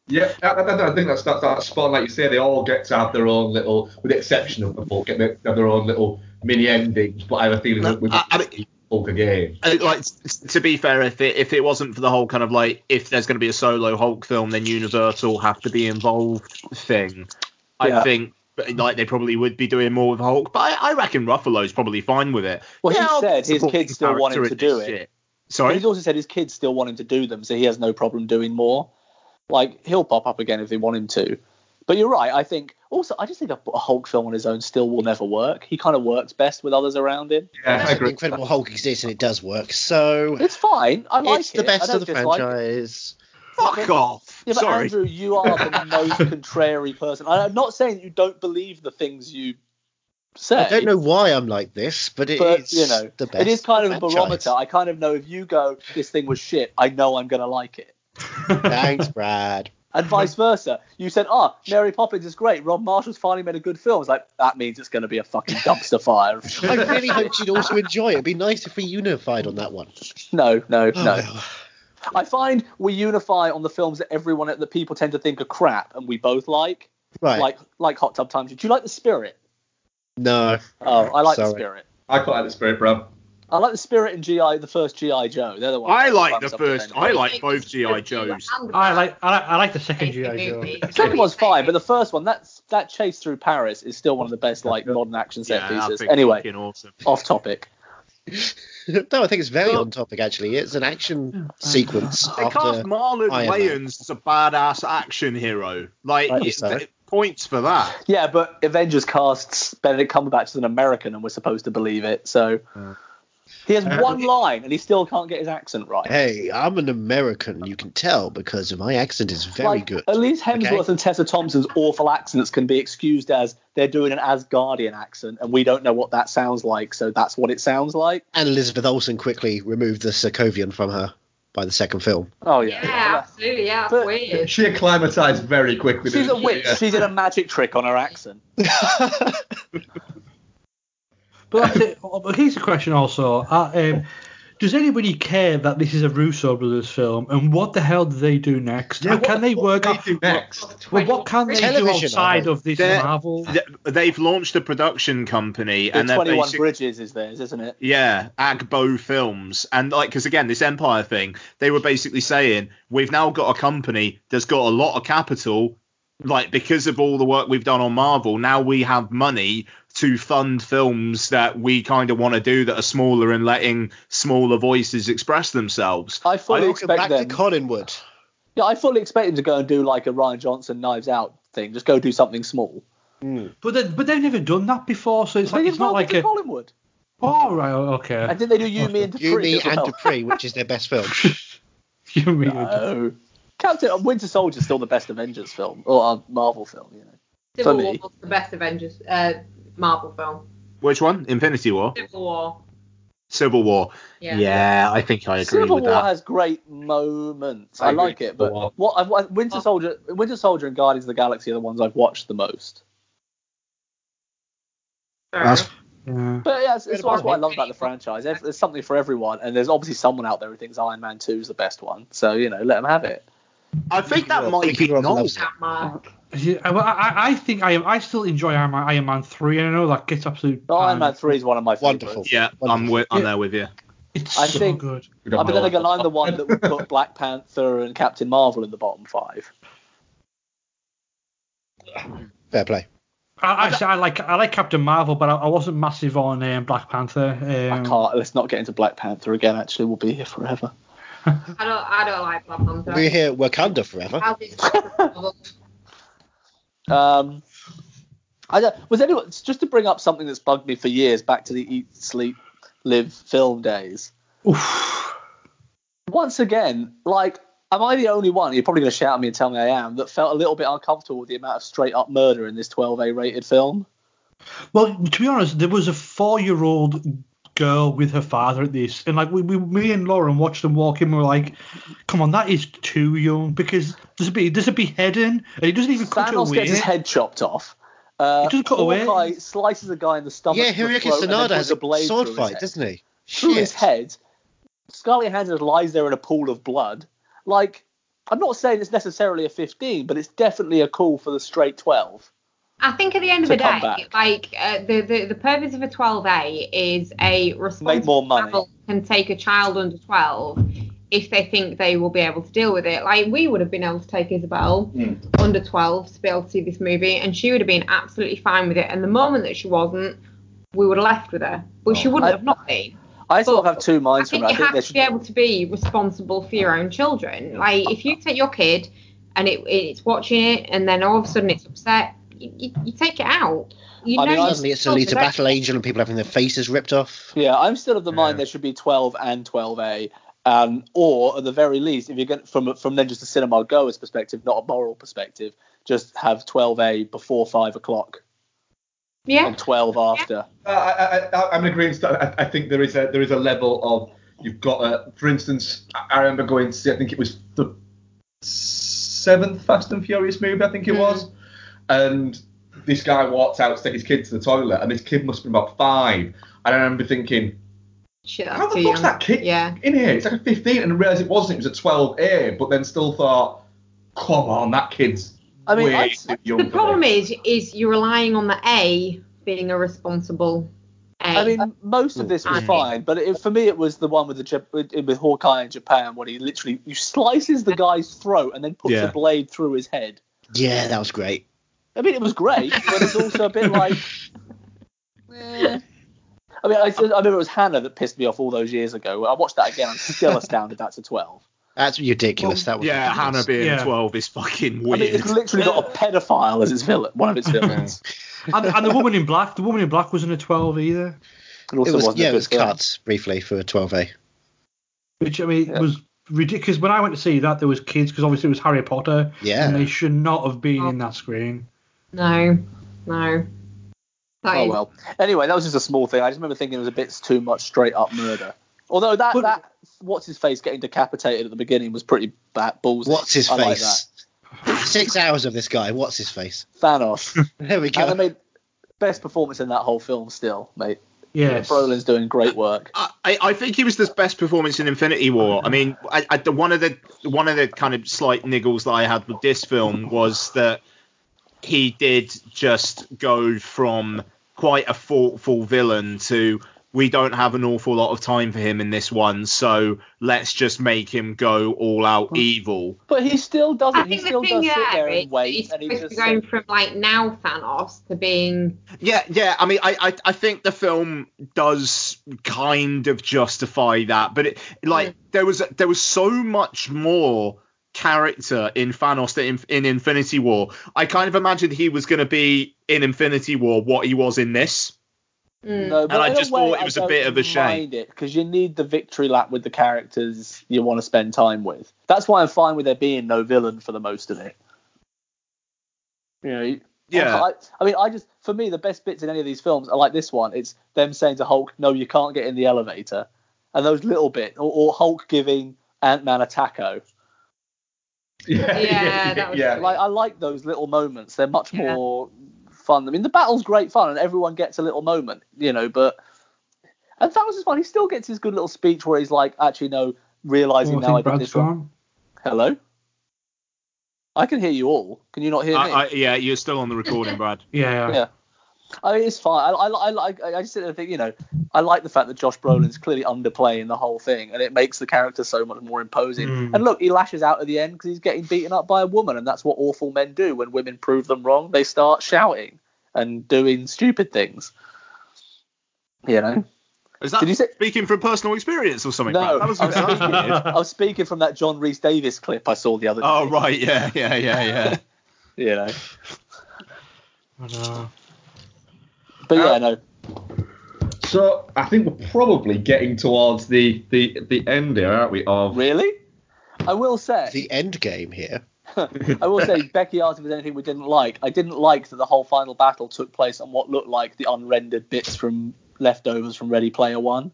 Speaker 1: Yeah, I, I, I think that's that, that spot. Like you say, they all get to have their own little, with the exception of the book, get their, have their own little mini endings. But I have a feeling
Speaker 5: No,
Speaker 1: that with
Speaker 5: I- I mean-
Speaker 1: Hulk again.
Speaker 5: Uh, like s- to be fair, if it if it wasn't for the whole kind of like if there's going to be a solo Hulk film, then Universal have to be involved thing. I
Speaker 11: Yeah.
Speaker 5: think like they probably would be doing more with Hulk, but I, I reckon Ruffalo's probably fine with it.
Speaker 11: Well, he
Speaker 5: Yeah, I'll
Speaker 11: said his
Speaker 5: support
Speaker 11: kids still want him
Speaker 5: character
Speaker 11: to
Speaker 5: in
Speaker 11: do
Speaker 5: this
Speaker 11: it.
Speaker 5: shit. Sorry,
Speaker 11: He's also said his kids still want him to do them, so he has no problem doing more. Like he'll pop up again if they want him to. But you're right. I think also I just think a a Hulk film on his own still will never work. He kind of works best with others around him.
Speaker 1: Yeah, I
Speaker 6: That's the
Speaker 1: agree.
Speaker 6: Incredible Hulk exists and it does work. So,
Speaker 11: It's fine. I like
Speaker 6: it's
Speaker 11: it.
Speaker 6: the best
Speaker 11: I don't
Speaker 6: of the
Speaker 11: dislike it.
Speaker 6: franchise.
Speaker 5: fuck off.
Speaker 11: Yeah, but
Speaker 5: Sorry,
Speaker 11: Andrew, you are the most contrary person. I- I'm not saying you don't believe the things you say.
Speaker 6: I don't know why I'm like this, but it is
Speaker 11: but you know,
Speaker 6: the best.
Speaker 11: it is kind of a
Speaker 6: franchise.
Speaker 11: barometer. I kind of know if you go, this thing was shit. I know I'm gonna like it.
Speaker 6: Thanks, Brad.
Speaker 11: and vice versa. You said, "Oh, Mary Poppins is great. Rob Marshall's finally made a good film." It's like that means it's going to be a fucking dumpster fire.
Speaker 6: I really hoped you'd also enjoy it. It'd be nice if we unified on that one.
Speaker 11: No, no, no. I find we unify on the films that everyone that people tend to think are crap, and we both like.
Speaker 6: Right.
Speaker 11: Like like Hot Tub Time. Do you like The Spirit?
Speaker 6: No.
Speaker 11: Oh, I like The
Speaker 6: Sorry.
Speaker 11: Spirit.
Speaker 1: I quite like the spirit, bro.
Speaker 11: I like The Spirit and GI, the first GI Joe. They're the ones.
Speaker 5: I
Speaker 11: that
Speaker 5: like
Speaker 11: bumps
Speaker 5: the
Speaker 11: up the
Speaker 5: first.
Speaker 11: fender.
Speaker 5: I like both GI Joes.
Speaker 4: I like I like, I like the second GI Joe.
Speaker 11: The second one's fine, but the first one, that's that chase through Paris is still one of the best like modern action set
Speaker 5: Yeah, that
Speaker 11: pieces.
Speaker 5: thing's
Speaker 11: Anyway,
Speaker 5: fucking awesome.
Speaker 11: off topic.
Speaker 6: no, I think it's very on topic actually. It's an action sequence
Speaker 5: They
Speaker 6: after
Speaker 5: cast Marlon
Speaker 6: Iron Man.
Speaker 5: Wayans as a badass action hero. Like
Speaker 6: Rightly
Speaker 5: it-
Speaker 6: so.
Speaker 5: th- points for that.
Speaker 11: Yeah, but Avengers casts Benedict Cumberbatch as an American, and we're supposed to believe it. So he has one line, and he still can't get his accent right.
Speaker 6: Hey, I'm an American. You can tell because my accent is very
Speaker 11: like,
Speaker 6: good.
Speaker 11: At least Hemsworth
Speaker 6: Okay.
Speaker 11: and Tessa Thompson's awful accents can be excused as they're doing an Asgardian accent, and we don't know what that sounds like, so that's what it sounds like.
Speaker 6: And Elizabeth Olsen quickly removed the Sokovian from her by the second film.
Speaker 11: Oh yeah.
Speaker 3: Yeah, absolutely. Yeah, that's weird.
Speaker 1: She acclimatized very quickly.
Speaker 11: She's a
Speaker 1: didn't she?
Speaker 11: witch.
Speaker 1: Yeah.
Speaker 11: She did a magic trick on her accent.
Speaker 4: But that's it. Oh, But here's the question also. Uh, um, does anybody care that this is a Russo brothers film? And what the hell do they do next?
Speaker 1: Yeah,
Speaker 4: and can
Speaker 1: what-
Speaker 4: they
Speaker 1: what
Speaker 4: work
Speaker 1: they
Speaker 4: out?
Speaker 1: do next?
Speaker 4: Well, what can they do
Speaker 6: Television,
Speaker 4: outside
Speaker 6: I
Speaker 4: of this
Speaker 5: They're-
Speaker 4: Marvel?
Speaker 5: Th- They've launched a production company
Speaker 11: The
Speaker 5: and they're
Speaker 11: 21
Speaker 5: basic-
Speaker 11: Bridges is theirs, isn't it?
Speaker 5: Yeah, Agbo Films. And, like, because again, this Empire thing, they were basically saying, we've now got a company that's got a lot of capital, like, because of all the work we've done on Marvel, now we have money to fund films that we kind of want to do that are smaller and letting smaller voices express themselves.
Speaker 11: I fully
Speaker 6: Welcome
Speaker 11: expect
Speaker 6: back
Speaker 11: them.
Speaker 6: to Collinwood.
Speaker 11: yeah, I fully expect them to go and do like a Ryan Johnson Knives Out thing. Just go do something small.
Speaker 4: But they, but they've never done that before, so it's like
Speaker 11: They
Speaker 4: it's not
Speaker 11: did
Speaker 4: like
Speaker 11: Welcome
Speaker 4: a.
Speaker 11: to Collingwood.
Speaker 4: Oh right, okay.
Speaker 11: And did they do You, Me, and Dupree?
Speaker 6: You, me,
Speaker 11: as well?
Speaker 6: and Dupree, which is their best film.
Speaker 4: You mean
Speaker 11: No. Oh. Captain uh, Winter Soldier's still the best Avengers film or a Marvel film, you know.
Speaker 3: Civil
Speaker 11: For
Speaker 3: War
Speaker 11: me.
Speaker 3: was the best Avengers uh, Marvel film.
Speaker 5: Which one? Infinity War?
Speaker 3: Civil War.
Speaker 5: Civil War.
Speaker 3: Yeah.
Speaker 5: I think I agree
Speaker 11: Civil
Speaker 5: with
Speaker 11: War
Speaker 5: that.
Speaker 11: has great moments.
Speaker 1: I
Speaker 11: I,
Speaker 1: agree.
Speaker 11: like it, but
Speaker 4: War.
Speaker 11: what I've, what- Winter Soldier, Winter Soldier, and Guardians of the Galaxy are the ones I've watched the most.
Speaker 3: Fair
Speaker 5: That's-
Speaker 3: enough.
Speaker 4: Yeah.
Speaker 11: But yeah, it's,
Speaker 6: Good
Speaker 11: it's that's what I
Speaker 6: point.
Speaker 11: love about the franchise. There's there's something for everyone, and there's obviously someone out there who thinks Iron Man 2 is the best one. So you know, let them have it.
Speaker 5: I think that
Speaker 6: Well,
Speaker 5: might
Speaker 6: thank you,
Speaker 5: be
Speaker 6: Rob
Speaker 5: Noel.
Speaker 6: Loves-
Speaker 3: That mark.
Speaker 4: Yeah, I- well, I, I think I am. I still enjoy Iron Man, Iron Man three, and I know that gets absolute.
Speaker 11: But Oh, Iron Man
Speaker 4: panned.
Speaker 11: 3 is one of my
Speaker 6: Wonderful.
Speaker 11: favorites.
Speaker 5: Yeah, I'm, with, I'm
Speaker 4: Yeah.
Speaker 5: there with you.
Speaker 4: It's
Speaker 11: I
Speaker 4: so
Speaker 11: think-
Speaker 4: good.
Speaker 1: We
Speaker 11: I
Speaker 1: got
Speaker 11: mean, then
Speaker 1: Marvel.
Speaker 11: again, I'm the one that would put Black Panther and Captain Marvel in the bottom five.
Speaker 6: Fair play.
Speaker 4: I, actually, I like I like Captain Marvel, but I, I wasn't massive on um, Black Panther. Um,
Speaker 11: I can't. Let's not get into Black Panther again. Actually, we'll be here forever.
Speaker 3: I don't. I don't like Black Panther.
Speaker 6: We're here at Wakanda forever.
Speaker 3: How's it possible?
Speaker 11: Um, I don't, was anyone just to bring up something that's bugged me for years back to the eat, sleep, live film days.
Speaker 4: Oof.
Speaker 11: Once again, like, am I the only one? You're probably going to shout at me and tell me I am. That felt a little bit uncomfortable with the amount of straight up murder in this 12A rated film.
Speaker 4: Well, to be honest, there was a four-year-old girl with her father at this, and like we, we me and Lauren watched them walk in. We were like, "Come on, that is too young." Because there's a be there's a beheading, and it doesn't even cut
Speaker 11: Thanos
Speaker 4: away. eh?
Speaker 11: gets his head chopped off. Uh,
Speaker 4: It doesn't cut away.
Speaker 11: Hawkeye slices a guy in the stomach.
Speaker 6: Yeah,
Speaker 11: through the
Speaker 6: Hiroki
Speaker 11: throat and then
Speaker 6: Sanada
Speaker 11: puts
Speaker 6: has
Speaker 11: a
Speaker 6: a
Speaker 11: blade
Speaker 6: sword
Speaker 11: through his
Speaker 6: fight,
Speaker 11: head.
Speaker 6: doesn't he?
Speaker 11: through his
Speaker 6: Shit.
Speaker 11: head. Scarlett Johansson lies there in a pool of blood. Like, I'm not saying it's necessarily a 15, but it's definitely a call for the straight 12.
Speaker 3: I think at the end of
Speaker 11: To
Speaker 3: the day,
Speaker 11: come back.
Speaker 3: like uh, the, the the purpose of a 12A is a
Speaker 11: Make
Speaker 3: responsible
Speaker 11: more money.
Speaker 3: adult can take a child under 12 if they think they will be able to deal with it. Like we would have been able to take Isabel under 12 to be able to see this movie, and she would have been absolutely fine with it. And the moment that she wasn't, we would have left with her, but she wouldn't
Speaker 11: I-
Speaker 3: have not been.
Speaker 11: I sort of
Speaker 3: But
Speaker 11: have two
Speaker 3: I
Speaker 11: minds from
Speaker 3: think
Speaker 11: it.
Speaker 3: you
Speaker 11: I think
Speaker 3: have
Speaker 11: they
Speaker 3: to
Speaker 11: should.
Speaker 3: be able to be responsible for your own children. Like if you take your kid and it, it's watching it, and then all of a sudden it's upset, you, you, you take it out. You
Speaker 11: I mean,
Speaker 3: know you
Speaker 6: Suddenly it's a
Speaker 3: still
Speaker 6: Lita
Speaker 3: protect
Speaker 6: Battle
Speaker 3: it.
Speaker 6: Angel and people having their faces ripped off.
Speaker 11: Yeah, I'm still of the mind there should be 12 and 12A. Um, or at the very least, if you're going from from then just a cinema goer's perspective, not a moral perspective, just have 12A before five o'clock
Speaker 3: Yeah.
Speaker 11: and 12 after.
Speaker 1: I, I, I, I'm in agreement. I, I think there is a there is a level of you've got a. For instance, I I remember going to see. I think it was the seventh Fast and Furious movie, I
Speaker 11: Mm.
Speaker 1: think it was. And this guy walked out to take his kid to the toilet, and this kid must have been about five. And I remember thinking,
Speaker 3: Shit, that's
Speaker 1: how
Speaker 3: too
Speaker 1: the fuck's
Speaker 3: young.
Speaker 1: that kid
Speaker 3: Yeah.
Speaker 1: in here? It's like a 15, and I realised it wasn't. It was a 12A, but then still thought, come on, that kid's
Speaker 11: I mean,
Speaker 1: way
Speaker 11: I-
Speaker 1: too young.
Speaker 3: The
Speaker 1: for
Speaker 3: problem
Speaker 1: this."
Speaker 3: is, is you're relying on the A being a responsible A.
Speaker 11: I mean, most of this was
Speaker 3: Mm.
Speaker 11: fine, but it, for me, it was the one with the Jap- with with Hawkeye in Japan when he literally you slices the guy's throat and then puts
Speaker 6: Yeah.
Speaker 11: a blade through his head.
Speaker 6: Yeah, that was great.
Speaker 11: I mean, it was great, but it's also a bit like. eh. I mean, I, I remember it was Hannah that pissed me off all those years ago. I watched that again. I'm still astounded that's a 12.
Speaker 6: That's ridiculous. that was
Speaker 5: Yeah, Hannah
Speaker 6: ridiculous.
Speaker 5: being
Speaker 4: Yeah.
Speaker 5: 12 is fucking
Speaker 11: I
Speaker 5: weird.
Speaker 11: mean, it's literally got a pedophile as its villain, one of its villains.
Speaker 4: and, and the woman in black, the woman in black wasn't a 12 either,
Speaker 11: It also
Speaker 6: It was
Speaker 11: wasn't
Speaker 6: yeah,
Speaker 11: a
Speaker 6: it
Speaker 11: good
Speaker 6: was
Speaker 11: film.
Speaker 6: cut briefly for 12A.
Speaker 4: which I mean
Speaker 11: Yeah.
Speaker 4: was ridiculous. When I went to see that, there was kids because obviously it was Harry Potter,
Speaker 6: Yeah.
Speaker 4: and they should not have been in that screen.
Speaker 3: no, no. That
Speaker 11: Oh
Speaker 3: is-
Speaker 11: well. Anyway, that was just a small thing. I just remember thinking it was a bit too much straight up murder. Although that
Speaker 4: But-
Speaker 11: that what's his face getting decapitated at the beginning was pretty bad balls.
Speaker 6: What's his
Speaker 11: I like
Speaker 6: face? Six hours of this guy. What's his face?
Speaker 11: that. Thanos.
Speaker 6: There we
Speaker 11: and they
Speaker 6: go.
Speaker 11: made best performance in that whole film still, mate.
Speaker 4: Yes.
Speaker 11: Brolin's doing great work.
Speaker 5: I, I I think he was the best performance in Infinity War. I mean, I, I, the, one of the one of the kind of slight niggles that I had with this film was that he did just go from quite a thoughtful villain to we don't have an awful lot of time for him in this one, so let's just make him go all out evil.
Speaker 11: But he still
Speaker 3: I
Speaker 11: doesn't. He
Speaker 3: think
Speaker 11: still
Speaker 3: the thing
Speaker 11: does sit there
Speaker 3: there is,
Speaker 11: and wait,
Speaker 3: he's
Speaker 11: and he
Speaker 3: supposed to
Speaker 11: just
Speaker 3: be going
Speaker 11: said-
Speaker 3: from like now Thanos to being
Speaker 5: Yeah, yeah. I mean, I, I, I think the film does kind of justify that, but it,
Speaker 11: Mm.
Speaker 5: like there was there was so much more character in Thanos than in, in Infinity War. I kind of imagined he was going to be in Infinity War what he was in this.
Speaker 3: mm,
Speaker 11: No, but
Speaker 5: I
Speaker 11: in
Speaker 5: just
Speaker 11: way,
Speaker 5: thought it was a
Speaker 11: I don't
Speaker 5: bit of a shame.
Speaker 11: mind it because you need the victory lap with the characters you want to spend time with. That's why I'm fine with there being no villain for the most of it. You know, you-
Speaker 5: Yeah.
Speaker 11: I, I mean, I just for me the best bits in any of these films are like this one. It's them saying to Hulk, "No, you can't get in the elevator," and those little bit, or, or Hulk giving Ant Man a taco.
Speaker 1: Yeah,
Speaker 3: Yeah,
Speaker 1: yeah,
Speaker 3: that was
Speaker 1: yeah.
Speaker 3: great.
Speaker 11: Like I like those little moments. They're much
Speaker 3: Yeah.
Speaker 11: more fun. I mean, the battle's great fun, and everyone gets a little moment, you know. But and that was fun. He still gets his good little speech where he's like, actually, no, realizing
Speaker 4: Oh, I
Speaker 11: now I
Speaker 4: think
Speaker 11: did
Speaker 4: Brad's
Speaker 11: this wrong.
Speaker 4: gone.
Speaker 11: Hello. I can hear you all. Can you not hear me?
Speaker 5: I, I, yeah, you're still on the recording, Brad.
Speaker 4: Yeah.
Speaker 11: Yeah. I mean, it's fine. I, I, I, like- I just sit there and think, you know, I like the fact that Josh Brolin's clearly underplaying the whole thing, and it makes the character so much more imposing.
Speaker 5: Hmm.
Speaker 4: Mm.
Speaker 11: And look, he lashes out at the end because he's getting beaten up by a woman, and that's what awful men do when women prove them wrong. They start shouting and doing stupid things. You know,
Speaker 5: Is that
Speaker 11: Did you say-
Speaker 5: speaking from personal experience or something?
Speaker 11: no,
Speaker 5: Brad? That was,
Speaker 11: I, was
Speaker 5: that was
Speaker 11: speaking,
Speaker 5: weird.
Speaker 11: I was speaking from that John Reese Davis clip I saw the other day.
Speaker 5: Oh right, yeah, yeah, yeah, yeah.
Speaker 11: You know,
Speaker 4: I know.
Speaker 11: but yeah,
Speaker 1: Uh,
Speaker 11: no,
Speaker 1: So I think we're probably getting towards the the, the end here, aren't we? Of
Speaker 11: really, I will say
Speaker 6: The end game here.
Speaker 11: I will say, Becky asked if there's anything we didn't like. I didn't like that the whole final battle took place on what looked like the unrendered bits from leftovers from Ready Player One.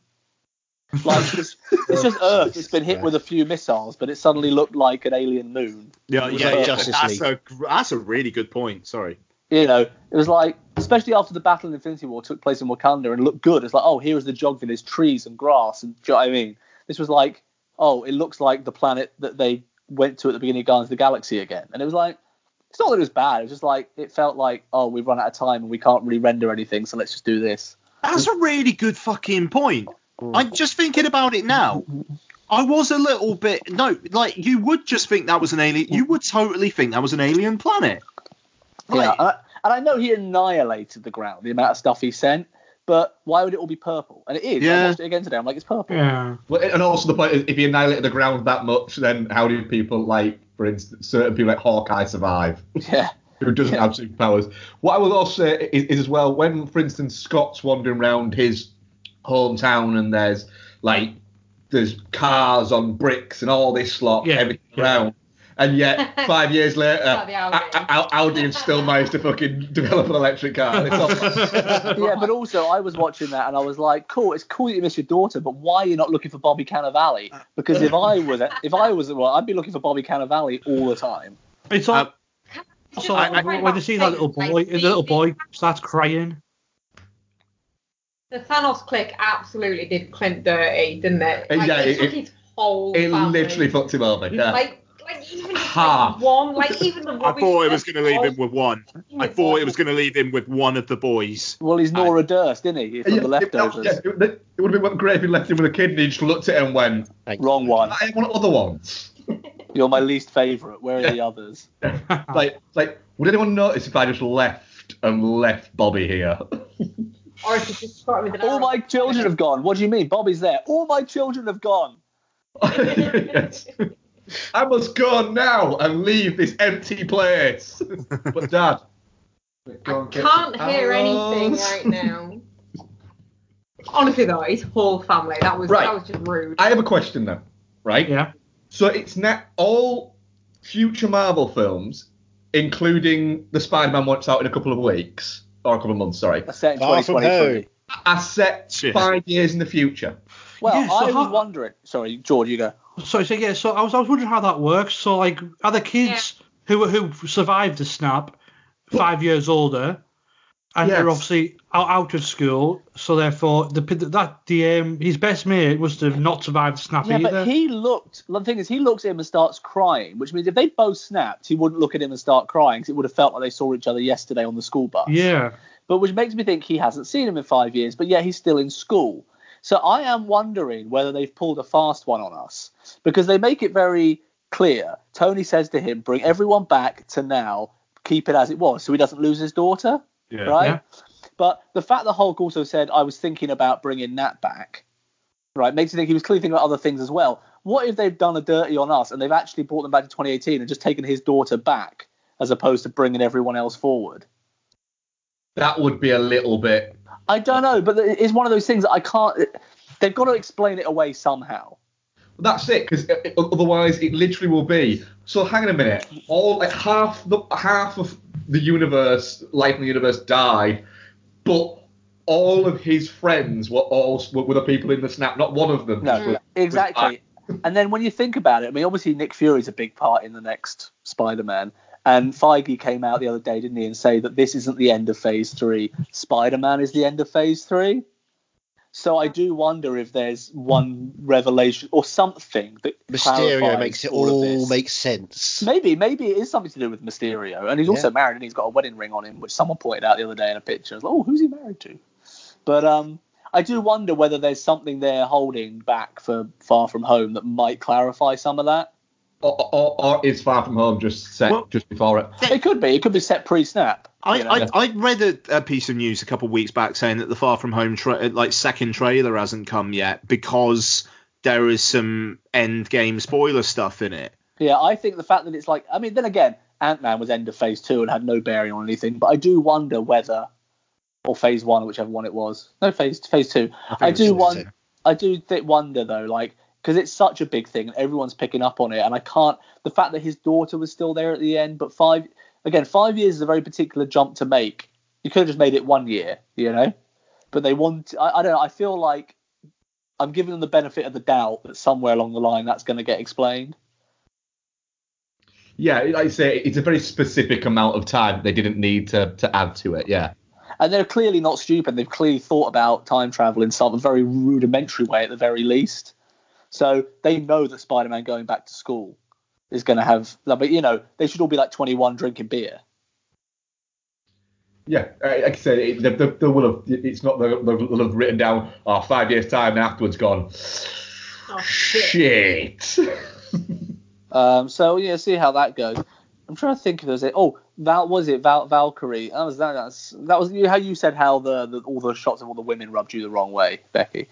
Speaker 11: Like it's, it's just Earth. It's been hit with a few missiles, but it suddenly looked like an alien moon.
Speaker 5: Yeah,
Speaker 11: was
Speaker 5: yeah,
Speaker 11: like
Speaker 5: yeah.
Speaker 6: Justice
Speaker 5: That's a gr- that's a really good point. Sorry.
Speaker 11: You know, it was like, especially after the battle in Infinity War took place in Wakanda and looked good. It's like, oh, here is the Jogvin. There's trees and grass, and do you know what I mean? This was like, oh, it looks like the planet that they went to at the beginning of Guardians of the Galaxy again. And it was like, it's not that it was bad. It was just like it felt like, oh, we've run out of time and we can't really render anything, so let's just do this.
Speaker 5: That's a really good fucking point. I'm just thinking about it now. I was a little bit no, like you would just think that was an alien. You would totally think that was an alien planet.
Speaker 11: Yeah. And I, and I know he annihilated the ground, the amount of stuff he sent, but why would it all be purple? And it is. I
Speaker 5: Yeah.
Speaker 11: watched it again today. I'm like, it's purple.
Speaker 4: Yeah.
Speaker 1: Well, and also the point is, if he annihilated the ground that much, then how do people like, for instance, certain people like Hawkeye survive,
Speaker 11: yeah.
Speaker 1: who doesn't have superpowers? What I will also say is, is as well, when, for instance, Scott's wandering around his hometown and there's like there's cars on bricks and all this slot,
Speaker 4: Yeah,
Speaker 1: everything
Speaker 4: yeah.
Speaker 1: around. And yet, five years later,
Speaker 3: Bloody Audi.
Speaker 1: A- A- Audi have still managed to fucking develop an electric car. And it's all-
Speaker 11: yeah, but also I was watching that and I was like, cool, it's cool that you miss your daughter, but why are you not looking for Bobby Cannavale? Because if I was if I was well, I'd be looking for Bobby Cannavale all the time.
Speaker 4: It's all.
Speaker 5: Um,
Speaker 4: also, when when they see that little boy, the little boy starts crying.
Speaker 3: The Thanos click absolutely did Clint dirty, didn't it?
Speaker 1: Uh,
Speaker 3: Like,
Speaker 1: yeah,
Speaker 3: it,
Speaker 1: it-
Speaker 3: took his whole
Speaker 1: it
Speaker 3: family.
Speaker 1: literally fucked him over. Yeah.
Speaker 3: Like, like even just
Speaker 1: Ha.
Speaker 3: like one, like even the
Speaker 5: I
Speaker 3: rubbish
Speaker 5: thought it was
Speaker 3: that
Speaker 5: going to leave him
Speaker 3: was-
Speaker 5: with one. I thought it was going to leave him with one of the boys.
Speaker 11: Well, he's Nora Durst, isn't he? From
Speaker 1: Yeah,
Speaker 11: the
Speaker 1: it- no,
Speaker 11: leftovers.
Speaker 1: yeah, it, would- it would have been great if he left him with a kid and he just looked at him and went,
Speaker 11: Wrong one.
Speaker 1: I want other ones.
Speaker 11: You're my least favourite. Where are the others?
Speaker 1: like, like, would anyone notice if I just left and left Bobby here?
Speaker 3: Or if you just start with an
Speaker 1: Oh
Speaker 11: All
Speaker 3: arrow.
Speaker 11: my children have gone. What do you mean? Bobby's there. All my children have gone.
Speaker 1: Yes. I must go now and leave this empty place. but Dad,
Speaker 3: I can't hear anything right now. Honestly though, his whole family. That was
Speaker 1: Right.
Speaker 3: that was just rude.
Speaker 1: I have a question then, right?
Speaker 4: Yeah.
Speaker 1: So it's not all future Marvel films, including the Spider-Man one that's out in a couple of weeks or a couple of months. Sorry,
Speaker 11: I said in
Speaker 6: Far from
Speaker 11: 2023.
Speaker 1: are set
Speaker 5: Shit.
Speaker 1: five years in the future.
Speaker 11: Well,
Speaker 4: Yeah, so
Speaker 11: I was
Speaker 4: how-
Speaker 11: wondering. Sorry, George, you go.
Speaker 4: So, so yeah, so I was, I was wondering how that works. So like, are the kids who who survived the snap five years older, and they're
Speaker 1: Yes.
Speaker 4: obviously out, out of school, so therefore the p- that the um, his best mate must have not survived the snap
Speaker 11: Yeah,
Speaker 4: either.
Speaker 11: but he looked. The thing is, he looks at him and starts crying, which means if they both snapped, he wouldn't look at him and start crying because it would have felt like they saw each other yesterday on the school bus.
Speaker 4: yeah.
Speaker 11: But which makes me think he hasn't seen him in five years, but yeah, he's still in school. So I am wondering whether they've pulled a fast one on us because they make it very clear. Tony says to him, bring everyone back to now, keep it as it was so he doesn't lose his daughter,
Speaker 5: Yeah.
Speaker 11: right?
Speaker 4: Yeah.
Speaker 11: But the fact that Hulk also said, I was thinking about bringing Nat back, right, makes me think he was clearly thinking about other things as well. What if they've done a dirty on us and they've actually brought them back to 2018 and just taken his daughter back as opposed to bringing everyone else forward?
Speaker 1: That would be a little bit.
Speaker 11: I don't know, but it is one of those things that I can't. They've got to explain it away somehow.
Speaker 1: That's it, because otherwise it literally will be. So hang on a minute. All like half the half of the universe, life in the universe, died, but all of his friends were all were, were the people in the snap. Not one of them.
Speaker 11: No,
Speaker 1: was-
Speaker 11: exactly. and then when you think about it, I mean, obviously Nick Fury's a big part in the next Spider-Man, and Feige came out the other day, didn't he, and say that this isn't the end of Phase Three. Spider-Man is the end of Phase Three. So I do wonder if there's one revelation or something that
Speaker 6: Mysterio
Speaker 11: clarifies
Speaker 6: makes it
Speaker 11: all, of
Speaker 6: all
Speaker 11: this.
Speaker 6: make sense.
Speaker 11: Maybe, maybe it is something to do with Mysterio, and he's also married, and he's got a wedding ring on him, which someone pointed out the other day in a picture. I was like, oh, who's he married to? But um, I do wonder whether there's something there holding back for Far From Home that might clarify some of that.
Speaker 1: Or, or, or is Far From Home just set
Speaker 5: Well-
Speaker 1: just before it?
Speaker 11: It could be. It could be set pre-snap.
Speaker 5: I,
Speaker 11: you know?
Speaker 5: I, I read a, a piece of news a couple of weeks back saying that the Far From Home tra- like second trailer hasn't come yet because there is some end game spoiler stuff in it.
Speaker 11: yeah, I think the fact that it's like, I mean, then again, Ant Man was end of Phase Two and had no bearing on anything, but I do wonder whether, or Phase One, whichever one it was, no Phase Phase Two. I,
Speaker 5: it was
Speaker 11: do
Speaker 5: Phase
Speaker 11: wonder.
Speaker 5: Two.
Speaker 11: I do th- wonder though, like, because it's such a big thing and everyone's picking up on it, and I can't. The fact that his daughter was still there at the end, but five again, five years is a very particular jump to make. You could have just made it one year, you know. But they want. I, I don't know. I feel like I'm giving them the benefit of the doubt that somewhere along the line that's going to get explained.
Speaker 1: Yeah, like I say, it's a very specific amount of time they didn't need to, to add to it. Yeah.
Speaker 11: And they're clearly not stupid. They've clearly thought about time travel in some very rudimentary way at the very least. So they know that Spider Man going back to school is going to have. But, you know, they should all be like 21 drinking beer.
Speaker 1: Yeah, uh, like I said, it, the, the, the will have, it's not the, the will have written down oh, five years time and afterwards gone.
Speaker 3: Oh, shit.
Speaker 1: Shit.
Speaker 11: Um, so, yeah, see how that goes. I'm trying to think if there's a. Oh, Val, was it Val, Valkyrie? That was that. That's, that was you- how you said how the, the all the shots of all the women rubbed you the wrong way, Becky.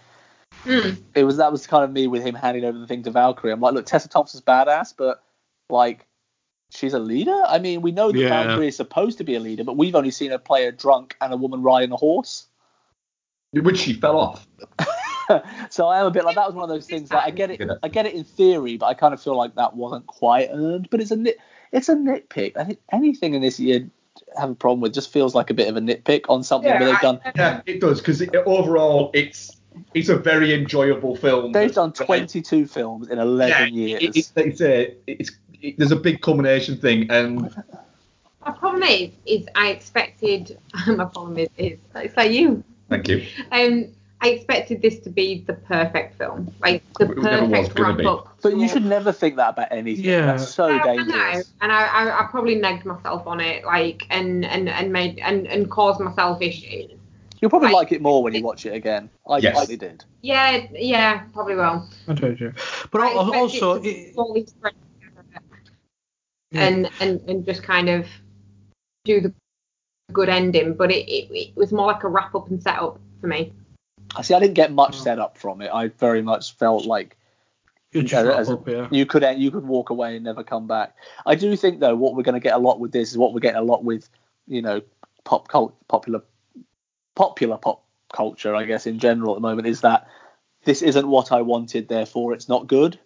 Speaker 3: Mm.
Speaker 11: It was that was kind of me with him handing over the thing to Valkyrie. I'm like, look, Tessa Thompson's badass, but like, she's a leader. I mean, we know that
Speaker 5: Yeah.
Speaker 11: Valkyrie is supposed to be a leader, but we've only seen her play a drunk and a woman riding a horse.
Speaker 1: Which she fell off.
Speaker 11: so I am a bit like that was one of those things that I get it I get it in theory, but I kind of feel like that wasn't quite earned. But it's a nit it's a nitpick. I think anything in this year have a problem with just feels like a bit of a nitpick on something that they've done.
Speaker 1: I- yeah, it does because overall it's it's a very enjoyable film.
Speaker 11: They've done 22 films in 11 years.
Speaker 1: It, it's it's a it's it, there's a big culmination thing and
Speaker 3: My problem is, is I expected. My problem is, is it's like you.
Speaker 1: thank you.
Speaker 3: Um, I expected this to be the perfect film, like the
Speaker 1: It never was
Speaker 3: perfect
Speaker 1: gonna
Speaker 3: ramp
Speaker 1: be.
Speaker 3: up.
Speaker 11: But you should never think that about anything.
Speaker 4: Yeah.
Speaker 11: That's so
Speaker 3: No, I know,
Speaker 11: dangerous.
Speaker 3: and I, I, I probably nagged myself on it, like, and and and made and and caused myself issues.
Speaker 11: You'll probably like it more when you watch it again. I
Speaker 1: Yes.
Speaker 11: likely did.
Speaker 3: Yeah, yeah, probably will.
Speaker 4: I don't know. But
Speaker 3: I
Speaker 4: al-
Speaker 3: expected
Speaker 4: also,
Speaker 3: to
Speaker 4: it,
Speaker 3: pull these threads together
Speaker 11: Hmm.
Speaker 3: and and and just kind of do the good ending, but it, it, it was more like a wrap up and set up for me.
Speaker 11: I see. I didn't get much set up from it. I very much felt like
Speaker 4: it just
Speaker 11: Yeah, as
Speaker 4: wrap up, yeah.
Speaker 11: you could uh, you could walk away and never come back. I do think though what we're going to get a lot with this is what we're getting a lot with you know pop cult popular popular pop culture I guess in general at the moment is that this isn't what I wanted therefore it's not good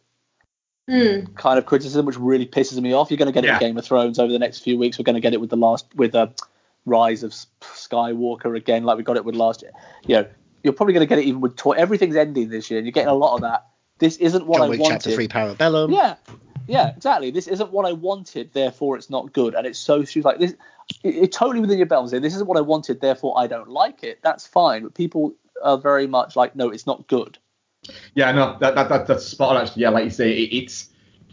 Speaker 3: Hmm.
Speaker 11: kind of criticism which really pisses me off. You're going to get it
Speaker 1: Yeah.
Speaker 11: with Game of Thrones over the next few weeks. We're going to get it with the last with uh, Rise of S- Skywalker again like we got it with last year. You know you're probably going to get it even with toy. everything's ending this year and you're getting a lot of that. This isn't what
Speaker 6: John
Speaker 11: I
Speaker 6: Wick
Speaker 11: wanted.
Speaker 6: Chapter Three Parabellum.
Speaker 11: Yeah, yeah, exactly. This isn't what I wanted, therefore it's not good. And it's so she's like this. It, it totally within your bounds. here. This isn't what I wanted, therefore I don't like it. That's fine. But people are very much like, no, it's not good.
Speaker 1: Yeah, no, that, that, that that's spot on actually. Yeah, like you say, it, it's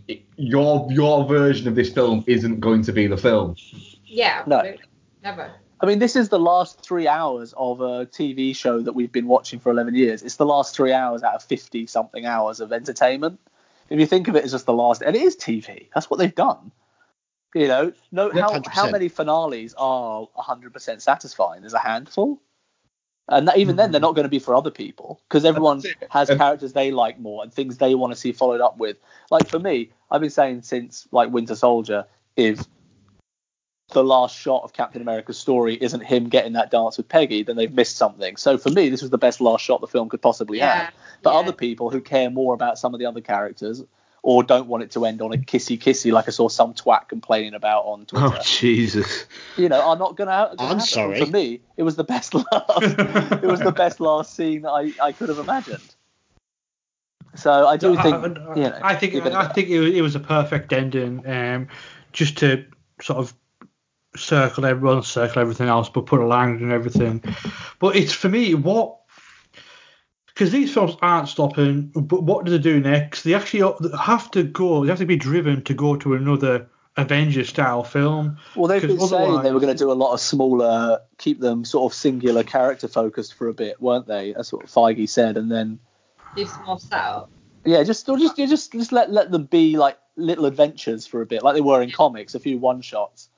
Speaker 1: it, your your version of this film isn't going to be the film.
Speaker 3: Yeah.
Speaker 11: No.
Speaker 3: absolutely. Never.
Speaker 11: I mean, this is the last three hours of a TV show that we've been watching for 11 years. It's the last three hours out of 50 something hours of entertainment. If you think of it as just the last, and it is TV. That's what they've done. You know, no,
Speaker 6: Yeah,
Speaker 11: how, how
Speaker 6: 100%.
Speaker 11: many finales are 100% satisfying? There's a handful. And that, even then, they're not going to be for other people because everyone
Speaker 1: Hmm. That's it.
Speaker 11: has
Speaker 1: And-
Speaker 11: characters they like more and things they want to see followed up with. Like for me, I've been saying since like Winter Soldier, if the last shot of Captain America's story isn't him getting that dance with Peggy, then they've missed something. So for me, this was the best last shot the film could possibly
Speaker 3: Yeah,
Speaker 11: have. But
Speaker 3: yeah.
Speaker 11: other people who care more about some of the other characters or don't want it to end on a kissy kissy like I saw some twat complaining about on Twitter
Speaker 5: Oh Jesus!
Speaker 11: you know, are not gonna. gonna
Speaker 6: I'm
Speaker 11: happen.
Speaker 6: sorry.
Speaker 11: For me, it was the best last. it was the best last scene I, I could have imagined. So I do
Speaker 4: I,
Speaker 11: think.
Speaker 4: I-
Speaker 11: you know,
Speaker 4: I think
Speaker 11: even if-
Speaker 4: I think it was, it was a perfect ending, um, just to sort of circle everyone, circle everything else, but put a line and everything. But it's for me what because these films aren't stopping. But what do they do next? They actually have to go. They have to be driven to go to another Avengers style film.
Speaker 11: Well, they've
Speaker 4: 'Cause
Speaker 11: been saying they
Speaker 4: otherwise-
Speaker 11: were going to do a lot of smaller, keep them sort of singular character focused for a bit, weren't they? That's what Feige said, and then
Speaker 3: This more setup.
Speaker 11: yeah, just or just you just just let let them be like little adventures for a bit, like they were in comics, a few one shots.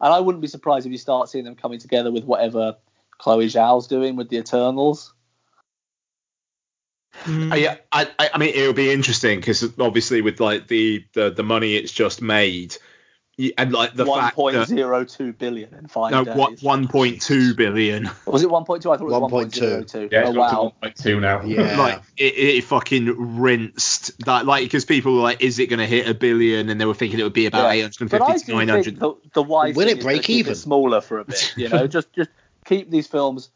Speaker 11: And I wouldn't be surprised if you start seeing them coming together with whatever Chloe Zhao's doing with the Eternals.
Speaker 4: Mm.
Speaker 5: I, I, I I mean, it'll be interesting because obviously with like the, the the money it's just made, y- and like the
Speaker 11: one
Speaker 5: fact
Speaker 11: point
Speaker 5: that
Speaker 11: zero two billion in five
Speaker 5: no,
Speaker 11: days.
Speaker 5: what one point two billion.
Speaker 11: was it? One point two. I thought it was one point
Speaker 6: 1.2.
Speaker 11: zero two.
Speaker 1: Yeah,
Speaker 11: oh
Speaker 1: it's got
Speaker 11: wow.
Speaker 1: to 1.2 now.
Speaker 6: Yeah.
Speaker 5: Like it, it fucking rinsed that, like because people were like, is it going to hit a billion? And they were thinking it would be about
Speaker 11: Yeah.
Speaker 5: eight hundred and
Speaker 11: But I
Speaker 5: fifty to
Speaker 11: do
Speaker 5: nine
Speaker 11: think
Speaker 5: hundred.
Speaker 11: the, the wise
Speaker 6: Will
Speaker 11: thing
Speaker 6: it
Speaker 11: is to
Speaker 6: break
Speaker 11: keep it
Speaker 6: even?
Speaker 11: smaller for a bit. You know, just just keep these films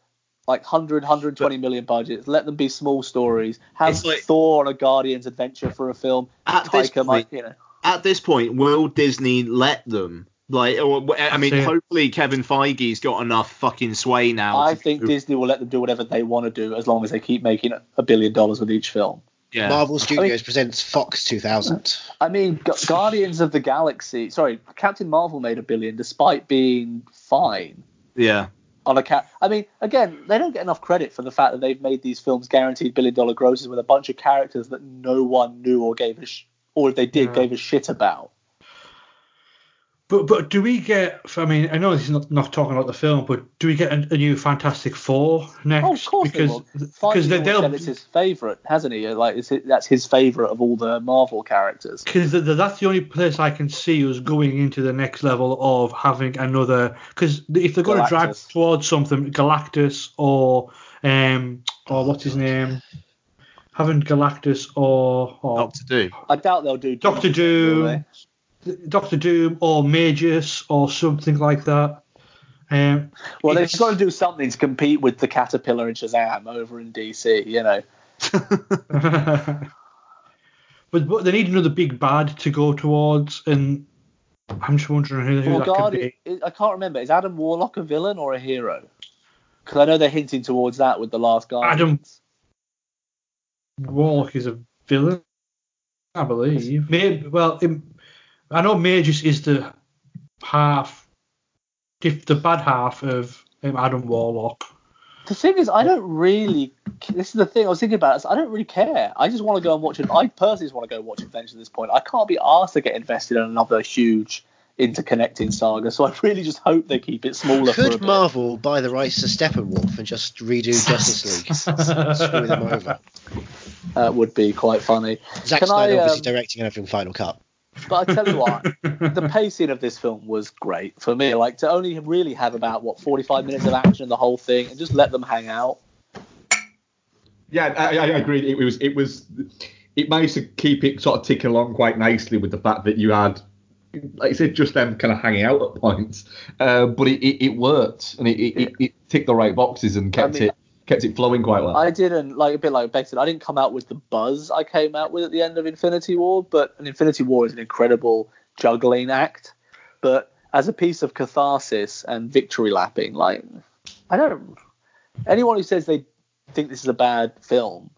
Speaker 11: like 100, 120 million budgets. Let them be small stories. Have
Speaker 5: It's like-
Speaker 11: Thor on a Guardian's adventure for a film.
Speaker 5: At this
Speaker 11: Taika might,
Speaker 5: point-
Speaker 11: you know.
Speaker 5: At this point, will Disney let them? Like, or, I mean,
Speaker 4: That's it.
Speaker 5: hopefully Kevin Feige's got enough fucking sway now.
Speaker 11: I
Speaker 5: to-
Speaker 11: think Disney will let them do whatever they want to do as long as they keep making a billion dollars with each film.
Speaker 5: yeah.
Speaker 6: Marvel Studios presents Fox 2000.
Speaker 11: I mean, Gu- Guardians of the Galaxy. Sorry, Captain Marvel made a billion despite being fine
Speaker 5: yeah.
Speaker 11: on a cat. I mean, again, they don't get enough credit for the fact that they've made these films guaranteed billion dollar grosses with a bunch of characters that no one knew or gave a sh- or if they did
Speaker 4: Yeah.
Speaker 11: gave a shit about.
Speaker 4: But but do we get? I mean, I know this is not, not talking about the film, but do we get a, a new Fantastic Four next?
Speaker 11: Oh, of course
Speaker 4: because
Speaker 11: they will.
Speaker 4: because they,
Speaker 11: Feige always
Speaker 4: they'll
Speaker 11: said it's his favorite, hasn't he? Like it's, that's his favorite of all the Marvel characters.
Speaker 4: because that's the only place I can see us going into the next level of having another. Because if they're going to drive
Speaker 11: Galactus.
Speaker 4: towards something, Galactus or um or what's his name, having Galactus or, or Doctor
Speaker 5: Doom.
Speaker 11: I doubt they'll do
Speaker 4: Doctor Doom, Doctor Doom or Magus or something like that. Um,
Speaker 11: Well,
Speaker 4: it's-
Speaker 11: they've got to do something to compete with the Caterpillar and Shazam over in DC, you know.
Speaker 4: but, but they need another big bad to go towards, and I'm just wondering who, who
Speaker 11: Well,
Speaker 4: that
Speaker 11: Guardian, I can't remember. Is Adam Warlock a villain or a hero? Because I know they're hinting towards that with the last guy.
Speaker 4: Adam- could be. Warlock is a villain, I believe. Maybe, well, it, I know Magus is the half, if the bad half of um, Adam Warlock.
Speaker 11: The thing is, I don't really. This is the thing I was thinking about. Is I don't really care. I just want to go and watch it. I personally just want to go watch Adventure at this point. I can't be asked to get invested in another huge interconnecting saga. So I really just hope they keep it smaller. for a
Speaker 6: Could
Speaker 11: bit.
Speaker 6: Marvel buy the rights to Steppenwolf and just redo Justice League? Screw them over.
Speaker 11: That would be quite funny.
Speaker 6: Zack
Speaker 11: Can I,
Speaker 6: Snyder obviously
Speaker 11: um,
Speaker 6: directing everything Final Cut.
Speaker 11: But I tell you what, the pacing of this film was great for me. Like to only really have about what 45 minutes of action in the whole thing and just let them hang out.
Speaker 1: Yeah, I, I I agree. It was it was it managed to keep it sort of ticking along quite nicely with the fact that you had, like I said, just them kind of hanging out at points. Uh, but it, it, it worked and it, it, it, it ticked the right boxes and kept
Speaker 11: mean-
Speaker 1: it kept it flowing quite well.
Speaker 11: I didn't like a bit like Beck said. I didn't come out with the buzz I came out with at the end of Infinity War, but an Infinity War is an incredible juggling act. But as a piece of catharsis and victory lapping, like I don't. Anyone who says they think this is a bad film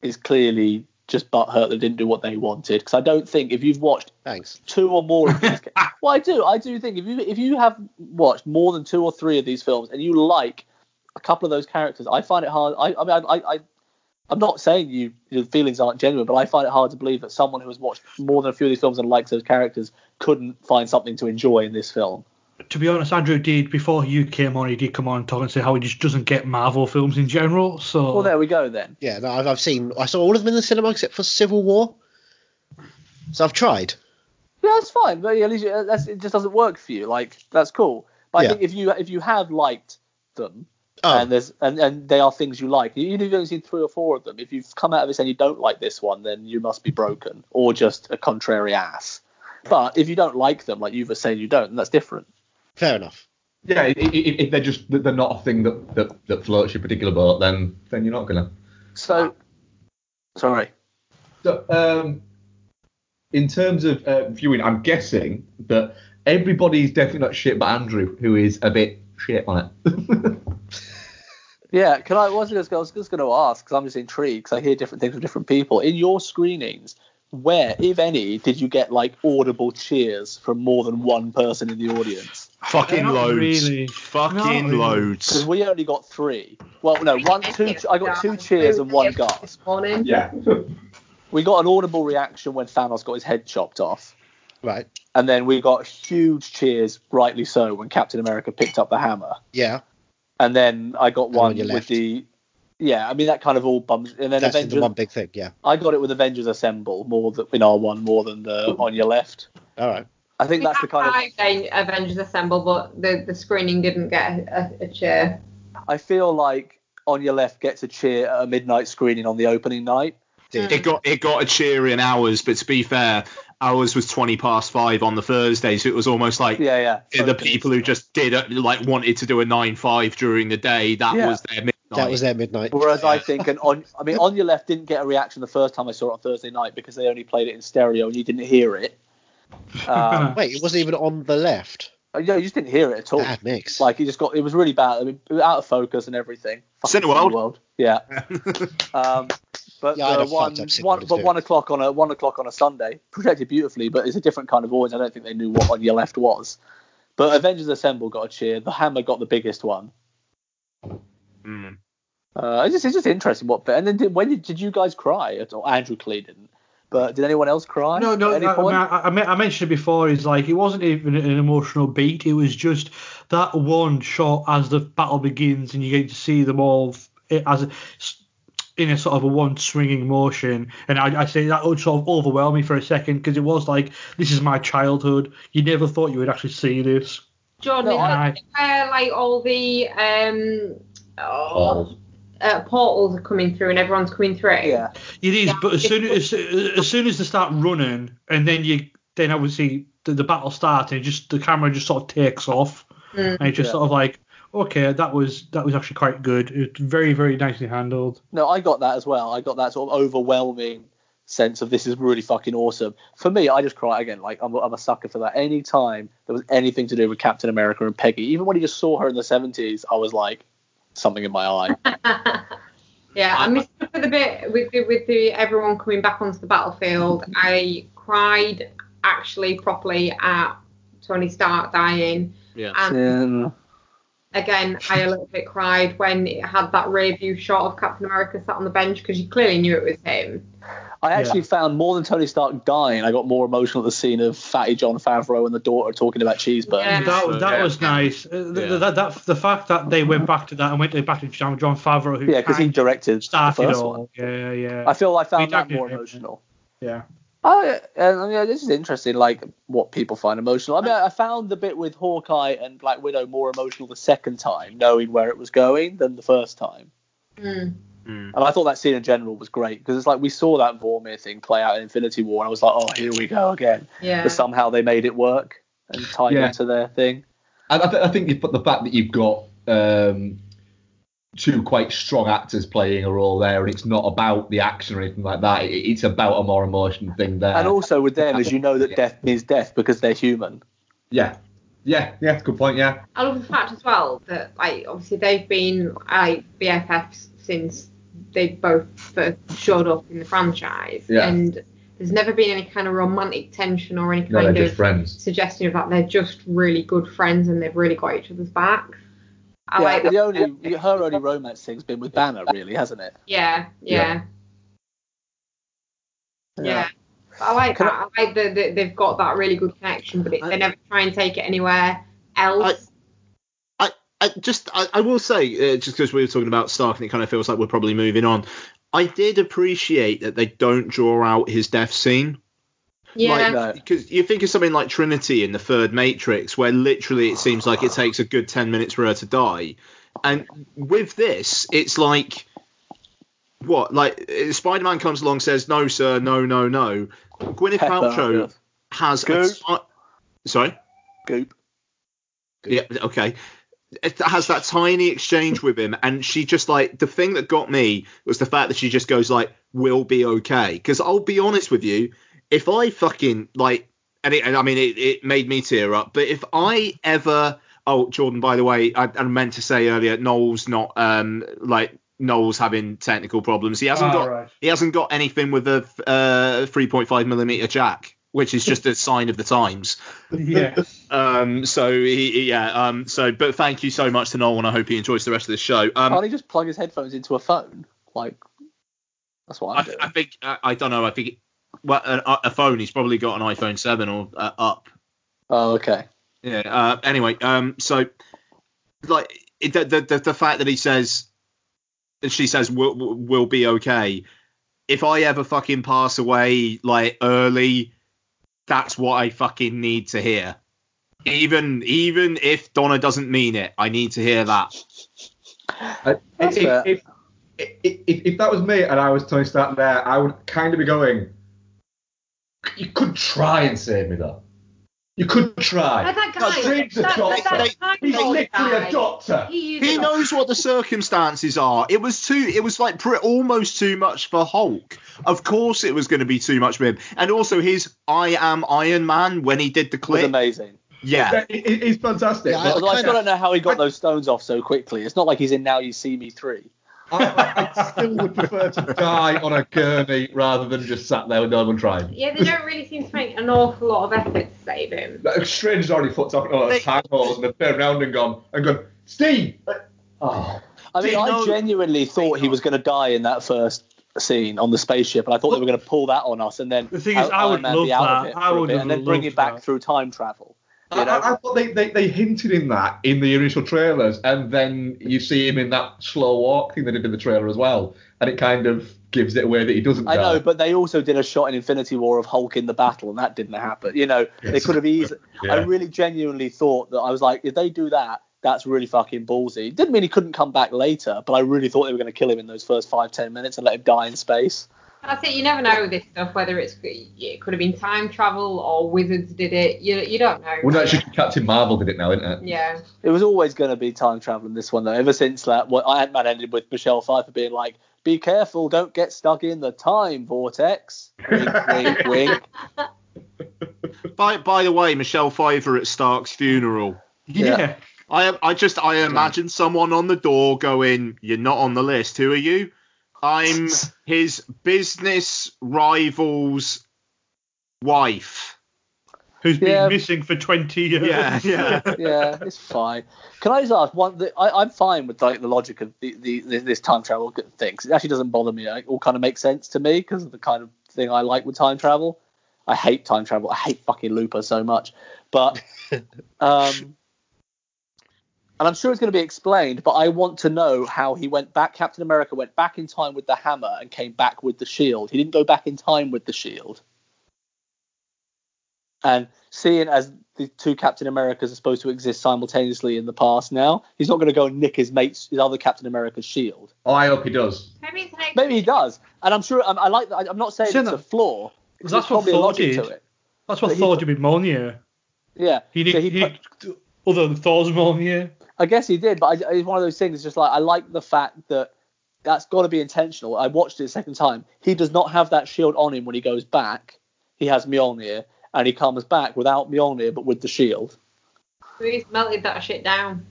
Speaker 11: is clearly just butthurt they didn't do what they wanted. Because I don't think if you've watched
Speaker 6: Thanks.
Speaker 11: two or more of these. ca- well, I do. I do think if you if you have watched more than two or three of these films and you like a couple of those characters, I find it hard. I, I mean, I, I, I I'm not saying you your feelings aren't genuine, but I find it hard to believe that someone who has watched more than a few of these films and likes those characters couldn't find something to enjoy in this film.
Speaker 4: To be honest, Andrew did before you came on. He did come on and talk and say how he just doesn't get Marvel films in general. So
Speaker 11: Well, there we go then.
Speaker 6: Yeah, no, I've, I've seen. I saw all of them in the cinema except for Civil War. So I've tried.
Speaker 11: Yeah, that's fine. But yeah, at least you- that's, it just doesn't work for you. Like that's cool. But I
Speaker 6: Yeah.
Speaker 11: think if you if you have liked them
Speaker 6: Oh.
Speaker 11: and there's and, and they are things you like, even if you've only seen three or four of them, if you've come out of this and you don't like this one, then you must be broken or just a contrary ass. But if you don't like them, like you've said you don't, then that's different.
Speaker 6: Fair enough.
Speaker 1: yeah, i- i- i- if they're just they're not a thing that, that, that floats your particular boat, then then you're not gonna.
Speaker 11: So sorry.
Speaker 1: So, um, in terms of uh, viewing, I'm guessing that everybody's definitely not shit, but Andrew, who is a bit shit on it.
Speaker 11: Yeah, can I? I Was just, I was just going to ask because I'm just intrigued because I hear different things from different people. In your screenings, where, if any, did you get like audible cheers from more than one person in the audience?
Speaker 5: Fucking
Speaker 4: Not
Speaker 5: loads.
Speaker 4: really. Not
Speaker 5: Fucking
Speaker 4: really.
Speaker 11: Because
Speaker 5: loads.
Speaker 11: we only got three. Well, no, Uh, one, two. I got two cheers and one gasp.
Speaker 3: This morning.
Speaker 1: yeah.
Speaker 11: We got an audible reaction when Thanos got his head chopped off,
Speaker 6: Right.
Speaker 11: and then we got huge cheers, rightly so, when Captain America picked up the hammer.
Speaker 6: Yeah.
Speaker 11: And then I got
Speaker 6: when
Speaker 11: one
Speaker 6: you
Speaker 11: with
Speaker 6: left.
Speaker 11: the, yeah. I mean, that kind of all bums. And then
Speaker 6: That's the
Speaker 11: Avengers,
Speaker 6: one big thing. Yeah.
Speaker 11: I got it with Avengers Assemble more than in R one more than the on your left.
Speaker 6: All right.
Speaker 11: I think
Speaker 3: We
Speaker 11: that's
Speaker 3: had
Speaker 11: the kind
Speaker 3: five
Speaker 11: of
Speaker 3: Aven- Avengers Assemble, but the, the screening didn't get a, a cheer.
Speaker 11: I feel like on your left gets a cheer at a midnight screening on the opening night.
Speaker 5: It got it got a cheer in hours, but to be fair, ours was twenty past five on the Thursday, so it was almost like
Speaker 11: Yeah, yeah.
Speaker 5: the
Speaker 11: Focus.
Speaker 5: people who just did it, like wanted to do a nine five during the day. That
Speaker 11: Yeah.
Speaker 5: was their midnight.
Speaker 6: That was their midnight.
Speaker 11: Whereas I
Speaker 5: Yeah.
Speaker 11: think and on I mean on your left didn't get a reaction the first time I saw it on Thursday night because they only played it in stereo and you didn't hear it. Um,
Speaker 6: Wait, it wasn't even on the left.
Speaker 11: yeah, you just didn't hear it at all.
Speaker 6: Bad mix.
Speaker 11: Oh, Like it just got it was really bad. I mean, it was out of focus and everything. Fucking
Speaker 5: Cineworld.
Speaker 11: Cineworld. Yeah. Um, but
Speaker 6: Yeah, I'd
Speaker 11: uh,
Speaker 6: have
Speaker 11: one,
Speaker 6: fucked up Sid
Speaker 11: one,
Speaker 6: Rhodes
Speaker 11: but
Speaker 6: too.
Speaker 11: one o'clock on a one o'clock on a Sunday, projected beautifully, but it's a different kind of audience. I don't think they knew what on your left was. But Avengers Assemble got a cheer. The Hammer got the biggest one.
Speaker 5: Mm.
Speaker 11: Uh, it's just it's just interesting what. And then did, when did, did you guys cry at all? Andrew Clee didn't, but did anyone else cry?
Speaker 4: No, no.
Speaker 11: At any
Speaker 4: I,
Speaker 11: point?
Speaker 4: I, I, me- I mentioned it before. It's like it wasn't even an emotional beat. It was just that one shot as the battle begins, and you get to see them all f- as a, s- in a sort of a one swinging motion. And I, I say that would sort of overwhelm me for a second because it was like this is my childhood. You never thought you would actually see this.
Speaker 3: Jordan,
Speaker 11: No,
Speaker 3: is
Speaker 4: I-
Speaker 3: that where like all the um, oh, uh, portals are coming through and everyone's coming through. Yeah.
Speaker 4: It is, but as soon as, as soon as they start running, and then you then obviously the, the battle starts, and it just the camera just sort of takes off,
Speaker 3: Mm.
Speaker 4: and it's just
Speaker 11: Yeah.
Speaker 4: sort of like, okay, that was that was actually quite good. It's very very nicely handled.
Speaker 11: No, I got that as well. I got that sort of overwhelming sense of this is really fucking awesome. For me, I just cry again. Like I'm, I'm a sucker for that. Any time there was anything to do with Captain America and Peggy, even when you just saw her in the 70s, I was like something in my eye.
Speaker 3: Yeah, I missed it for the bit with the, with the everyone coming back onto the battlefield. I cried actually properly at Tony Stark dying.
Speaker 11: Yeah.
Speaker 4: Um,
Speaker 3: And- Again, I a little bit cried when it had that rear view shot of Captain America sat on the bench because you clearly knew it was him.
Speaker 11: I actually found more than Tony Stark dying, I got more emotional at the scene of Fatty John Favreau and the daughter talking about cheeseburgers.
Speaker 3: Yeah.
Speaker 4: That, that was nice. Uh, th- th- That, that the fact that they went back to that and went to, back to John John Favreau, who
Speaker 11: Yeah, 'cause he
Speaker 4: kind
Speaker 11: directed
Speaker 4: of started
Speaker 11: the
Speaker 4: it
Speaker 11: first
Speaker 4: all.
Speaker 11: one.
Speaker 4: Yeah, yeah.
Speaker 11: I feel I found
Speaker 4: We
Speaker 11: that
Speaker 4: dug
Speaker 11: more
Speaker 4: it, yeah.
Speaker 11: emotional.
Speaker 4: Yeah.
Speaker 11: Oh, yeah, and, I mean, this is interesting. Like what people find emotional. I mean, I found the bit with Hawkeye and Black Widow more emotional the second time, knowing where it was going, than the first time.
Speaker 3: Mm.
Speaker 11: And I thought that scene in general was great because it's like we saw that Vormir thing play out in Infinity War, and I was like, oh, here we go again.
Speaker 3: Yeah.
Speaker 11: But somehow they made it work and tied
Speaker 1: Yeah.
Speaker 11: into their thing.
Speaker 1: I, I, th- I think you put the fact that you've got um, two quite strong actors playing a role there, and it's not about the action or anything like that. It, it's about a more emotional thing there.
Speaker 11: And also with them, as you know that death means death because they're human.
Speaker 1: yeah, yeah, yeah. Good point. Yeah.
Speaker 3: I love the fact as well that like obviously they've been like BFFs since they both first showed up in the franchise,
Speaker 1: Yeah.
Speaker 3: and there's never been any kind of romantic tension or any
Speaker 1: No,
Speaker 3: kind
Speaker 1: they're just
Speaker 3: of
Speaker 1: friends.
Speaker 3: suggestion of that. They're just really good friends and they've really got each other's back. I
Speaker 11: yeah,
Speaker 3: like that.
Speaker 11: the only her only romance thing's been with Banner, really, hasn't it?
Speaker 3: Yeah, yeah, yeah.
Speaker 11: Yeah.
Speaker 3: I like
Speaker 11: Can
Speaker 3: that. I, like that that they've got that really good connection, but it, they never try and take it anywhere else.
Speaker 5: I just I, I will say uh, just because we were talking about Stark and it kind of feels like we're probably moving on. I did appreciate that they don't draw out his death scene.
Speaker 3: yeah.
Speaker 5: Because Uh, you think of something like Trinity in the third Matrix, where literally it seems like it takes a good 10 minutes for her to die. And with this, it's like, what? Like, Spider Man comes along, says, no, sir, no, no, no. Gwyneth
Speaker 11: Pepper,
Speaker 5: Paltrow has. a
Speaker 11: Goop.
Speaker 5: ti- Sorry?
Speaker 11: Goop.
Speaker 5: Yeah, okay. It has that tiny exchange with him, and she just like the thing that got me was the fact that she just goes like, "We'll be okay." Because I'll be honest with you, if I fucking like, and, it, and I mean, it, it made me tear up. But if I ever, oh, Jordan, by the way, I, I meant to say earlier, Noel's not um like Noel's having technical problems. He hasn't
Speaker 4: Ah,
Speaker 5: got
Speaker 4: right.
Speaker 5: he hasn't got anything with a uh 3.5 millimeter jack, which is just a sign of the times.
Speaker 4: Yeah.
Speaker 5: Um, so he, he- yeah. Um, so but thank you so much to Noel, and I hope he enjoys the rest of the show.
Speaker 11: Can't
Speaker 5: Um,
Speaker 11: he just plug his headphones into a phone? Like, that's what I'm
Speaker 5: I,
Speaker 11: doing.
Speaker 5: I think I, I don't know. I think well, an, a phone. He's probably got an iPhone seven or uh, up.
Speaker 11: oh, okay.
Speaker 5: Yeah. Uh, anyway. Um. So like it, the, the the the fact that he says, that she says, "We'll we'll be okay." If I ever fucking pass away like early, that's what I fucking need to hear. Even even if Donna doesn't mean it, I need to hear that.
Speaker 11: That's
Speaker 1: if,
Speaker 11: fair.
Speaker 1: if, if, if, if that was me and I was Tony Stark there, I would kind of be going, you could try and save me though. You could try.
Speaker 3: But that
Speaker 5: No,
Speaker 3: guy,
Speaker 5: Dream's
Speaker 1: a
Speaker 3: that,
Speaker 1: doctor.
Speaker 3: that, that kind
Speaker 1: He's
Speaker 3: of
Speaker 1: literally
Speaker 3: guy,
Speaker 1: a doctor.
Speaker 3: He is a
Speaker 5: He
Speaker 3: doctor.
Speaker 5: knows what the circumstances are. It was too. It was like pr- almost too much for Hulk. Of course, it was going to be too much for him. And also his "I am Iron Man" when he did the
Speaker 11: It was
Speaker 5: clip.
Speaker 11: amazing.
Speaker 5: Yeah,
Speaker 1: He- he- He's fantastic.
Speaker 6: Yeah, I-
Speaker 1: but
Speaker 11: Although I still
Speaker 6: kinda-
Speaker 11: don't know how he got those stones off so quickly. It's not like he's in Now You See Me 3.
Speaker 1: I, I still would prefer to die on a gurney rather than just sat there with no one trying.
Speaker 3: Yeah, they don't really seem to make an awful lot of effort to save him.
Speaker 1: Like, Strange's already fucked up all the
Speaker 5: They-
Speaker 1: time holes and they've turned around and gone and gone, Steve. uh, Oh,
Speaker 11: I mean,
Speaker 5: Did
Speaker 11: I
Speaker 5: no-
Speaker 11: genuinely thought he was going to die in that first scene on the spaceship, and I thought they were going to pull that on us and then
Speaker 4: The thing
Speaker 11: Iron
Speaker 4: is, I would
Speaker 11: Man be
Speaker 4: love
Speaker 11: out of
Speaker 4: that.
Speaker 11: it
Speaker 4: I
Speaker 11: for a
Speaker 4: would
Speaker 11: bit,
Speaker 4: have
Speaker 11: and then bring it
Speaker 4: loved
Speaker 11: back
Speaker 4: that.
Speaker 11: through time travel.
Speaker 1: I,
Speaker 11: You know?
Speaker 1: I- I thought they, they, they hinted in that in the initial trailers, and then you see him in that slow walk thing they did in the trailer as well, and it kind of gives it away that he doesn't.
Speaker 11: I
Speaker 1: die.
Speaker 11: know, but they also did a shot in Infinity War of Hulk in the battle, and that didn't happen. You know, they
Speaker 1: Yes.
Speaker 11: could have easily.
Speaker 1: Yeah.
Speaker 11: I really genuinely thought that I was like, if they do that, that's really fucking ballsy. Didn't mean he couldn't come back later, but I really thought they were going to kill him in those first five ten minutes and let him die in space.
Speaker 3: That's it. You never know with this stuff whether it's it could have been time travel or wizards did it. You you don't know.
Speaker 1: Well, no, actually, Captain Marvel did it now, isn't it?
Speaker 3: Yeah.
Speaker 11: It was always going to be time travel in this one though. Ever since that, what Ant Man ended with Michelle Pfeiffer being like, "Be careful, don't get stuck in the time vortex." Wink, wink, wink.
Speaker 5: By by the way, Michelle Pfeiffer at Stark's funeral.
Speaker 4: Yeah.
Speaker 5: I I just I imagine someone on the door going, "You're not on the list. Who are you?" I'm his business rival's wife.
Speaker 4: Who's
Speaker 11: Yeah.
Speaker 4: been missing for 20 years.
Speaker 5: Yeah, yeah.
Speaker 11: yeah, it's fine. Can I just ask one? The, I, I'm fine with like the logic of the, the this time travel thing. 'cause it actually doesn't bother me. It all kind of makes sense to me because of the kind of thing I like with time travel. I hate time travel. I hate fucking Looper so much. But um, and I'm sure it's going to be explained. But I want to know how he went back. Captain America went back in time with the hammer and came back with the shield. He didn't go back in time with the shield and seeing as the two Captain Americas are supposed to exist simultaneously in the past now, he's not going to go and nick his mate's his other Captain America's shield.
Speaker 1: Oh, I hope he does.
Speaker 3: Maybe it's like
Speaker 11: Maybe he does, and I'm sure. I'm, I like that. I- I'm not saying
Speaker 4: Saying
Speaker 11: it's a
Speaker 4: that-
Speaker 11: flaw. 'cause
Speaker 4: That's
Speaker 11: there's
Speaker 4: what
Speaker 11: probably a
Speaker 4: Thor
Speaker 11: logic
Speaker 4: did.
Speaker 11: to it.
Speaker 4: That's what
Speaker 11: But he-
Speaker 4: Thor did with Mjolnir.
Speaker 11: Yeah.
Speaker 4: He did,
Speaker 11: So
Speaker 4: he
Speaker 11: he put-
Speaker 4: did other than Thor's Mjolnir.
Speaker 11: I guess he did, but I, it's one of those things. It's just like I like the fact that that's got to be intentional. I watched it a second time. He does not have that shield on him when he goes back. He has Mjolnir, and he comes back without Mjolnir, but with the shield.
Speaker 3: he's melted that shit down.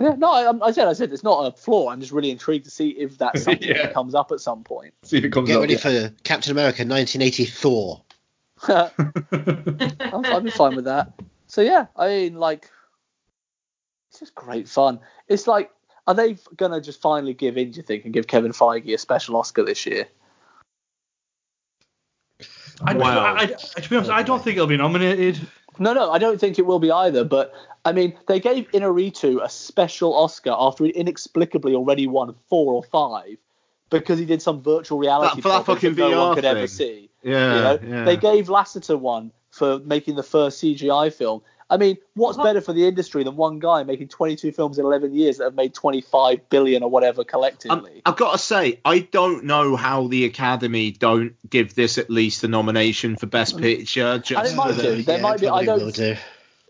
Speaker 11: Yeah, no, I, I'm- I said, I said it's not a flaw. I'm just really intrigued to see if that's something
Speaker 1: Yeah.
Speaker 11: that comes up at some point.
Speaker 1: See if it comes
Speaker 6: Get
Speaker 1: up.
Speaker 6: ready for Captain America 1980 Thor.
Speaker 11: I'm, I'm fine with that. So yeah, I mean, like, it's just great fun. It's like, are they gonna just finally give in? Do you think, and give Kevin Feige a special Oscar this year?
Speaker 4: I,
Speaker 5: Wow.
Speaker 4: I, I, to be honest, I don't think it'll be nominated.
Speaker 11: No, no, I don't think it will be either. But I mean, they gave Inarritu a special Oscar after he inexplicably already won four or five because he did some virtual reality
Speaker 5: That- for that
Speaker 11: project
Speaker 5: fucking
Speaker 11: no one
Speaker 5: VR
Speaker 11: could ever
Speaker 5: thing.
Speaker 11: see.
Speaker 5: Yeah,
Speaker 11: you know?
Speaker 5: yeah.
Speaker 11: They gave Lasseter one for making the first CGI film. I mean, what's
Speaker 5: Uh-huh.
Speaker 11: better for the industry than one guy making 22 films in 11 years that have made 25 billion or whatever
Speaker 5: Um,
Speaker 11: collectively?
Speaker 5: I've got to say, I don't know how the Academy don't give this at least a nomination for
Speaker 11: Oh.
Speaker 5: Best Picture.
Speaker 11: And it
Speaker 5: Just for
Speaker 11: might
Speaker 5: the-
Speaker 11: do. There
Speaker 6: Yeah,
Speaker 11: might be. I
Speaker 6: probably
Speaker 11: don't.
Speaker 6: will do.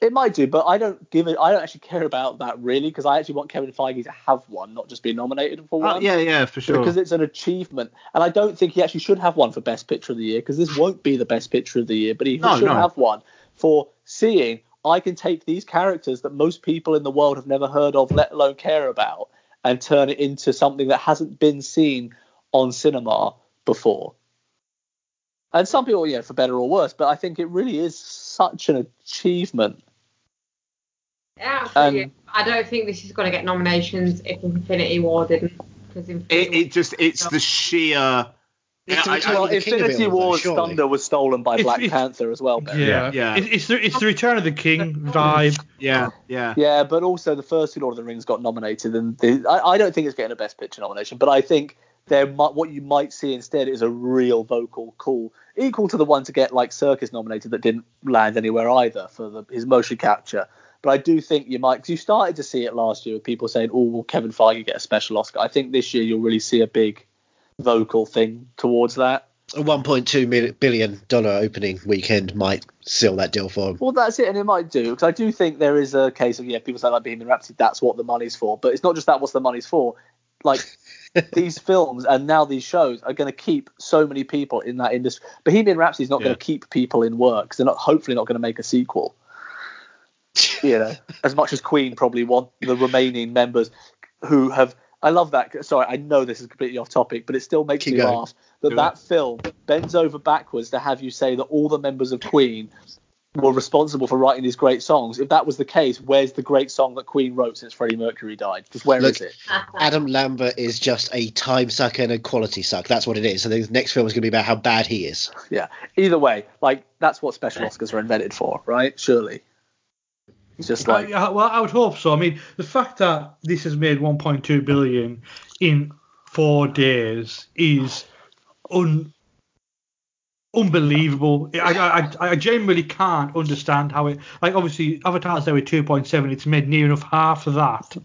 Speaker 11: It might do, but I don't give it. I don't actually care about that really because I actually want Kevin Feige to have one, not just be nominated for one.
Speaker 5: Uh, yeah, yeah, for sure.
Speaker 11: because it's an achievement. And I don't think he actually should have one for Best Picture of the Year because this won't be the Best Picture of the Year, but he
Speaker 5: No,
Speaker 11: should
Speaker 5: no.
Speaker 11: have one for seeing I can take these characters that most people in the world have never heard of, let alone care about, and turn it into something that hasn't been seen on cinema before. And some people, yeah, for better or worse, but I think it really is such an achievement.
Speaker 3: Yeah,
Speaker 11: Um,
Speaker 3: absolutely. I don't think this is going to get nominations if Infinity War didn't. Because Infinity
Speaker 5: it, it just it's the sheer.
Speaker 6: It's the
Speaker 5: I- I-
Speaker 6: return
Speaker 11: Well,
Speaker 6: of the king of it
Speaker 11: Infinity
Speaker 6: all, though,
Speaker 11: War's
Speaker 6: surely.
Speaker 11: thunder was stolen by
Speaker 4: It's-
Speaker 11: Black
Speaker 4: it's-
Speaker 11: Panther as well. Ben.
Speaker 4: Yeah.
Speaker 5: yeah.
Speaker 4: It's, it's, the, it's the Return of the King vibe.
Speaker 5: Yeah, yeah.
Speaker 11: Yeah, but also the first two Lord of the Rings got nominated, and the, I, I don't think it's getting a Best Picture nomination. But I think there might, what you might see instead is a real vocal call, equal to the one to get like Circus nominated that didn't land anywhere either for the, his motion capture. But I do think you might, because you started to see it last year with people saying, "Oh, will Kevin Feige get a special Oscar?" I think this year you'll really see a big vocal thing towards that.
Speaker 6: A 1.2 mil- billion dollar opening weekend might seal that deal for him.
Speaker 11: Well, that's it, and it might do because I do think there is a case of yeah, people say like Bohemian Rhapsody, that's what the money's for, but it's not just that. What's the money's for? Like these films and now these shows are going to keep so many people in that industry. Bohemian Rhapsody is not going
Speaker 5: Yeah.
Speaker 11: to keep people in work 'cause they're not hopefully not going to make a sequel. You know, as much as Queen probably want the remaining members who have. I love that. Sorry, I know this is completely off topic, but it still makes
Speaker 6: Keep
Speaker 11: me
Speaker 6: going.
Speaker 11: laugh that
Speaker 5: Do
Speaker 11: that film bends over backwards to have you say that all the members of Queen were responsible for writing these great songs. If that was the case, where's the great song that Queen wrote since Freddie Mercury died? Just where is
Speaker 6: Look-
Speaker 11: it?
Speaker 6: Adam Lambert is just a time suck and a quality suck. That's what it is. So the next film is going to be about how bad he is.
Speaker 11: Yeah. Either way, like that's what special Oscars are invented for, right? Surely. It's just like
Speaker 4: I, I- well, I would hope so. I mean, the fact that this has made 1.2 billion in four days is un unbelievable. I, I, I- I genuinely can't understand how it. Like, obviously, Avatar's there with 2.7. It's made near enough half of that.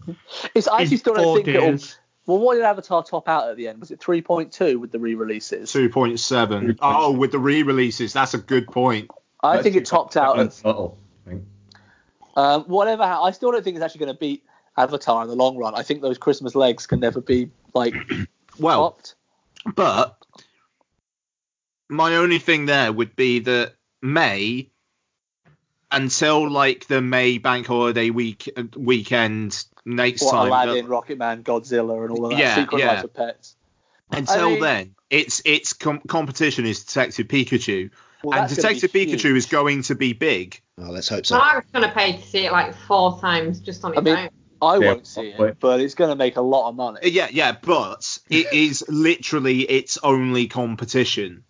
Speaker 11: It's I actually
Speaker 4: in
Speaker 11: still don't
Speaker 4: four
Speaker 11: think it'll.
Speaker 4: days.
Speaker 11: Well, what did Avatar top out at the end? Was it 3.2 with the re-releases?
Speaker 5: Two point seven. Oh, with the re-releases, that's a good point.
Speaker 11: I think it topped out at
Speaker 1: subtle.
Speaker 11: Um, whatever, ha- I still don't think it's actually going to beat Avatar in the long run. I think those Christmas legs can never be like
Speaker 5: Well,
Speaker 11: topped.
Speaker 5: But my only thing there would be that May until like the May bank holiday week uh, weekend next
Speaker 11: What
Speaker 5: time.
Speaker 11: Aladdin, Rocket Man, Godzilla, and all of that.
Speaker 5: Yeah,
Speaker 11: Secret
Speaker 5: yeah.
Speaker 11: Life of Pets.
Speaker 5: but until
Speaker 11: I mean-
Speaker 5: then, it's it's com- competition is Detective Pikachu,
Speaker 11: Well,
Speaker 5: and
Speaker 11: that's gonna be
Speaker 5: Detective Pikachu
Speaker 11: huge.
Speaker 5: is going to be big.
Speaker 6: Oh, let's hope so.
Speaker 3: I was going to pay to see it like four times just on
Speaker 11: I
Speaker 3: its
Speaker 11: mean,
Speaker 3: own.
Speaker 11: I
Speaker 1: Yeah,
Speaker 11: won't see
Speaker 1: wait.
Speaker 11: it, but it's going to make a lot of money.
Speaker 5: Uh, Yeah, yeah, but it is literally its only competition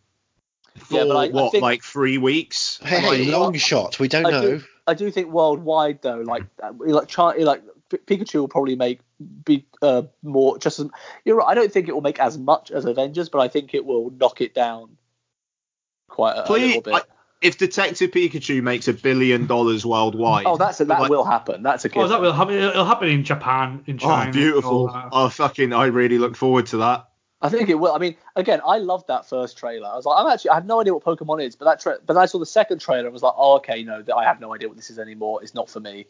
Speaker 5: for
Speaker 11: Yeah, but I- I
Speaker 5: what
Speaker 11: think-
Speaker 5: like three weeks.
Speaker 6: Hey,
Speaker 5: Like,
Speaker 6: hey, long shot. We don't
Speaker 11: I
Speaker 6: know.
Speaker 11: do, I do think worldwide though, like uh, like Char- like P- Pikachu will probably make be uh, more just. As, you're right. I don't think it will make as much as Avengers, but I think it will knock it down quite a, a
Speaker 5: Please-
Speaker 11: little bit.
Speaker 5: I- if Detective Pikachu makes a billion dollars worldwide,
Speaker 11: oh, that's a, that
Speaker 5: like-
Speaker 11: will happen. That's a good.
Speaker 4: Oh, that will happen. It'll happen in Japan, in
Speaker 5: oh,
Speaker 4: China. and all
Speaker 5: beautiful!
Speaker 4: that.
Speaker 5: Oh, fucking! I really look forward to that.
Speaker 11: I think it will. I mean, again, I loved that first trailer. I was like, I'm actually, I have no idea what Pokemon is, but that, tra- but I saw the second trailer and was like, oh, okay, no, I have no idea what this is anymore. It's not for me.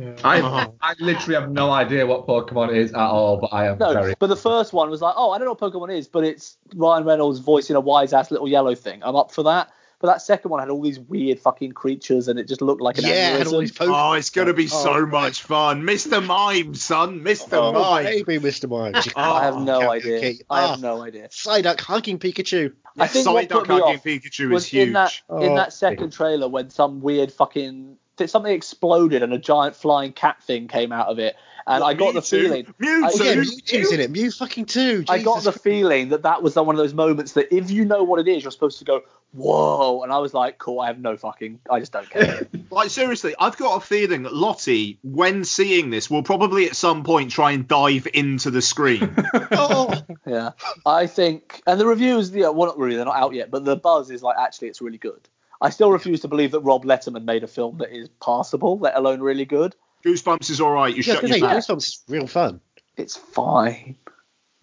Speaker 11: Oh.
Speaker 1: I, I literally have no idea what Pokemon is at all, but I am
Speaker 11: No,
Speaker 1: very.
Speaker 11: but the first one was like, oh, I don't know what Pokemon is, but it's Ryan Reynolds voicing a wise ass little yellow thing. I'm up for that. But that second one had all these weird fucking creatures, and it just looked like an
Speaker 6: yeah, and all
Speaker 11: aneurysm.
Speaker 6: these
Speaker 5: Oh,
Speaker 6: Pokemon.
Speaker 5: it's gonna be so much fun, Mr. Mime, son, Mr.
Speaker 4: Oh,
Speaker 6: Oh,
Speaker 5: Mime.
Speaker 6: baby, Mr. Mime. You
Speaker 11: Oh, I have no
Speaker 6: can't
Speaker 11: idea.
Speaker 6: kick-
Speaker 11: I
Speaker 6: Ah,
Speaker 11: have no idea.
Speaker 6: Psyduck hugging Pikachu.
Speaker 11: I think
Speaker 5: Psyduck
Speaker 11: what put me
Speaker 5: hugging
Speaker 11: off
Speaker 5: Pikachu is
Speaker 11: was
Speaker 5: huge.
Speaker 11: in that
Speaker 6: Oh.
Speaker 11: in that second trailer when some weird fucking th- something exploded and a giant flying cat thing came out of it, and I got the
Speaker 5: Mewtwo-
Speaker 11: feeling
Speaker 5: Mewtwo,
Speaker 11: So
Speaker 6: Oh, yeah,
Speaker 11: Uh, you-
Speaker 6: Mewtwo's in it. Mew fucking too.
Speaker 11: I got the
Speaker 6: Jesus.
Speaker 11: feeling that that was one of those moments that if you know what it is, you're supposed to go, whoa. And I was like, cool, I have no fucking, I just don't care.
Speaker 5: Like seriously, I've got a feeling that Lottie, when seeing this, will probably at some point try and dive into the screen.
Speaker 6: Oh,
Speaker 11: yeah. I think, and the reviews, yeah, well, not really, they're not out yet, but the buzz is like, actually, it's really good. I still refuse to believe that Rob Letterman made a film that is passable, let alone really good.
Speaker 5: Goosebumps is all right. You
Speaker 6: yeah,
Speaker 5: shut
Speaker 6: I
Speaker 5: your
Speaker 6: think
Speaker 5: mouth.
Speaker 6: Goosebumps is real fun.
Speaker 11: It's fine.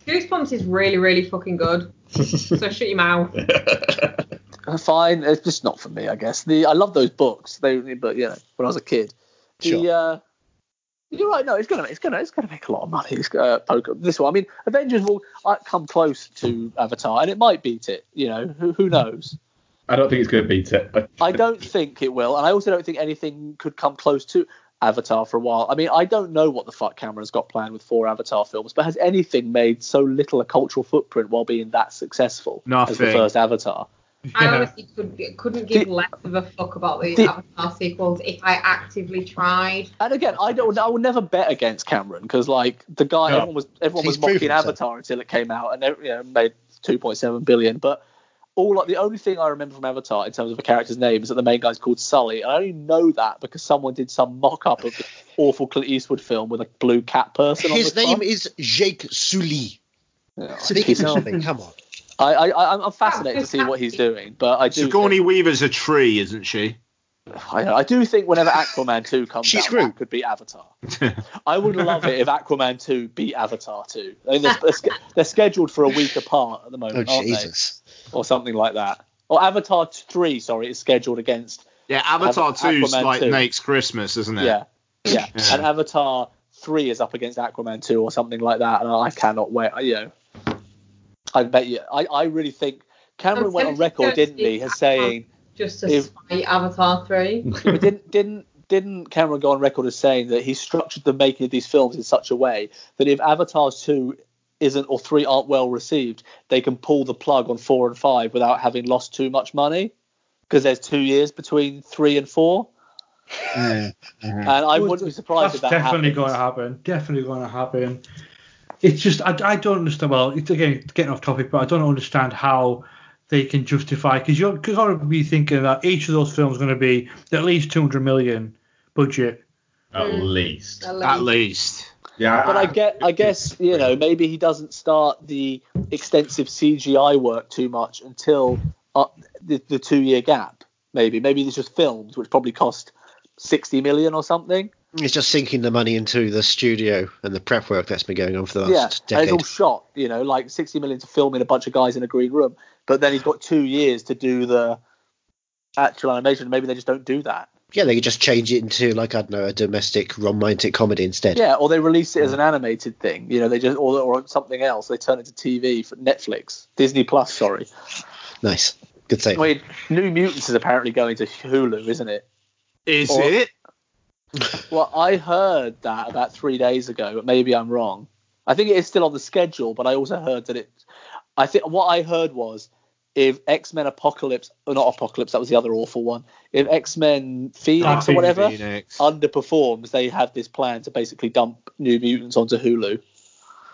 Speaker 3: Goosebumps is really, really fucking good. so shut your mouth.
Speaker 11: Uh, Fine. It's just not for me, I guess. The I love those books. They, but you know, when I was a kid, the
Speaker 6: Sure.
Speaker 11: uh, you're right. No, it's gonna, it's gonna, it's gonna make a lot of money. It's uh, Pokemon. This one. I mean, Avengers will uh, come close to Avatar, and it might beat it. You know, who, who knows?
Speaker 1: I don't think it's going to beat it.
Speaker 11: I don't think it will, and I also don't think anything could come close to Avatar for a while. I mean, I don't know what the fuck Cameron's got planned with four Avatar films, but has anything made so little a cultural footprint while being that successful as the
Speaker 5: Nothing.
Speaker 11: first Avatar?
Speaker 3: I
Speaker 4: Yeah.
Speaker 3: honestly could, couldn't give
Speaker 11: Did-
Speaker 3: less of a fuck about these
Speaker 11: Did-
Speaker 3: Avatar sequels if I actively tried.
Speaker 11: And again, I don't. I will never bet against Cameron because like the guy,
Speaker 1: No.
Speaker 11: everyone was everyone
Speaker 6: He's
Speaker 11: was mocking
Speaker 6: proven himself.
Speaker 11: Avatar until it came out and it, you know, made 2.7 billion. But all like, the only thing I remember from Avatar in terms of a character's name is that the main guy's called Sully, and I only know that because someone did some mock-up of the awful Clint Eastwood film with a blue cat person. on
Speaker 6: His
Speaker 11: the
Speaker 6: name
Speaker 11: front.
Speaker 6: is Jake Sully.
Speaker 11: Yeah,
Speaker 6: Speak
Speaker 11: he's-
Speaker 6: his name. Come on.
Speaker 11: I, I, I, I'm- I'm fascinated to see what he's doing, but I do.
Speaker 5: Sigourney Weaver's a tree, isn't she?
Speaker 11: think, I, I do think whenever Aquaman 2 comes
Speaker 6: She's
Speaker 11: out,
Speaker 6: rude.
Speaker 11: that could be Avatar. I would love it if Aquaman 2 beat Avatar 2. I mean, they're, they're, sch- they're scheduled for a week apart at the
Speaker 6: Oh,
Speaker 11: moment, aren't
Speaker 6: Jesus.
Speaker 11: they? Or something like that. Or Avatar 3, sorry, is scheduled against.
Speaker 5: Yeah, Avatar
Speaker 11: Ava-
Speaker 5: 2's
Speaker 11: Aquaman
Speaker 5: like
Speaker 11: 2.
Speaker 5: next Christmas, isn't it?
Speaker 11: Yeah. Yeah.
Speaker 5: Yeah.
Speaker 11: And Avatar 3 is up against Aquaman 2 or something like that. And I cannot wait. I- You know, I bet you. I, I really think Cameron
Speaker 3: I'm
Speaker 11: went on
Speaker 3: tempted to go
Speaker 11: record, didn't
Speaker 3: see
Speaker 11: he, as
Speaker 3: Avatar
Speaker 11: saying.
Speaker 3: Just to
Speaker 11: If-
Speaker 3: spite Avatar 3.
Speaker 11: but didn't didn't didn't Cameron go on record as saying that he structured the making of these films in such a way that if Avatar two isn't or three aren't well received, they can pull the plug on four and five without having lost too much money because there's two years between three and four, and I
Speaker 4: Well,
Speaker 11: wouldn't be surprised
Speaker 4: That's
Speaker 11: if that
Speaker 4: definitely
Speaker 11: happens.
Speaker 4: going to happen. Definitely going to happen. It's just I, I don't understand. Well, it's again it's getting off topic, but I don't understand how they can justify because you're going to be thinking that each of those films going to be at least 200 million budget.
Speaker 1: At least.
Speaker 5: At least.
Speaker 1: Yeah,
Speaker 11: But I get, I guess you know, maybe he doesn't start the extensive CGI work too much until uh, the, the two-year gap. Maybe, maybe it's just films, which probably cost sixty million or something.
Speaker 6: It's just sinking the money into the studio and the prep work that's been going on for the last
Speaker 11: yeah, and it's
Speaker 6: decade.
Speaker 11: all shot, you know, like 60 million to film in a bunch of guys in a green room. But then he's got two years to do the actual animation. Maybe they just don't do that.
Speaker 6: Yeah, they could just change it into like I don't know a domestic romantic comedy instead.
Speaker 11: Yeah, or they release it
Speaker 6: Hmm.
Speaker 11: as an animated thing, you know, they just or, or something else. They turn it to TV for Netflix, Disney Plus. Sorry,
Speaker 6: Nice, good
Speaker 11: I
Speaker 6: save.
Speaker 11: mean, New Mutants is apparently going to Hulu, isn't it?
Speaker 5: Is
Speaker 11: Or-
Speaker 5: it?
Speaker 11: Well, I heard that about three days ago, but maybe I'm wrong. I think it is still on the schedule, but I also heard that it. I think what I heard was if X Men Apocalypse, or not Apocalypse, that was the other awful one. If X Men Phoenix or
Speaker 5: Dark
Speaker 11: whatever
Speaker 5: Phoenix.
Speaker 11: underperforms, they have this plan to basically dump New Mutants onto Hulu.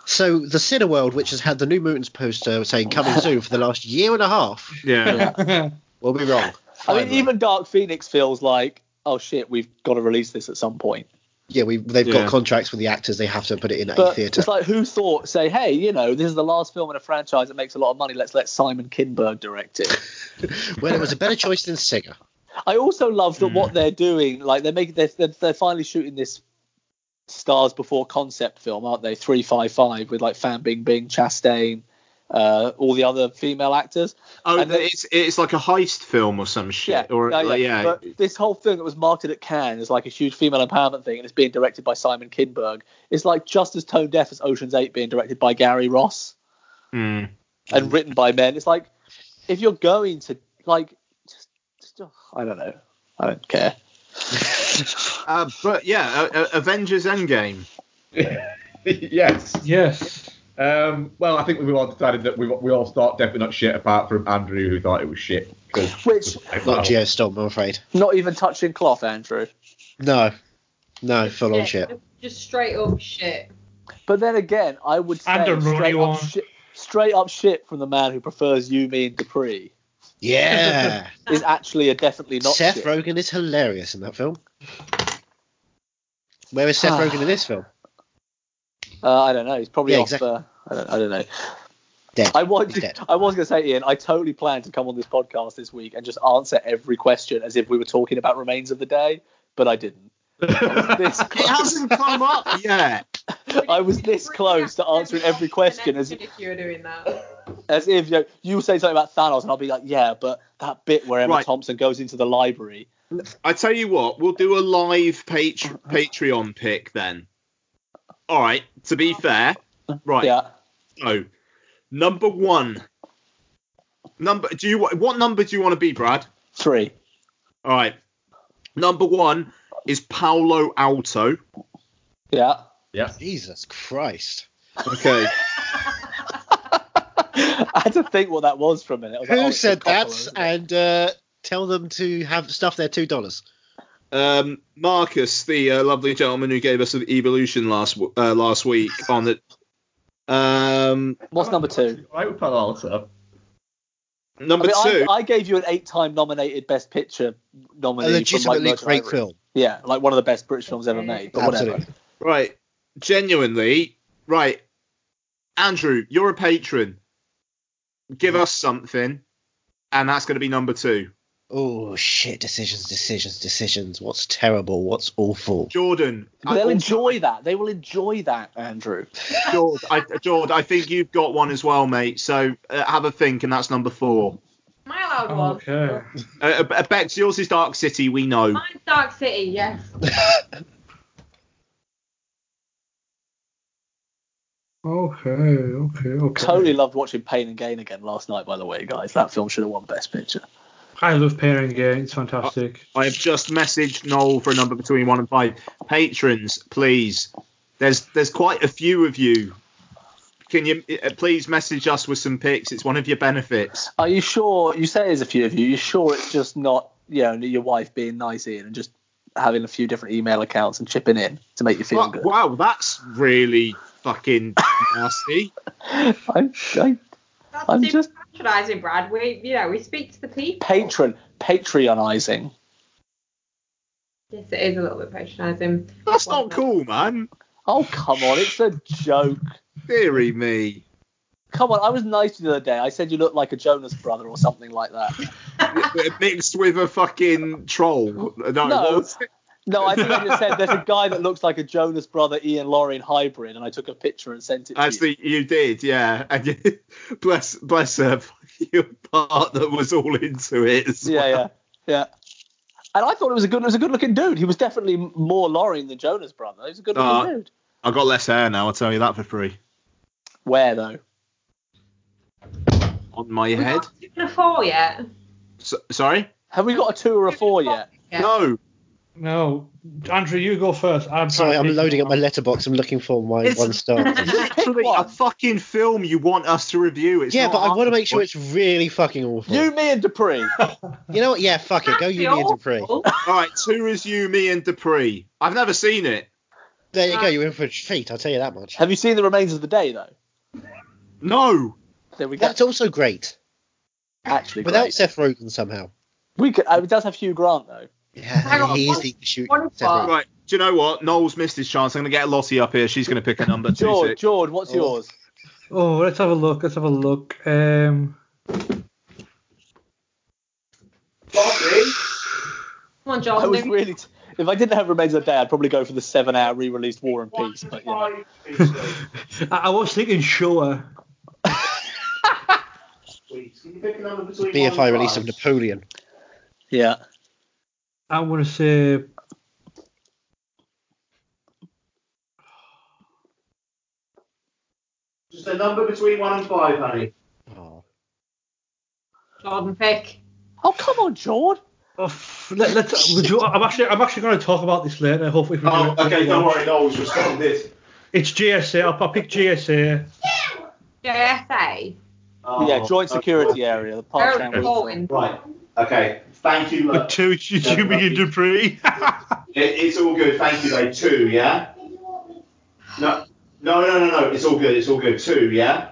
Speaker 6: So the Cineworld, which has had the New Mutants poster saying coming soon for the last year and a half,
Speaker 5: Yeah.
Speaker 6: will be wrong.
Speaker 11: I mean,
Speaker 6: Finally.
Speaker 11: even Dark Phoenix feels like, oh shit, we've got to release this at some point.
Speaker 6: yeah, we they've
Speaker 5: Yeah.
Speaker 6: got contracts with the actors; they have to put it in a
Speaker 11: But
Speaker 6: theatre.
Speaker 11: it's like, who thought, say, hey, you know, this is the last film in a franchise that makes a lot of money. Let's let Simon Kinberg direct it.
Speaker 6: well, it was a better choice than Singer.
Speaker 11: I also love that
Speaker 5: Hmm.
Speaker 11: what they're doing, like they're making, they're, they're, they're finally shooting this Stars Before concept film, aren't they? Three five five with like Fan Bing Bing, Chastain, uh, all the other female actors.
Speaker 5: Oh,
Speaker 11: And then-
Speaker 5: it's it's like a heist film or some shit. or
Speaker 11: no,
Speaker 5: like, yeah.
Speaker 11: But this whole thing that was marketed at Cannes as like a huge female empowerment thing, and it's being directed by Simon Kinberg. It's like just as tone deaf as Ocean's Eight being directed by Gary Ross
Speaker 5: Hmm.
Speaker 11: and written by men. It's like if you're going to like, just, just I don't know, I don't care.
Speaker 5: Uh, but yeah, uh, uh, Avengers Endgame.
Speaker 1: yes.
Speaker 4: Yes.
Speaker 1: Um, well, I think we've all decided that we, we all thought definitely not shit, apart from Andrew, who thought it was shit. 'Cause-
Speaker 11: Which
Speaker 6: Not Geostorm, I'm afraid.
Speaker 11: Not even touching cloth, Andrew.
Speaker 6: No, no, full on shit.
Speaker 3: Just straight up shit.
Speaker 11: But then again, I would say
Speaker 4: And a runny
Speaker 11: straight up,
Speaker 4: one.
Speaker 11: shit, straight up shit from the man who prefers you, me, and Dupree
Speaker 6: Yeah,
Speaker 11: is actually a definitely not
Speaker 6: Seth
Speaker 11: shit.
Speaker 6: Rogen is hilarious in that film. Where is Seth Rogen in this film?
Speaker 11: Uh, I don't know. He's probably
Speaker 6: Yeah,
Speaker 11: off.
Speaker 6: exactly.
Speaker 11: Uh, I don't. I don't know.
Speaker 6: Dead.
Speaker 11: I was.
Speaker 6: He's dead.
Speaker 11: I was going to say, Ian. I totally planned to come on this podcast this week and just answer every question as if we were talking about Remains of the Day, but I didn't. I was this
Speaker 5: It
Speaker 11: close,
Speaker 5: hasn't come up yet.
Speaker 11: I was this close to answering every question as
Speaker 3: Connection If you were doing that.
Speaker 11: as if you, know, you say something about Thanos, and I'll be like, yeah, but that bit where Emma
Speaker 5: Right.
Speaker 11: Thompson goes into the library.
Speaker 5: I tell you what, we'll do a live page, Patreon pick then. All right. To be fair, right.
Speaker 11: Yeah.
Speaker 5: So, number one. Number. Do you wa- what number do you want to be, Brad?
Speaker 11: Three.
Speaker 5: All right. Number one is Paolo Alto.
Speaker 11: Yeah.
Speaker 1: yeah.
Speaker 6: Jesus Christ.
Speaker 5: Okay.
Speaker 11: I had to think what that was for a minute. I was like, oh,
Speaker 6: Who
Speaker 11: it's
Speaker 6: said
Speaker 11: a couple,
Speaker 6: that?
Speaker 11: isn't it?
Speaker 6: And uh, tell them to have stuff their two dollars.
Speaker 5: Um, Marcus, the uh, lovely gentleman who gave us an evolution last w- uh, last week on the. Um,
Speaker 11: What's number two?
Speaker 1: All right with Palo Alto.
Speaker 5: number
Speaker 11: I,
Speaker 5: two.
Speaker 11: mean, I, I gave you an eight-time nominated Best Picture
Speaker 6: A
Speaker 11: nominee. from
Speaker 6: legitimately
Speaker 11: Mike Merchant
Speaker 6: great
Speaker 11: Ivory.
Speaker 6: film.
Speaker 11: Yeah, like one of the best British films ever made. But whatever.
Speaker 6: Absolutely.
Speaker 5: Right. Genuinely. Right. Andrew, you're a patron. Give us something, and that's going to be number two.
Speaker 6: Oh shit! Decisions, decisions, decisions. What's terrible? What's awful?
Speaker 5: Jordan.
Speaker 11: But they'll
Speaker 5: I-
Speaker 11: enjoy that. They will enjoy that, Andrew.
Speaker 5: Jord, I, Jord, I think you've got one as well, mate. So uh, have a think, and that's number four.
Speaker 3: Am I allowed one?
Speaker 4: Oh, Okay.
Speaker 5: Uh, uh, Bex, yours is Dark City. We know.
Speaker 3: Mine's Dark City, yes.
Speaker 4: Okay. Okay. Okay.
Speaker 11: Totally loved watching Pain and Gain again last night, by the way, guys. That film should have won Best Picture.
Speaker 4: I love pairing game. It's fantastic.
Speaker 5: I have just messaged Noel for a number between one and five. Patrons, please. There's there's quite a few of you. Can you uh, please message us with some pics? It's one of your benefits.
Speaker 11: Are you sure? You say there's a few of you. You sure it's just not, you know, your wife being nice, Ian, and just having a few different email accounts and chipping in to make you feel
Speaker 5: Wow,
Speaker 11: good?
Speaker 5: wow, that's really fucking nasty.
Speaker 11: I'm, i
Speaker 3: That's
Speaker 11: I'm
Speaker 3: I'm
Speaker 11: just-
Speaker 3: just patronising, Brad. We, you know, we speak to the people.
Speaker 11: patron patreonizing.
Speaker 3: Yes, it is a little bit patronising.
Speaker 5: That's not cool, man.
Speaker 11: Oh come on, it's a joke.
Speaker 5: Deary me.
Speaker 11: Come on, I was nice to you the other day. I said you look like a Jonas brother or something like that.
Speaker 5: Mixed with a fucking troll. No, what
Speaker 11: No,
Speaker 5: was
Speaker 11: no, I think I just said there's a guy that looks like a Jonas brother Ian Lorraine hybrid, and I took a picture and sent it. to
Speaker 5: Actually, you did, yeah. And you, bless, bless her, your partner was all into it. As
Speaker 11: Yeah,
Speaker 5: well.
Speaker 11: yeah, yeah. And I thought it was a good, it was a good-looking dude. He was definitely more Lorraine than Jonas brother. He was a
Speaker 5: Ah.
Speaker 11: good-looking dude.
Speaker 5: I got less hair now. I'll tell you that for free.
Speaker 11: Where though?
Speaker 5: On my head.
Speaker 3: Can four yet?
Speaker 5: So, sorry.
Speaker 11: Have we got a two or a four yet?
Speaker 3: Yeah.
Speaker 5: No.
Speaker 4: No, Andrew, you go first. I'm
Speaker 6: Sorry, I'm loading up my letterbox. I'm looking for my
Speaker 5: It's-
Speaker 6: one star.
Speaker 5: Literally a fucking film you want us to review. It's
Speaker 6: yeah,
Speaker 5: not
Speaker 6: but I
Speaker 5: hard
Speaker 6: want to make sure
Speaker 5: watch.
Speaker 6: it's really fucking awful. You,
Speaker 11: You, me, and Dupree.
Speaker 6: know what? Yeah, fuck it. Go
Speaker 3: That'd be
Speaker 6: you, me, and Dupree.
Speaker 3: awful.
Speaker 5: All right, two is you, me, and Dupree. I've never seen it.
Speaker 6: There you go. You're in for a treat. I'll tell you that much.
Speaker 11: Have you seen the remains of the day though?
Speaker 5: No.
Speaker 11: There we go.
Speaker 6: That's also great.
Speaker 11: Actually,
Speaker 6: Without
Speaker 11: great.
Speaker 6: Seth Rogen somehow.
Speaker 11: we could. uh, It does have Hugh Grant though.
Speaker 3: Hang
Speaker 6: Yeah,
Speaker 3: on,
Speaker 6: he's
Speaker 3: one-
Speaker 6: the issue.
Speaker 3: one
Speaker 6: Seth
Speaker 11: Oh.
Speaker 3: bar.
Speaker 6: Rogen.
Speaker 5: Right. Do you know what? Noel's missed his chance. I'm gonna get Lottie up here. She's gonna pick a number two.
Speaker 11: George,
Speaker 5: six.
Speaker 11: George, what's
Speaker 6: Oh.
Speaker 11: yours?
Speaker 4: Oh, let's have a look. Let's have a look. Um,
Speaker 3: Come on,
Speaker 11: I
Speaker 3: Jordan.
Speaker 11: was really. T- if I didn't have Remains of the Day, I'd probably go for the seven-hour re-released War and Peace. But you know.
Speaker 4: I, I was thinking Shoah.
Speaker 6: BFI release of Napoleon.
Speaker 11: yeah.
Speaker 4: I want to say.
Speaker 5: Just a number between one and five, honey.
Speaker 6: Oh.
Speaker 3: Jordan Pick.
Speaker 11: Oh come on, George.
Speaker 4: Oh, f- let, let's. would you- I'm actually. I'm actually going to talk about this later. Hopefully. if we
Speaker 5: Oh,
Speaker 4: do it-
Speaker 5: okay. Don't worry. Noel's responded.
Speaker 4: It's GSA. I'll, I'll pick GSA.
Speaker 3: JSA.
Speaker 5: Oh,
Speaker 11: yeah, joint security area. The park
Speaker 3: Very
Speaker 11: Chan-
Speaker 3: important.
Speaker 5: Right. Okay. Thank you.
Speaker 4: With
Speaker 5: Look,
Speaker 4: two, Jimmy and Dupree.
Speaker 5: it, it's all good. Thank you, though. Two, yeah. No, no, no, no, no. It's all good. It's all good. Two, yeah.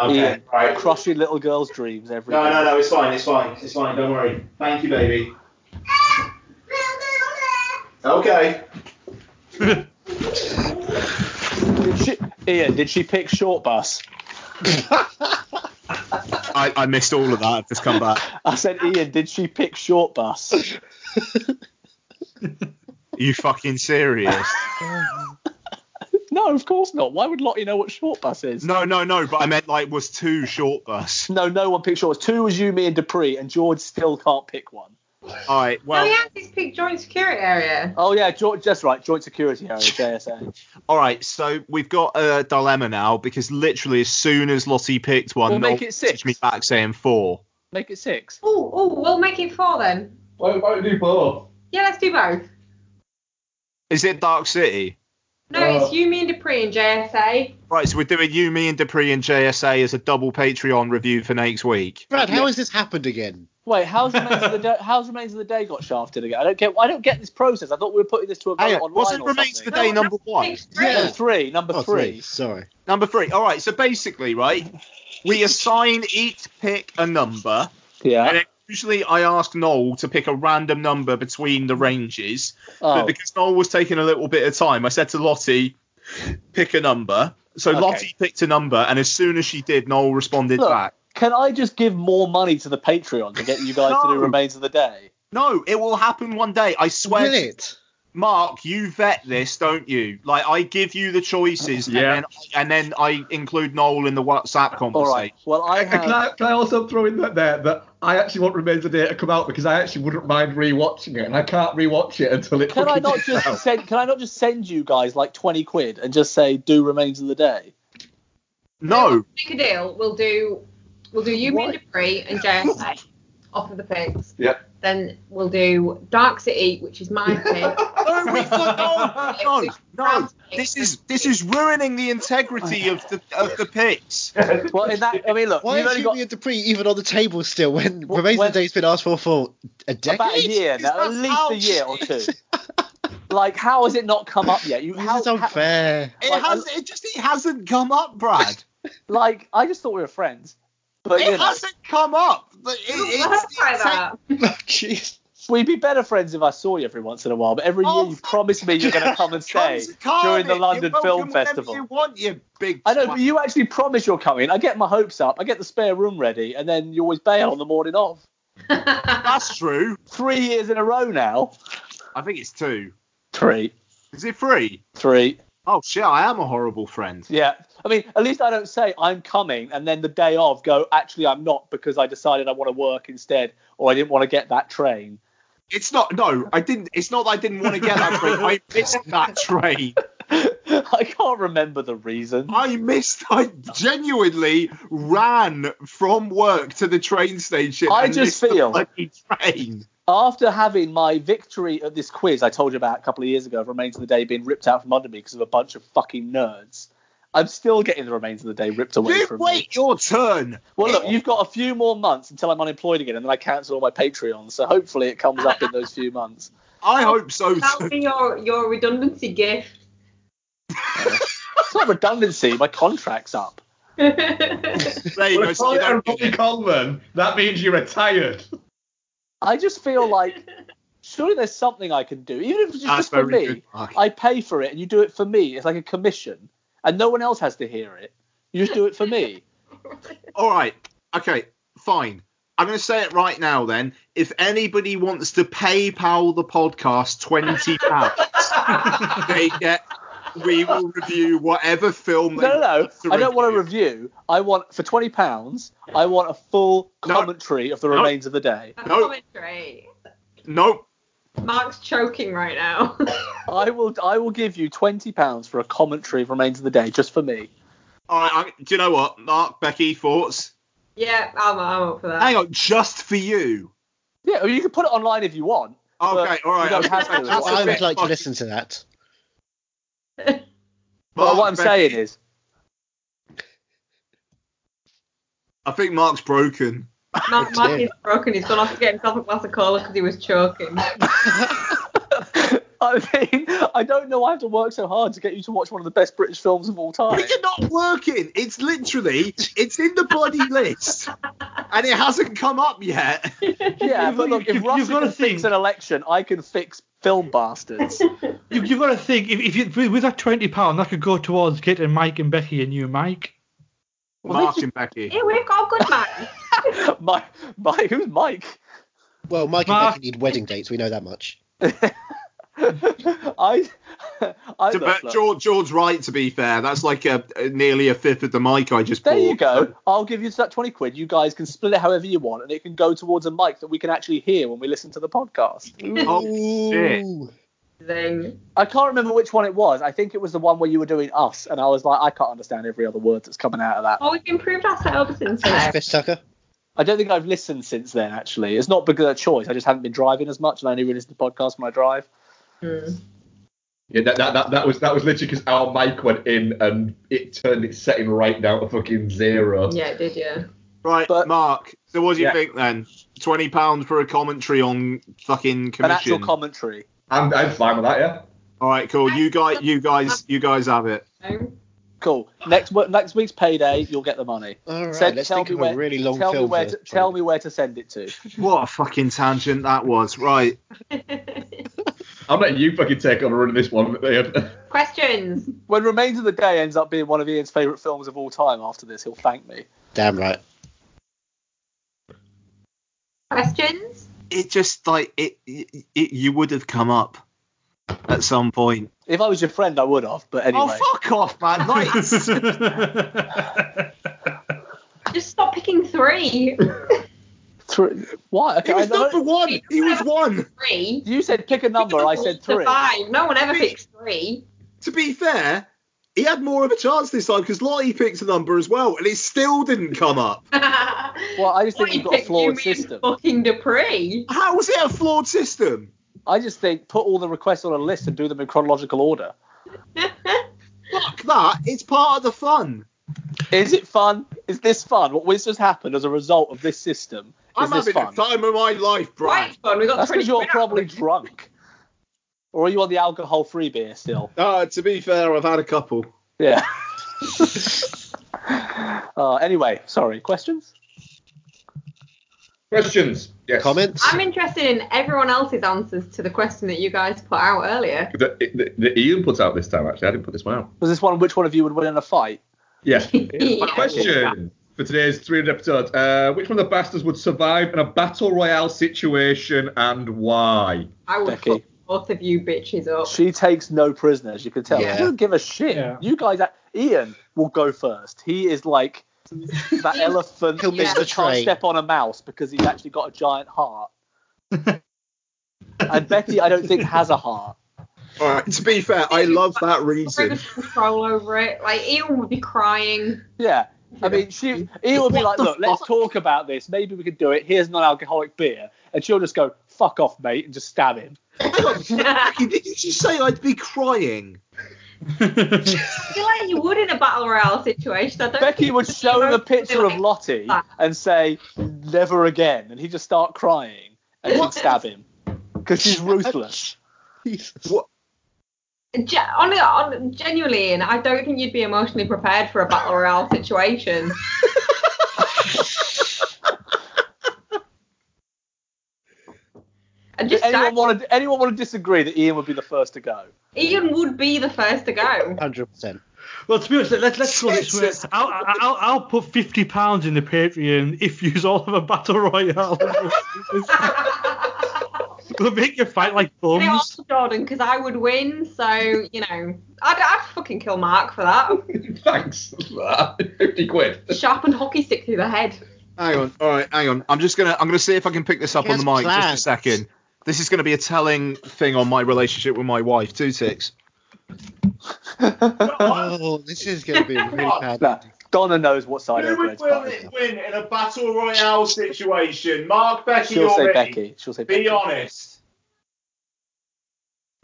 Speaker 5: Okay.
Speaker 11: Ian,
Speaker 5: Right.
Speaker 11: Crushing little girls' dreams every
Speaker 5: No,
Speaker 11: day.
Speaker 5: no, no. It's fine. It's fine. It's fine. Don't worry. Thank you, baby. Okay.
Speaker 11: Did she, Ian, did she pick short bus?
Speaker 5: I, I missed all of that. I've just come back.
Speaker 11: I said, Ian, did she pick short bus?
Speaker 5: you fucking serious?
Speaker 11: no, of course not. Why would Lottie know what short bus is?
Speaker 5: No, no, no. But I meant like was two short bus.
Speaker 11: no, no one picked short bus. Two was you, me, and Dupree, and George still can't pick one.
Speaker 5: All right.
Speaker 3: Oh,
Speaker 5: Well.
Speaker 3: yeah, this big joint security area.
Speaker 11: Oh yeah, George, that's right. Joint security area, JSA.
Speaker 5: All right. So we've got a dilemma now because literally as soon as Lottie picked one,
Speaker 11: We'll make
Speaker 5: Noel
Speaker 11: it six.
Speaker 5: messaged me back saying four.
Speaker 11: Make it six.
Speaker 3: Oh, oh, we'll make it four then.
Speaker 1: Why won't do both?
Speaker 3: Yeah, let's do both.
Speaker 5: Is it Dark City?
Speaker 3: No,
Speaker 1: Oh.
Speaker 3: it's you, me, and Dupree and JSA.
Speaker 5: Right, so we're doing you, me, and Dupree and JSA as a double Patreon review for next week.
Speaker 6: Brad, how has this happened again?
Speaker 11: Wait, how's Remains of the Day? How's Remains of the Day got shafted again? I don't get. I don't get this process. I thought we were putting this to a vote
Speaker 5: Hang on,
Speaker 11: online
Speaker 5: wasn't
Speaker 11: or
Speaker 5: Remains of the
Speaker 11: something.
Speaker 5: Day
Speaker 3: No,
Speaker 5: number one?
Speaker 3: Six, three.
Speaker 6: Yeah.
Speaker 11: Number three, number
Speaker 6: Oh,
Speaker 11: three.
Speaker 6: three. Sorry.
Speaker 5: Number three. All right, so basically, right, we assign each pick a number, and
Speaker 11: Yeah.
Speaker 5: then usually I ask Noel to pick a random number between the ranges. But
Speaker 11: Oh,
Speaker 5: because Noel was taking a little bit of time, I said to Lottie, pick a number. So
Speaker 11: Okay.
Speaker 5: Lottie picked a number, and as soon as she did, Noel responded
Speaker 11: Look,
Speaker 5: back.
Speaker 11: can I just give more money to the Patreon to get you guys to do
Speaker 5: No.
Speaker 11: Remains of the Day?
Speaker 5: No, it will happen one day. I swear.
Speaker 6: Will
Speaker 5: to
Speaker 6: it?
Speaker 5: Mark, you vet this, don't you? Like I give you the choices,
Speaker 1: Yeah.
Speaker 5: and, then, and then I include Noel in the WhatsApp conversation.
Speaker 11: All right. Well, I
Speaker 1: And Uh, Can I,
Speaker 11: have.
Speaker 1: can I also throw in that there that I actually want Remains of the Day to come out because I actually wouldn't mind rewatching it, and I can't rewatch it until it.
Speaker 11: Can I
Speaker 1: fucking
Speaker 11: not
Speaker 1: gets
Speaker 11: just
Speaker 1: out.
Speaker 11: send? Can I not just send you guys like twenty quid and just say do Remains of the Day?
Speaker 5: No,
Speaker 3: Make a deal. We'll do. We'll do you, me,
Speaker 11: Why?
Speaker 3: and Dupree and JSA off of the picks.
Speaker 1: Yep.
Speaker 3: Then we'll do Dark City, which is my pick.
Speaker 5: no, we thought- no, no, no.
Speaker 3: Brown's pick.
Speaker 5: This is this is ruining the integrity of the of the picks.
Speaker 11: Well, in that, I mean, look,
Speaker 6: Why
Speaker 11: you've
Speaker 6: is
Speaker 11: only got
Speaker 6: Hugo Dupree even on the table still when
Speaker 11: Wh-
Speaker 6: Remains
Speaker 11: when-
Speaker 6: of the Day's been asked for for a decade?
Speaker 11: about a year now, at
Speaker 5: Is that
Speaker 11: least
Speaker 5: how
Speaker 11: a year or two. like, how has it not come up yet? You,
Speaker 6: This
Speaker 11: how,
Speaker 6: is
Speaker 11: how-
Speaker 6: unfair.
Speaker 5: It
Speaker 11: Like,
Speaker 5: has it just it hasn't come up, Brad.
Speaker 11: like, I just thought we were friends, but you
Speaker 5: It
Speaker 11: know,
Speaker 5: hasn't come up. But it-
Speaker 3: We'll
Speaker 5: it's the
Speaker 3: clarify
Speaker 5: exact-
Speaker 3: that.
Speaker 6: Jeez.
Speaker 11: We'd be better friends if I saw you every once in a while, but every year you promise me you're going to come and stay during the London Film Festival.
Speaker 5: You want you big.
Speaker 11: I know, but you actually promise you're coming. I get my hopes up. I get the spare room ready, and then you always bail on the morning of.
Speaker 5: That's true.
Speaker 11: Three years in a row now.
Speaker 5: I think it's two.
Speaker 11: Three.
Speaker 5: Is it three?
Speaker 11: Three.
Speaker 5: Oh shit! I am a horrible friend.
Speaker 11: Yeah. I mean, at least I don't say I'm coming and then the day of go, actually, I'm not because I decided I want to work instead or I didn't want to get that train.
Speaker 5: It's not. No, I didn't. It's not that I didn't want to get that train. I missed that train.
Speaker 11: I can't remember the reason.
Speaker 5: I missed. I genuinely ran from work to the train station.
Speaker 11: I
Speaker 5: and
Speaker 11: just
Speaker 5: missed the
Speaker 11: feel-
Speaker 5: bloody train.
Speaker 11: After having my victory at this quiz I told you about a couple of years ago, of Remains of the Day being ripped out from under me because of a bunch of fucking nerds, I'm still getting the Remains of the Day ripped away
Speaker 5: You
Speaker 11: from me.
Speaker 5: wait your turn.
Speaker 11: Well, look, you've got a few more months until I'm unemployed again, and then I cancel all my Patreons. So hopefully it comes up in those few months.
Speaker 5: I hope so.
Speaker 3: That'll
Speaker 5: Too.
Speaker 3: be your, your redundancy gift.
Speaker 11: It's not redundancy. My contract's up.
Speaker 5: There you
Speaker 1: Well,
Speaker 5: go.
Speaker 1: if
Speaker 5: so you
Speaker 1: I am
Speaker 5: don't
Speaker 1: Bobby
Speaker 5: get it.
Speaker 1: Coleman, that means you're retired.
Speaker 11: I just feel like surely there's something I can do, even if it's
Speaker 5: That's
Speaker 11: just for
Speaker 5: very
Speaker 11: me.
Speaker 5: good, Mark.
Speaker 11: I pay for it, and you do it for me. It's like a commission, and no one else has to hear it. You just do it for me.
Speaker 5: All right. Okay. Fine. I'm going to say it right now. Then, if anybody wants to PayPal the podcast twenty pounds, they get. We will review whatever film.
Speaker 11: No,
Speaker 5: they
Speaker 11: no,
Speaker 5: want us
Speaker 11: no. I don't want to review. I want for twenty pounds. I want a full
Speaker 5: No.
Speaker 11: commentary of the
Speaker 5: No.
Speaker 11: remains of the day.
Speaker 3: A
Speaker 5: No.
Speaker 3: commentary.
Speaker 5: Nope.
Speaker 3: Mark's choking right now.
Speaker 11: I will. I will give you twenty pounds for a commentary of remains of the day, just for me.
Speaker 5: All right. I'm, do you know what, Mark, Becky, thoughts?
Speaker 3: yeah, I'm, I'm up for that.
Speaker 5: Hang on, just for you.
Speaker 11: Yeah, or you can put it online if you want.
Speaker 5: Okay.
Speaker 11: But
Speaker 5: All right.
Speaker 11: you don't
Speaker 5: I was
Speaker 11: have
Speaker 5: gonna
Speaker 11: to.
Speaker 5: say, that's a
Speaker 6: I
Speaker 5: bit
Speaker 6: would like to
Speaker 5: fucking-
Speaker 6: listen to that.
Speaker 11: But what I'm
Speaker 5: Mark, Becky,
Speaker 11: saying is,
Speaker 5: I think Mark's broken.
Speaker 3: Mark, Mark
Speaker 6: Yeah.
Speaker 3: is broken. He's gone off to get himself a glass of cola because he was choking.
Speaker 11: I mean, I don't know. why I have to work so hard to get you to watch one of the best British films of all time.
Speaker 5: But you're not working. It's literally, it's in the bloody list, and it hasn't come up yet.
Speaker 11: yeah,
Speaker 4: You've-
Speaker 11: but look, if
Speaker 4: you've- you've
Speaker 11: Russia
Speaker 4: gotta
Speaker 11: can fix
Speaker 4: think.
Speaker 11: an election, I can fix film bastards.
Speaker 4: You, you've got to think if, if you with that twenty pound, that could go towards getting Mike and Becky a new mic.
Speaker 5: Mark and Becky.
Speaker 3: Here we've got a good man.
Speaker 11: Mike, Mike, who's Mike?
Speaker 6: Well, Mike and
Speaker 4: Mark-
Speaker 6: Becky need wedding dates. We know that much.
Speaker 11: I, I
Speaker 5: To,
Speaker 11: look,
Speaker 5: but
Speaker 11: look.
Speaker 5: George, George's right. To be fair, that's like a, a- nearly a fifth of the mic I just.
Speaker 11: There
Speaker 5: bought.
Speaker 11: you go. I'll give you that twenty quid. You guys can split it however you want, and it can go towards a mic that we can actually hear when we listen to the podcast.
Speaker 5: Oh shit!
Speaker 6: Ooh.
Speaker 3: Zing.
Speaker 11: I can't remember which one it was. I think it was the one where you were doing us, and I was like, I can't understand every other word that's coming out of that.
Speaker 3: Oh, we've improved our setup since
Speaker 11: Uh,
Speaker 3: then.
Speaker 6: Chris Tucker.
Speaker 11: I don't think I've listened since then. Actually, it's not because of choice. I just haven't been driving as much, and I only really listen to podcasts when I drive.
Speaker 3: Hmm.
Speaker 1: Yeah, that, that, that, that was that was literally because our mic went in and it turned its setting right down to fucking zero.
Speaker 3: Yeah, it did you?
Speaker 5: Right,
Speaker 11: But-
Speaker 5: Mark. So what do you
Speaker 11: Yeah.
Speaker 5: think then? Twenty pound for a commentary on fucking
Speaker 11: An actual
Speaker 5: commission.
Speaker 11: commentary.
Speaker 1: I'm, I'm fine with that, yeah.
Speaker 5: All right, cool. You guys, you guys, you guys have it.
Speaker 3: No.
Speaker 11: Cool. Next wo- next week's payday, you'll get the money.
Speaker 6: All right,
Speaker 11: Send-
Speaker 6: let's
Speaker 11: tell
Speaker 6: think
Speaker 11: me
Speaker 6: of
Speaker 11: where-
Speaker 6: a really long
Speaker 11: tell
Speaker 6: film.
Speaker 11: me where
Speaker 6: for-
Speaker 11: to, tell me where to send it to.
Speaker 5: What a fucking tangent that was. Right.
Speaker 1: I'm letting you fucking take over running this one. Ian.
Speaker 3: Questions.
Speaker 11: When Remains of the Day ends up being one of Ian's favourite films of all time, after this, he'll thank me.
Speaker 6: Damn right.
Speaker 3: Questions.
Speaker 5: It just like it, it, it you would have come up at some point.
Speaker 11: If I was your friend, I would have. But anyway,
Speaker 5: Oh, fuck off, man. Nice.
Speaker 3: Just stop picking three.
Speaker 11: Three- why? Okay,
Speaker 5: he was
Speaker 11: I know-
Speaker 5: number one. He was one.
Speaker 3: Three.
Speaker 11: you said pick a number. I said
Speaker 3: To
Speaker 11: three.
Speaker 3: Five. No one ever picks three.
Speaker 5: To be fair, he had more of a chance this time because Lottie picked a number as well, and it still didn't come up.
Speaker 3: well,
Speaker 11: I just think you've got a flawed system.
Speaker 3: Fucking Dupree.
Speaker 5: How was it a flawed system?
Speaker 11: I just think put all the requests on a list and do them in chronological order.
Speaker 5: Fuck that. It's part of the fun.
Speaker 11: Is it fun? Is this fun? What has just happened as a result of this system? Is
Speaker 5: I'm
Speaker 11: this
Speaker 5: having
Speaker 11: fun?
Speaker 5: the time of my life, Brad.
Speaker 3: Right, fun. We got
Speaker 11: That's
Speaker 3: 20
Speaker 11: because you're
Speaker 3: quid out
Speaker 11: probably
Speaker 3: of it.
Speaker 11: drunk. Or are you on the alcohol-free beer still?
Speaker 5: Uh, to be fair, I've had a couple.
Speaker 11: Yeah. uh, anyway, sorry. Questions?
Speaker 1: Questions? Yes.
Speaker 6: Comments?
Speaker 3: I'm interested in everyone else's answers to the question that you guys put out earlier.
Speaker 1: The, the, the Ian put out this time, actually. I didn't put this one out.
Speaker 11: Was this one? Which one of you would win in a fight?
Speaker 1: Yeah.
Speaker 3: Yeah.
Speaker 1: Question for today's 300 episode. Uh, which one of the bastards would survive in a battle royale situation and why?
Speaker 3: I would
Speaker 11: Becky.
Speaker 3: fuck both of you bitches up.
Speaker 11: She takes no prisoners. You can tell.
Speaker 6: Yeah.
Speaker 11: She doesn't give a shit. You guys, Ian will go first. He is like that elephant
Speaker 6: He'll
Speaker 11: that
Speaker 6: miss the
Speaker 11: can't
Speaker 6: train.
Speaker 11: step on a mouse because he's actually got a giant heart. and Betty, I don't think has a heart.
Speaker 5: All right. To be fair, I love that
Speaker 3: Bring
Speaker 5: reason.
Speaker 3: control over it. Like Ian would be crying.
Speaker 11: Yeah. I mean, she Ian will be
Speaker 5: What
Speaker 11: like,
Speaker 5: the
Speaker 11: look, let's
Speaker 5: fuck?
Speaker 11: talk about this. Maybe we could do it. Here's non-alcoholic beer, and she'll just go, fuck off, mate, and just stab him.
Speaker 5: Becky, Did you just say I'd be crying?
Speaker 3: I feel like you would in a battle royale situation. I don't
Speaker 11: Becky
Speaker 3: think
Speaker 11: would
Speaker 3: you'd be
Speaker 11: show him a
Speaker 3: emotionally
Speaker 11: picture of
Speaker 3: like-
Speaker 11: Lottie and say, never again, and he'd just start crying and she'd
Speaker 3: What?
Speaker 11: stab him because she's ruthless.
Speaker 5: What?
Speaker 3: Ge- on, on, genuinely, Ian, I don't think you'd be emotionally prepared for a battle royale situation. and just
Speaker 11: anyone
Speaker 3: anyone
Speaker 11: want to anyone want to disagree that Ian would be the first to go?
Speaker 3: Ian would be the first to go.
Speaker 6: Hundred percent.
Speaker 4: Well, to be honest, let's let's go this way.
Speaker 5: Jesus.
Speaker 4: I'll, I'll I'll- I'll put fifty pounds in the Patreon if you all have a battle royale. we'll make you fight like
Speaker 3: They
Speaker 4: bums.
Speaker 3: asked Jordan because I would win, so you know I'd, I'd fucking kill Mark for that.
Speaker 1: Thanks. for that. 50 quid.
Speaker 3: Sharpened hockey stick through the head.
Speaker 5: Hang on. All right, hang on. I'm just gonna I'm gonna see if I can pick this up
Speaker 6: He
Speaker 5: on the
Speaker 6: has
Speaker 5: mic
Speaker 6: plans.
Speaker 5: just a second. This is gonna be a telling thing on my relationship with my wife. Two ticks.
Speaker 6: Oh, this is going to be really bad.
Speaker 11: Nah, Donna knows what side
Speaker 12: Who
Speaker 11: everyone's
Speaker 12: would win,
Speaker 11: party.
Speaker 12: win in a battle royale situation? Mark, Becky,
Speaker 11: She'll
Speaker 12: or
Speaker 11: say
Speaker 12: me?
Speaker 11: Becky. She'll say Becky.
Speaker 12: Be honest.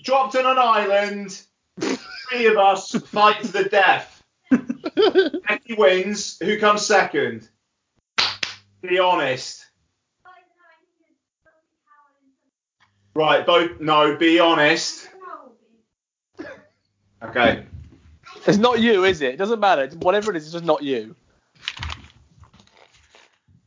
Speaker 12: Dropped on an island. Three of us fight to the death. Becky wins. Who comes second? Be honest. Right, both. No, be honest. Okay.
Speaker 11: It's not you, is it? It doesn't matter. It's whatever it is, it's just not you.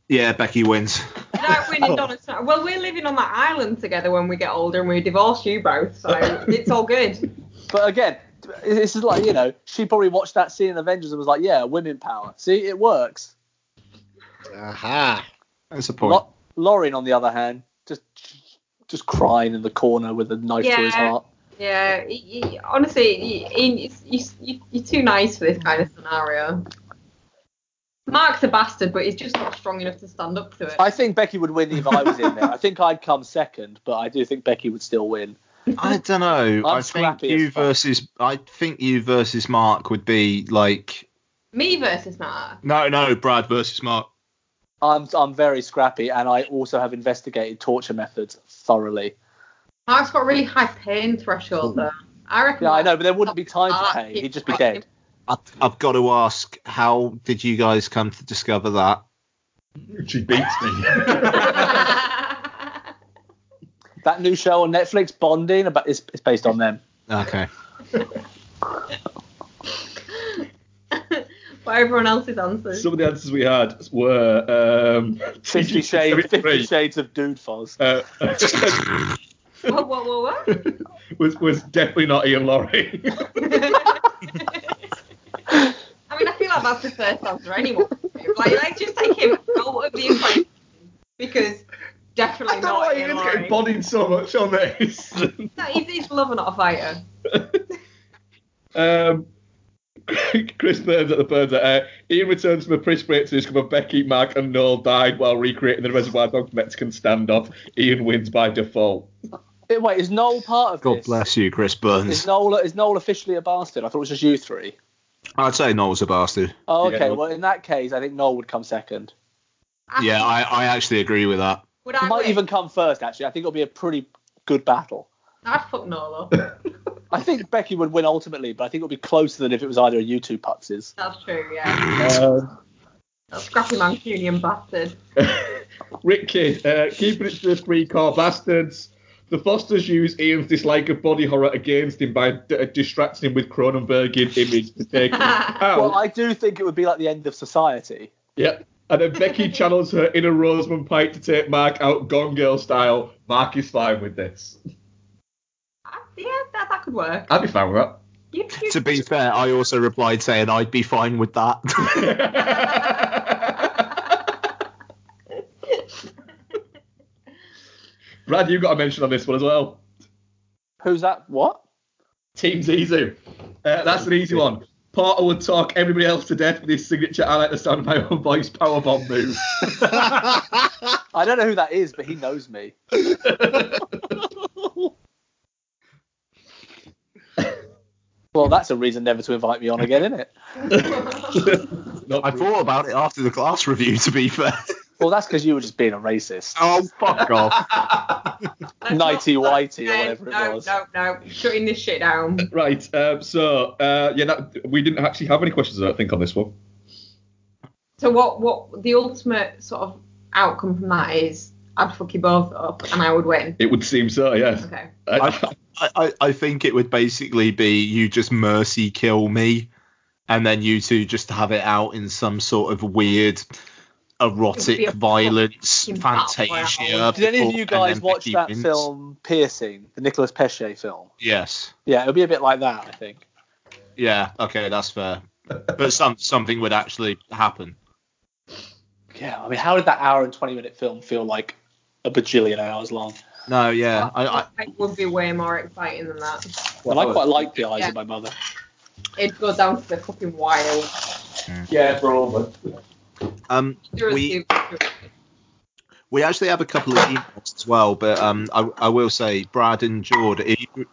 Speaker 5: Yeah, Becky wins.
Speaker 3: You know, we
Speaker 11: Oh.
Speaker 3: need Donna Snow- Well, we're living on that island together when we get older, and we divorce you both, so it's all good.
Speaker 11: But again, this is like you know, she probably watched that scene in Avengers and was like, yeah, women power. See, it works.
Speaker 6: Aha.
Speaker 5: That's a point.
Speaker 11: Lo- Lauren, on the other hand, just just crying in the corner with a knife through his
Speaker 3: Yeah.
Speaker 11: heart.
Speaker 3: Yeah, y- y- honestly, y- Ian, it's- you, you, you're too nice for this kind of scenario. Mark's a bastard, but he's just not strong enough to stand up to it.
Speaker 11: I think Becky would win if I was in there. I think I'd come second, but I do think Becky would still win.
Speaker 5: I don't know. i think
Speaker 11: scrappy
Speaker 5: you
Speaker 11: as fuck.
Speaker 5: versus I think you versus Mark would be like
Speaker 3: Me versus Mark.
Speaker 5: no no Brad versus Mark.
Speaker 11: I'm I'm very scrappy, and I also have investigated torture methods thoroughly.
Speaker 3: Mark's got really high pain threshold, though. I reckon.
Speaker 11: Yeah, I
Speaker 3: Mark-
Speaker 11: know, but there wouldn't be time
Speaker 3: Ah,
Speaker 11: for pain. He'd just be
Speaker 3: right.
Speaker 11: dead.
Speaker 5: I, I've got to ask, how did you guys come to discover that?
Speaker 1: She beats me.
Speaker 11: That new show on Netflix, Bonding, about it's, it's based on them.
Speaker 5: Okay.
Speaker 3: What everyone else's answers.
Speaker 1: Some of the answers we had were um,
Speaker 11: Fifty Shades, Fifty
Speaker 1: 73.
Speaker 11: Shades of Dude Foz.
Speaker 1: Uh,
Speaker 3: Whoa, whoa, whoa, whoa.
Speaker 1: was was definitely not Ian Laurie.
Speaker 3: I mean, I feel like that's the first answer anyone. would do. Like, like just take him out of the equation because definitely
Speaker 1: I don't know
Speaker 3: not.
Speaker 1: why
Speaker 3: Ian
Speaker 1: Ian's
Speaker 3: Laurie.
Speaker 1: getting bodied so much on this.
Speaker 3: No, he's, he's a lover, not a fighter.
Speaker 1: um, Chris Burns at the Burns. Uh, Ian returns from a prison break to discover Becky, Mark, and Noel died while recreating the Reservoir Dogs Mexican standoff. Ian wins by default.
Speaker 11: Eh, Wait, is Noel part of
Speaker 5: God
Speaker 11: this?
Speaker 5: bless you, Chris Burns.
Speaker 11: Is Noel is Noel officially a bastard? I thought it was just you three.
Speaker 5: I'd say Noel's a bastard.
Speaker 11: Oh,
Speaker 1: Yeah.
Speaker 11: okay. Well, in that case, I think Noel would come second.
Speaker 3: I
Speaker 5: Yeah,
Speaker 3: think-
Speaker 5: I, I actually agree with that.
Speaker 3: would I
Speaker 11: Might
Speaker 3: win?
Speaker 11: even come first. Actually, I think it'll be a pretty good battle.
Speaker 3: I'd fuck Nola.
Speaker 11: I think Becky would win ultimately, but I think it'll be closer than if it was either of you two putzes.
Speaker 3: That's true, yeah.
Speaker 11: Uh,
Speaker 1: Um,
Speaker 3: That scrappy Mancunian bastard.
Speaker 1: Rick Kidd, uh, keeping it to the three core bastards. The Fosters use Ian's dislike of body horror against him by d- uh, distracting him with Cronenbergian image to take him out.
Speaker 11: Well, I do think it would be like the end of society.
Speaker 1: Yep. And then Becky channels her inner Rosamund Pike to take Mark out Gone Girl style. Mark is fine with this.
Speaker 3: Yeah, that, that could work.
Speaker 1: I'd be fine with that.
Speaker 3: You, you,
Speaker 5: to be fair, I also replied saying I'd be fine with that.
Speaker 1: Brad, you got a mention on this one as well.
Speaker 11: Who's that? What?
Speaker 1: Team Zizu. Uh, that's an easy one. Porter would talk everybody else to death with his signature I like the sound of my own voice powerbomb move.
Speaker 11: I don't know who that is, but he knows me. well, that's a reason never to invite me on again, isn't it?
Speaker 5: I thought about it after the class review, to be fair.
Speaker 11: Well, that's because you were just being a racist.
Speaker 5: Oh, fuck off.
Speaker 11: Nighty whitey or whatever it
Speaker 3: no,
Speaker 11: was.
Speaker 3: no, no. Shutting this shit down.
Speaker 1: Right. Um, so uh, yeah, that, we didn't actually have any questions. I don't think on this one.
Speaker 3: So what? What the ultimate sort of outcome from that is? I'd fuck you both up and I would win.
Speaker 1: It would seem so. Yes.
Speaker 3: Okay.
Speaker 1: Uh,
Speaker 5: I, I, I think it would basically be you just mercy kill me, and then you two just have it out in some sort of weird
Speaker 3: It would be a
Speaker 5: erotic violence
Speaker 3: fucking
Speaker 5: fantasia.
Speaker 3: battle.
Speaker 11: Did any of you
Speaker 5: and
Speaker 11: guys
Speaker 5: then
Speaker 11: watch
Speaker 5: Becky
Speaker 11: that
Speaker 5: wins.
Speaker 11: film Piercing, the Nicolas Pesce film?
Speaker 5: Yes.
Speaker 11: Yeah, it'll be a bit like that, I think.
Speaker 5: Yeah. Okay, that's fair. But some something would actually happen.
Speaker 11: Yeah, I mean, how did that hour and 20 minute film feel like a bajillion hours long?
Speaker 5: No, yeah. I, I,
Speaker 3: it would be way more exciting than that.
Speaker 11: and I quite like The Eyes
Speaker 3: Yeah.
Speaker 11: of My Mother.
Speaker 3: It'd go down to the fucking wild.
Speaker 12: Yeah, probably.
Speaker 5: um,
Speaker 3: There is
Speaker 5: we
Speaker 3: the-
Speaker 5: we actually have a couple of emails as well, but um, I, I will say, Brad and Jord, if you,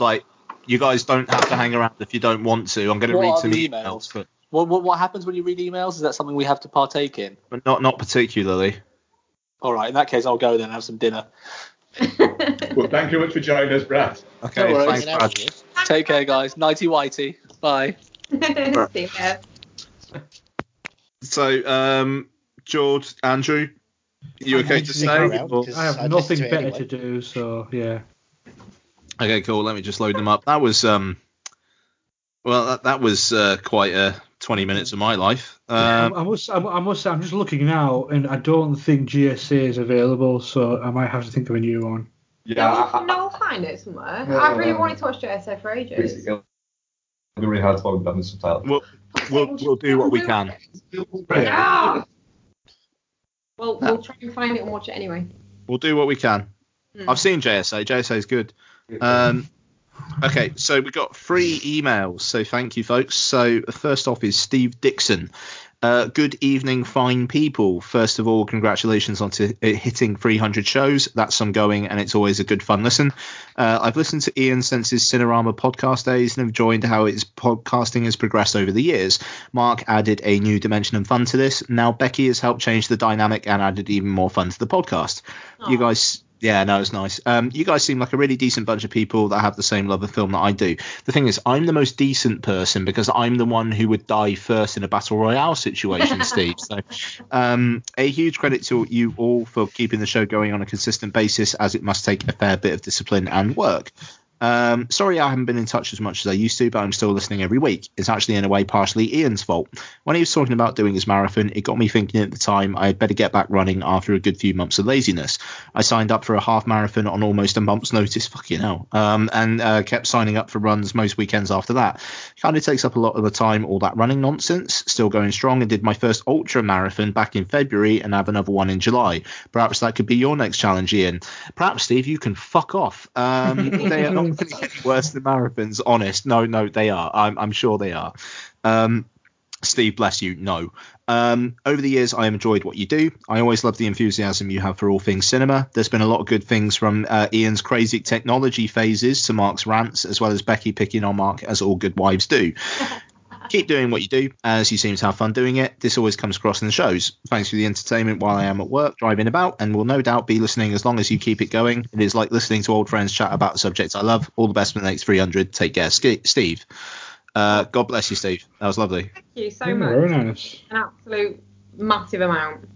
Speaker 5: like you guys don't have to hang around if you don't want to. I'm going to
Speaker 11: What
Speaker 5: read
Speaker 11: are
Speaker 5: some
Speaker 11: the
Speaker 5: emails,
Speaker 11: emails?
Speaker 5: but,
Speaker 11: What, what, what happens when you read emails? Is that something we have to partake in?
Speaker 5: but not not particularly.
Speaker 11: All right, in that case, I'll go then and have some dinner.
Speaker 1: well, thank you very much for joining us, Brad.
Speaker 5: Okay,
Speaker 11: No worries.
Speaker 5: thanks, Brad.
Speaker 11: Take care, guys. Nighty whitey. Bye.
Speaker 3: See ya.
Speaker 5: So, um, George, Andrew, you
Speaker 4: I
Speaker 5: okay
Speaker 4: need
Speaker 5: to
Speaker 4: to
Speaker 5: stay?
Speaker 4: stick
Speaker 6: around,
Speaker 5: or-
Speaker 6: 'cause
Speaker 4: I have
Speaker 6: I'd
Speaker 4: nothing
Speaker 6: listen to it
Speaker 4: better
Speaker 6: anyway.
Speaker 4: to do, so yeah.
Speaker 5: Okay, cool. Let me just load them up. That was um, well, that, that was uh, quite uh, 20 minutes of my life. Um,
Speaker 4: I, I must, I, I must say, I'm just looking now, and I don't think GSA is available, so I might have to think of a new one.
Speaker 1: Yeah.
Speaker 3: No,
Speaker 1: I-
Speaker 3: we'll- no, we'll find it somewhere.
Speaker 1: Yeah,
Speaker 3: I really
Speaker 1: yeah.
Speaker 3: wanted to watch JSA for
Speaker 1: I-
Speaker 3: ages.
Speaker 1: It'll be really hard to find them subtitles.
Speaker 5: we'll, we'll we'll do what we can.
Speaker 3: Yeah. Ah! Well, we'll try and find it and watch it anyway.
Speaker 5: We'll do what we can.
Speaker 3: Hmm.
Speaker 5: I've seen JSA. JSA is good. Um, okay, so we got three emails, so thank you, folks. So first off is Steve Dixon. Uh, good evening, fine people. First of all, congratulations on to, uh, hitting 300 shows. That's some going, and it's always a good fun listen. Uh, I've listened to Ian since his Cinerama podcast days and have joined how his podcasting has progressed over the years. Mark added a new dimension and fun to this. Now Becky has helped change the dynamic and added even more fun to the podcast. You
Speaker 3: Aw.
Speaker 5: guys. Yeah, no, it's nice. Um, you guys seem like a really decent bunch of people that have the same love of film that I do. The thing is, I'm the most decent person because I'm the one who would die first in a battle royale situation, Steve. So, um, a huge credit to you all for keeping the show going on a consistent basis, as it must take a fair bit of discipline and work. Um, sorry, I haven't been in touch as much as I used to, but I'm still listening every week. It's actually, in a way, partially Ian's fault. When he was talking about doing his marathon, it got me thinking at the time I had better get back running after a good few months of laziness. I signed up for a half marathon on almost a month's notice, fucking hell, um, and uh, kept signing up for runs most weekends after that. Kind of takes up a lot of the time, all that running nonsense. Still going strong and did my first ultra marathon back in February and have another one in July. Perhaps that could be your next challenge, Ian. Perhaps, Steve, you can fuck off. Um, they are not going to get any worse than marathons, honest. No, no, they are. I'm, I'm sure they are. Um, Steve, bless you. No. Um, over the years, I have enjoyed what you do. I always love the enthusiasm you have for all things cinema. There's been a lot of good things from uh, Ian's crazy technology phases to Mark's rants, as well as Becky picking on Mark, as all good wives do. Keep doing what you do, as you seem to have fun doing it. This always comes across in the shows. Thanks for the entertainment while I am at work, driving about, and will no doubt be listening as long as you keep it going. It is like listening to old friends chat about subjects I love. All the best for the next 300. Take care, Ski- Steve. Uh, God bless you, Steve. That was lovely.
Speaker 3: Thank you so
Speaker 4: Yeah,
Speaker 3: much.
Speaker 4: very nice.
Speaker 3: An absolute massive amount.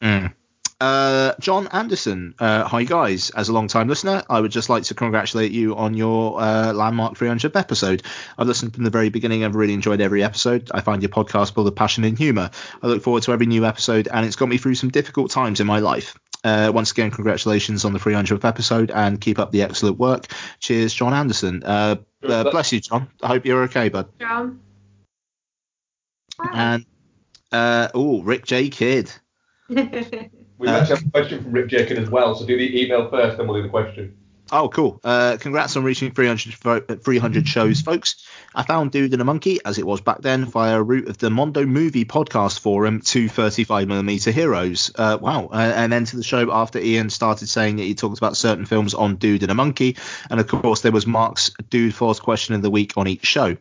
Speaker 5: Mm. Uh, John Anderson, uh, hi guys. As a long-time listener, I would just like to congratulate you on your uh, landmark 300th episode. I've listened from the very beginning. I've really enjoyed every episode. I find your podcast full of passion and humour. I look forward to every new episode, and it's got me through some difficult times in my life. Uh, once again, congratulations on the 300th episode, and keep up the excellent work. Cheers, John Anderson. Uh, uh, bless you, John. I hope you're okay, bud.
Speaker 3: John.
Speaker 5: And uh, oh, Rick J. Kidd.
Speaker 1: We actually have a question from Rick Jakin as well, so do the email first, then we'll do the question.
Speaker 5: Oh, cool. Uh, congrats on reaching 300, fo- uh, 300 shows, folks. I found Dude and a Monkey, as it was back then, via a route of the Mondo Movie Podcast Forum to 35mm Heroes. Uh, wow. Uh, and then to the show after Ian started saying that he talked about certain films on Dude and a Monkey. And of course, there was Mark's Dude Force question of the week on each show.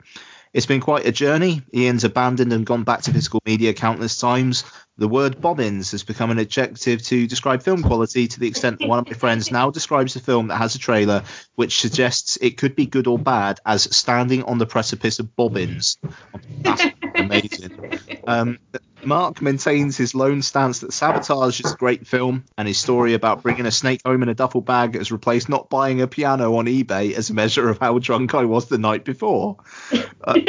Speaker 5: It's been quite a journey. Ian's abandoned and gone back to physical media countless times. The word bobbins has become an adjective to describe film quality to the extent that one of my friends now describes a film that has a trailer which suggests it could be good or bad as standing on the precipice of bobbins. That's amazing. Um, Mark maintains his lone stance that Sabotage is a great film, and his story about bringing a snake home in a duffel bag has replaced not buying a piano on eBay as a measure of how drunk I was the night before. Uh,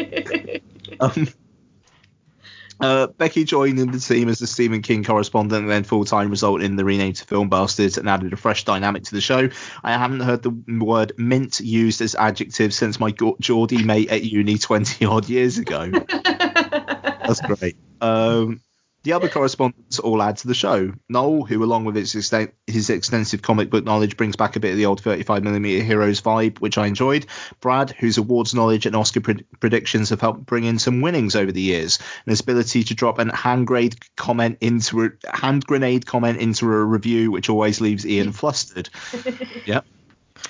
Speaker 5: um, uh, Becky joined in the team as the Stephen King correspondent and then full time, resulting in the rename to Film Bastards and added a fresh dynamic to the show. I haven't heard the word mint used as adjective since my Gau- Geordie mate at uni 20 odd years ago. That's great. Um, the other correspondents all add to the show. Noel, who along with his, exten- his extensive comic book knowledge brings back a bit of the old 35mm Heroes vibe, which I enjoyed. Brad, whose awards knowledge and Oscar pred- predictions have helped bring in some winnings over the years, and his ability to drop an hand grade comment into a hand grenade comment into a review, which always leaves Ian flustered. Yep.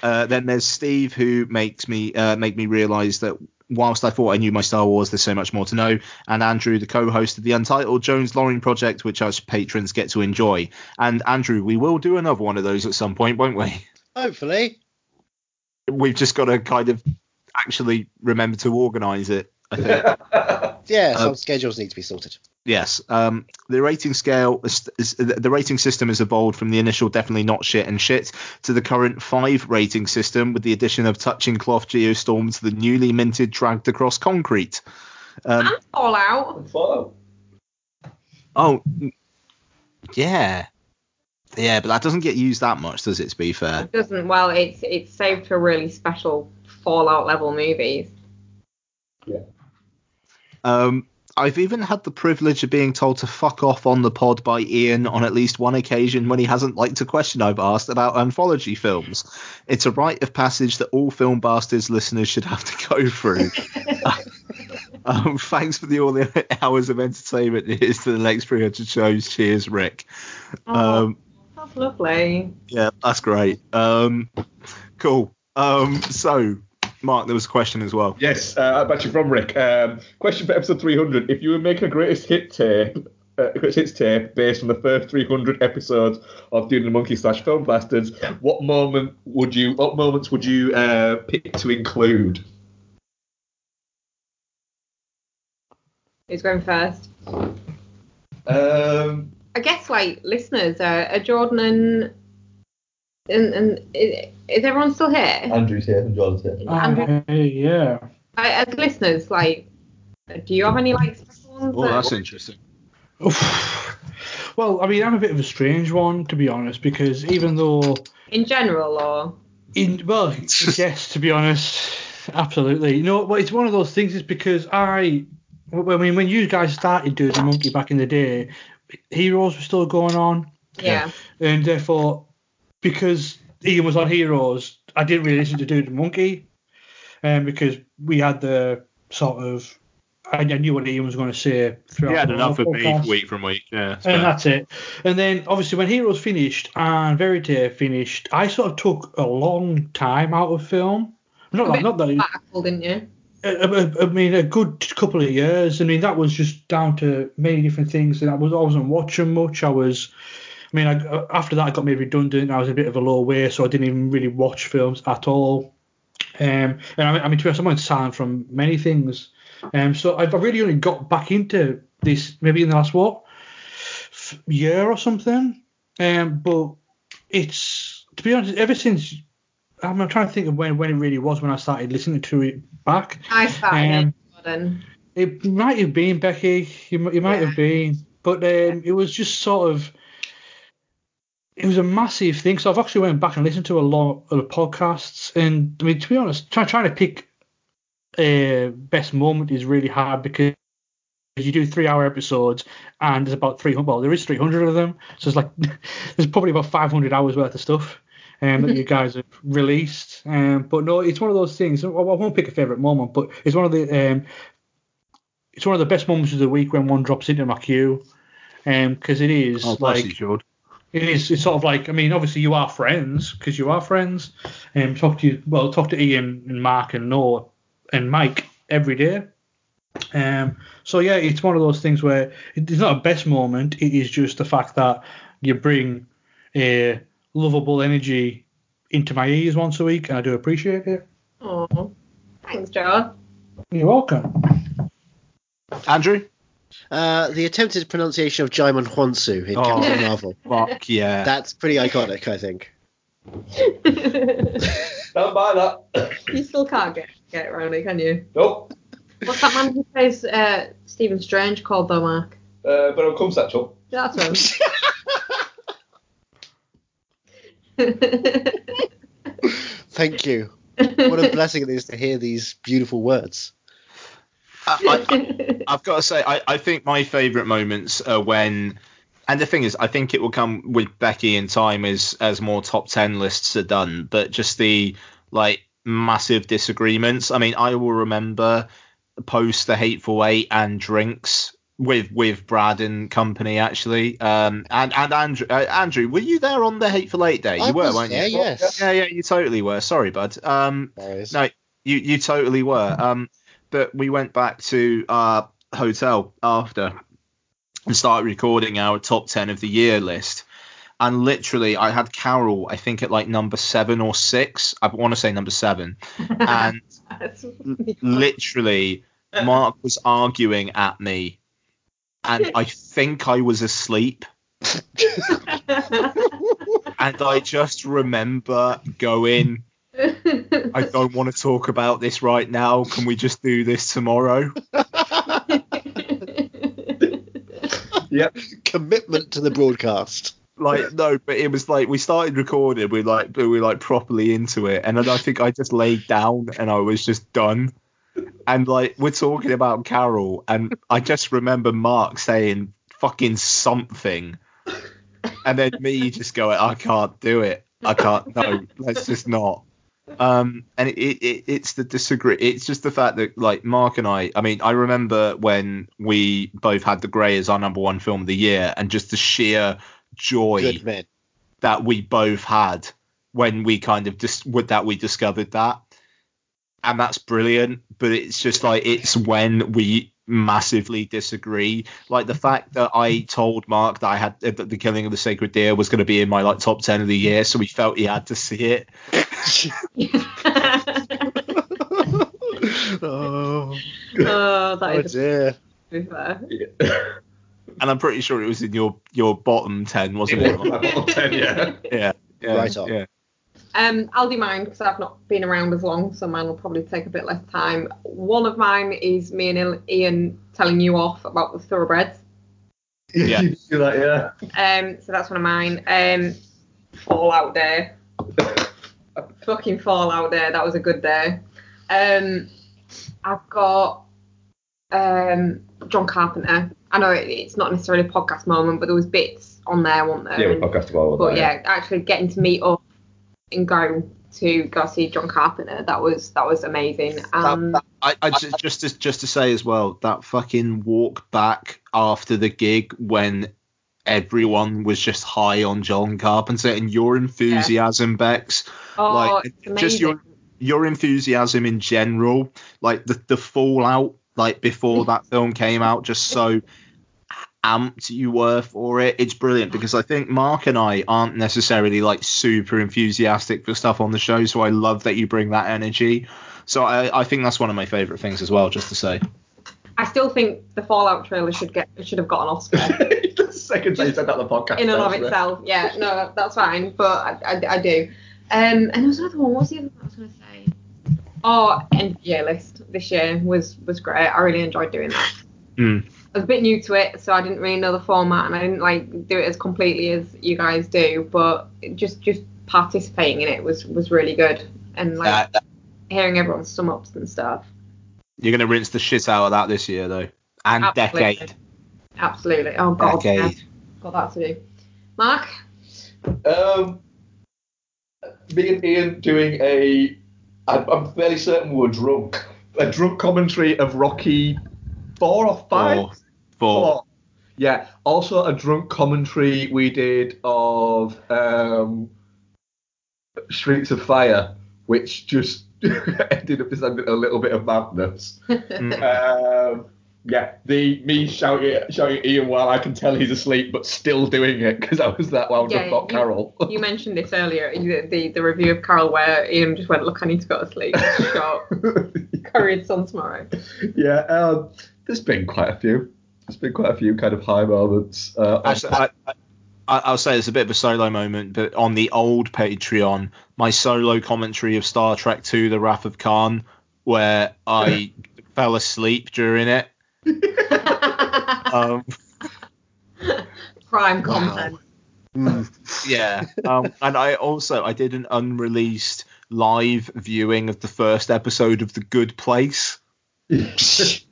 Speaker 5: Uh, then there's Steve, who makes me uh, make me realise that whilst I thought I knew my Star Wars, there's so much more to know. And Andrew, the co-host of the Untitled Jones Loring Project, which us patrons get to enjoy. And Andrew, we will do another one of those at some point, won't we?
Speaker 6: Hopefully.
Speaker 5: We've just got to kind of actually remember to organise it. I think.
Speaker 6: Yeah, some
Speaker 4: Uh,
Speaker 5: Um,
Speaker 6: schedules need to be sorted.
Speaker 5: Yes. Um, the rating scale, is, is, the rating system has evolved from the initial definitely not shit and shit to the current five rating system with the addition of touching cloth geostorm to the newly minted dragged across concrete. Um,
Speaker 3: And Fallout.
Speaker 1: Follow.
Speaker 5: oh, yeah, yeah, but that doesn't get used that much, does it? To be fair,
Speaker 3: It doesn't. Well, it's it's saved for really special Fallout level movies.
Speaker 5: um, I've even had the privilege of being told to fuck off on the pod by Ian on at least one occasion when he hasn't liked a question I've asked about anthology films. It's a rite of passage that all film bastards listeners should have to go through. um, thanks for the all the hours of entertainment. Here's to the next 300 shows. Cheers, Rick.
Speaker 3: Oh,
Speaker 5: Um,
Speaker 3: that's lovely.
Speaker 5: Yeah, that's great. Um, cool. Um, so, Mark, there was a question as well.
Speaker 1: Yes, uh, actually from Rick. Um, question for episode 300. If you were making a greatest hit tape, uh, greatest hits tape based on the first 300 episodes of Dune and Monkey slash Film Bastards, what moment would you, what moments would you uh, pick to include?
Speaker 3: Who's going first?
Speaker 1: Um,
Speaker 3: I guess like listeners, uh, are Jordan and and, and is, is everyone still here?
Speaker 1: Andrew's here and John's here.
Speaker 4: Uh, yeah.
Speaker 3: I, as listeners, like, do you have any like special ones? that-
Speaker 5: Oh, interesting.
Speaker 4: Oof. Well, I mean, I'm a bit of a strange one to be honest, because even though,
Speaker 3: in general or
Speaker 4: in well, yes, to be honest, absolutely. You know, well, it's one of those things. Is because I, I mean, when you guys started doing the monkey back in the day, heroes were still going on.
Speaker 3: yeah.
Speaker 4: and therefore, because Ian was on Heroes, I didn't really listen to Dude and Monkey, um, because we had the sort of I I knew what Ian was going to say. throughout
Speaker 5: He had
Speaker 4: the
Speaker 5: enough of me
Speaker 4: podcast.
Speaker 5: week from week. Yeah. it's
Speaker 4: And
Speaker 5: fair.
Speaker 4: that's it. And then obviously when Heroes finished and Verity finished, I sort of took a long time out of film. Not that, not that
Speaker 3: Well, didn't you?
Speaker 4: I- I I mean, a good couple of years. I mean, that was just down to many different things, and I was I wasn't watching much. I was, I mean, I, after that I got made redundant. I was a bit of a low way, so I didn't even really watch films at all. Um, and I, mean- I mean, to be honest, I'm on silent from many things. Um, so I've, I've really only got back into this maybe in the last what last year or something. Um, but it's to be honest, ever since I'm trying to think of when when it really was when I started listening to it back.
Speaker 3: I started
Speaker 4: Um,
Speaker 3: it, Jordan.
Speaker 4: It might have been Becky. It, mi- it might have been, but um, it was just sort of. It was a massive thing. So I've actually went back and listened to a lot of the podcasts, and I mean, to be honest, try, trying to pick a best moment is really hard because you do three hour episodes and there's about 300 well there is 300 of them so it's like there's probably about 500 hours worth of stuff um, that you guys have released um, but no it's one of those things I I won't pick a favorite moment but it's one of the um, it's one of the best moments of the week when one drops into my queue because it is
Speaker 5: Oh, bless
Speaker 4: like
Speaker 5: you, George.
Speaker 4: it is it's sort of like I mean obviously you are friends because you are friends um, talk to you well talk to Ian and Mark and Noah and Mike every day um, so yeah, it's one of those things where it's not a best moment. It is just the fact that you bring a lovable energy into my ears once a week, and I do appreciate it.
Speaker 3: Oh, thanks, John.
Speaker 4: You're welcome.
Speaker 5: Andrew?
Speaker 6: Uh, the attempted pronunciation of Jaimon Hwansu
Speaker 4: Oh.
Speaker 6: in Captain Marvel.
Speaker 5: Fuck yeah.
Speaker 6: That's pretty iconic, I think.
Speaker 1: Don't buy that.
Speaker 3: You still can't get get around it, can you?
Speaker 1: Nope.
Speaker 3: What's that man who plays uh, Stephen Strange called though, Mark?
Speaker 1: Uh, but I'll come satchel.
Speaker 3: That's him.
Speaker 6: Thank you. What a blessing it is to hear these beautiful words.
Speaker 5: I, I, I've got to say, I, I think my favourite moments are when, and the thing is, I think it will come with Becky in time as as more top ten lists are done. But just the like massive disagreements. I mean, I will remember post the hateful eight and drinks with with Brad and company actually. Um, and and Andrew, uh, Andrew, were you there on the hateful eight day? You
Speaker 6: I
Speaker 5: were,
Speaker 6: was
Speaker 5: weren't
Speaker 6: there,
Speaker 5: you?
Speaker 6: yes.
Speaker 5: Yeah, yeah, you totally were. Sorry, bud. Um, no, you you totally were. Um, but we went back to our hotel after and started recording our top 10 of the year list. And literally, I had Carol, I think, at like number seven or six. I want to say number seven. And literally, Mark was arguing at me. And I think I was asleep. and I just remember going, I don't want to talk about this right now. Can we just do this tomorrow?
Speaker 1: Yep.
Speaker 6: Commitment to the broadcast.
Speaker 5: like no but it was like we started recording we like we were like properly into it and then i think i just laid down and i was just done and like we're talking about carol and i just remember mark saying fucking something and then me just going i can't do it i can't no let's just not um and it, it, it it's the disagree it's just the fact that like mark and i i mean i remember when we both had the grey as our number one film of the year and just the sheer joy
Speaker 6: Good men.
Speaker 5: that we both had when we kind of just dis- that we discovered that and that's brilliant but it's just like it's when we massively disagree like the fact that i told mark that i had uh, that the killing of the sacred deer was going to be in my like top 10 of the year so he felt he had to see it
Speaker 6: Oh,
Speaker 3: oh, that
Speaker 6: oh
Speaker 3: is
Speaker 6: dear.
Speaker 3: to be fair.
Speaker 5: and i'm pretty sure it was in your your bottom 10 wasn't
Speaker 1: It was
Speaker 5: it
Speaker 1: my bottom 10, yeah.
Speaker 5: yeah, yeah
Speaker 6: Right up.
Speaker 5: yeah
Speaker 3: Um, I'll do mine because I've not been around as long, so mine will probably take a bit less time. One of mine is me and Ian telling you off about the thoroughbreds.
Speaker 5: Yeah.
Speaker 1: you do that, yeah.
Speaker 3: Um, so that's one of mine. Um, Fallout Day. Fucking Fallout Day. That was a good day. Um, I've got um, John Carpenter. I know it, it's not necessarily a podcast moment, but there was bits on there, weren't there?
Speaker 1: Yeah, we
Speaker 3: And-
Speaker 1: podcast about all
Speaker 3: but
Speaker 1: that.
Speaker 3: yeah, actually getting to meet up and go to go see John Carpenter, that was that was amazing. Um, And
Speaker 5: I, I just, just to just to say as well that fucking walk back after the gig when everyone was just high on John Carpenter and your enthusiasm, Bex,
Speaker 3: oh,
Speaker 5: like
Speaker 3: it's amazing.
Speaker 5: just your your enthusiasm in general, like the the fallout like before that film came out, just so amped you were for it. It's brilliant because I think Mark and I aren't necessarily like super enthusiastic for stuff on the show, so I love that you bring that energy. So I, I think that's one of my favourite things as well, just to say.
Speaker 3: I still think the Fallout trailer should get should have got an Oscar
Speaker 1: Second time you said that on the podcast.
Speaker 3: in and of
Speaker 1: actually.
Speaker 3: itself. Yeah, no, that's fine, but I, I, I do. Um, and there was another one. What was the other one I was going to say? Oh, NBA list this year was was great. I really enjoyed doing that.
Speaker 5: Mm.
Speaker 3: I was a bit new to it, so I didn't really know the format, and I didn't like do it as completely as you guys do. But just just participating in it was was really good, and like
Speaker 5: That- that-
Speaker 3: hearing everyone's sum ups and stuff.
Speaker 5: You're gonna rinse the shit out of that this year though, and
Speaker 3: Absolutely.
Speaker 5: decade.
Speaker 3: Absolutely. Oh god,
Speaker 5: Decade.
Speaker 3: yeah. got that to do. Mark,
Speaker 1: Um, me and Ian doing a. I'm, I'm fairly certain we were drunk. A drunk commentary of Rocky four or five.
Speaker 5: Four. Four.
Speaker 1: Yeah. Also a drunk commentary we did of um, Streets of Fire, which just ended up as a little- a little bit of madness. um, yeah, the me shouting shouting at Ian while I can tell he's asleep, but still doing it because I was that wound up
Speaker 3: Yeah,
Speaker 1: about
Speaker 3: you-
Speaker 1: Carol.
Speaker 5: Oh.
Speaker 3: you mentioned this earlier, the, the the review of Carol where Ian just went, look, I need to go to sleep. Shot. Courier's on tomorrow.
Speaker 1: yeah, um, there's been quite a few. There's been quite a few kind of high moments. Uh, on-
Speaker 5: Actually, I, I, I'll say it's a bit of a solo moment, but on the old Patreon, my solo commentary of Star Trek II: The Wrath of Khan, where I fell asleep during it. um,
Speaker 3: Prime content.
Speaker 5: yeah, um, and I also I did an unreleased live viewing of the first episode of The Good Place. Wh-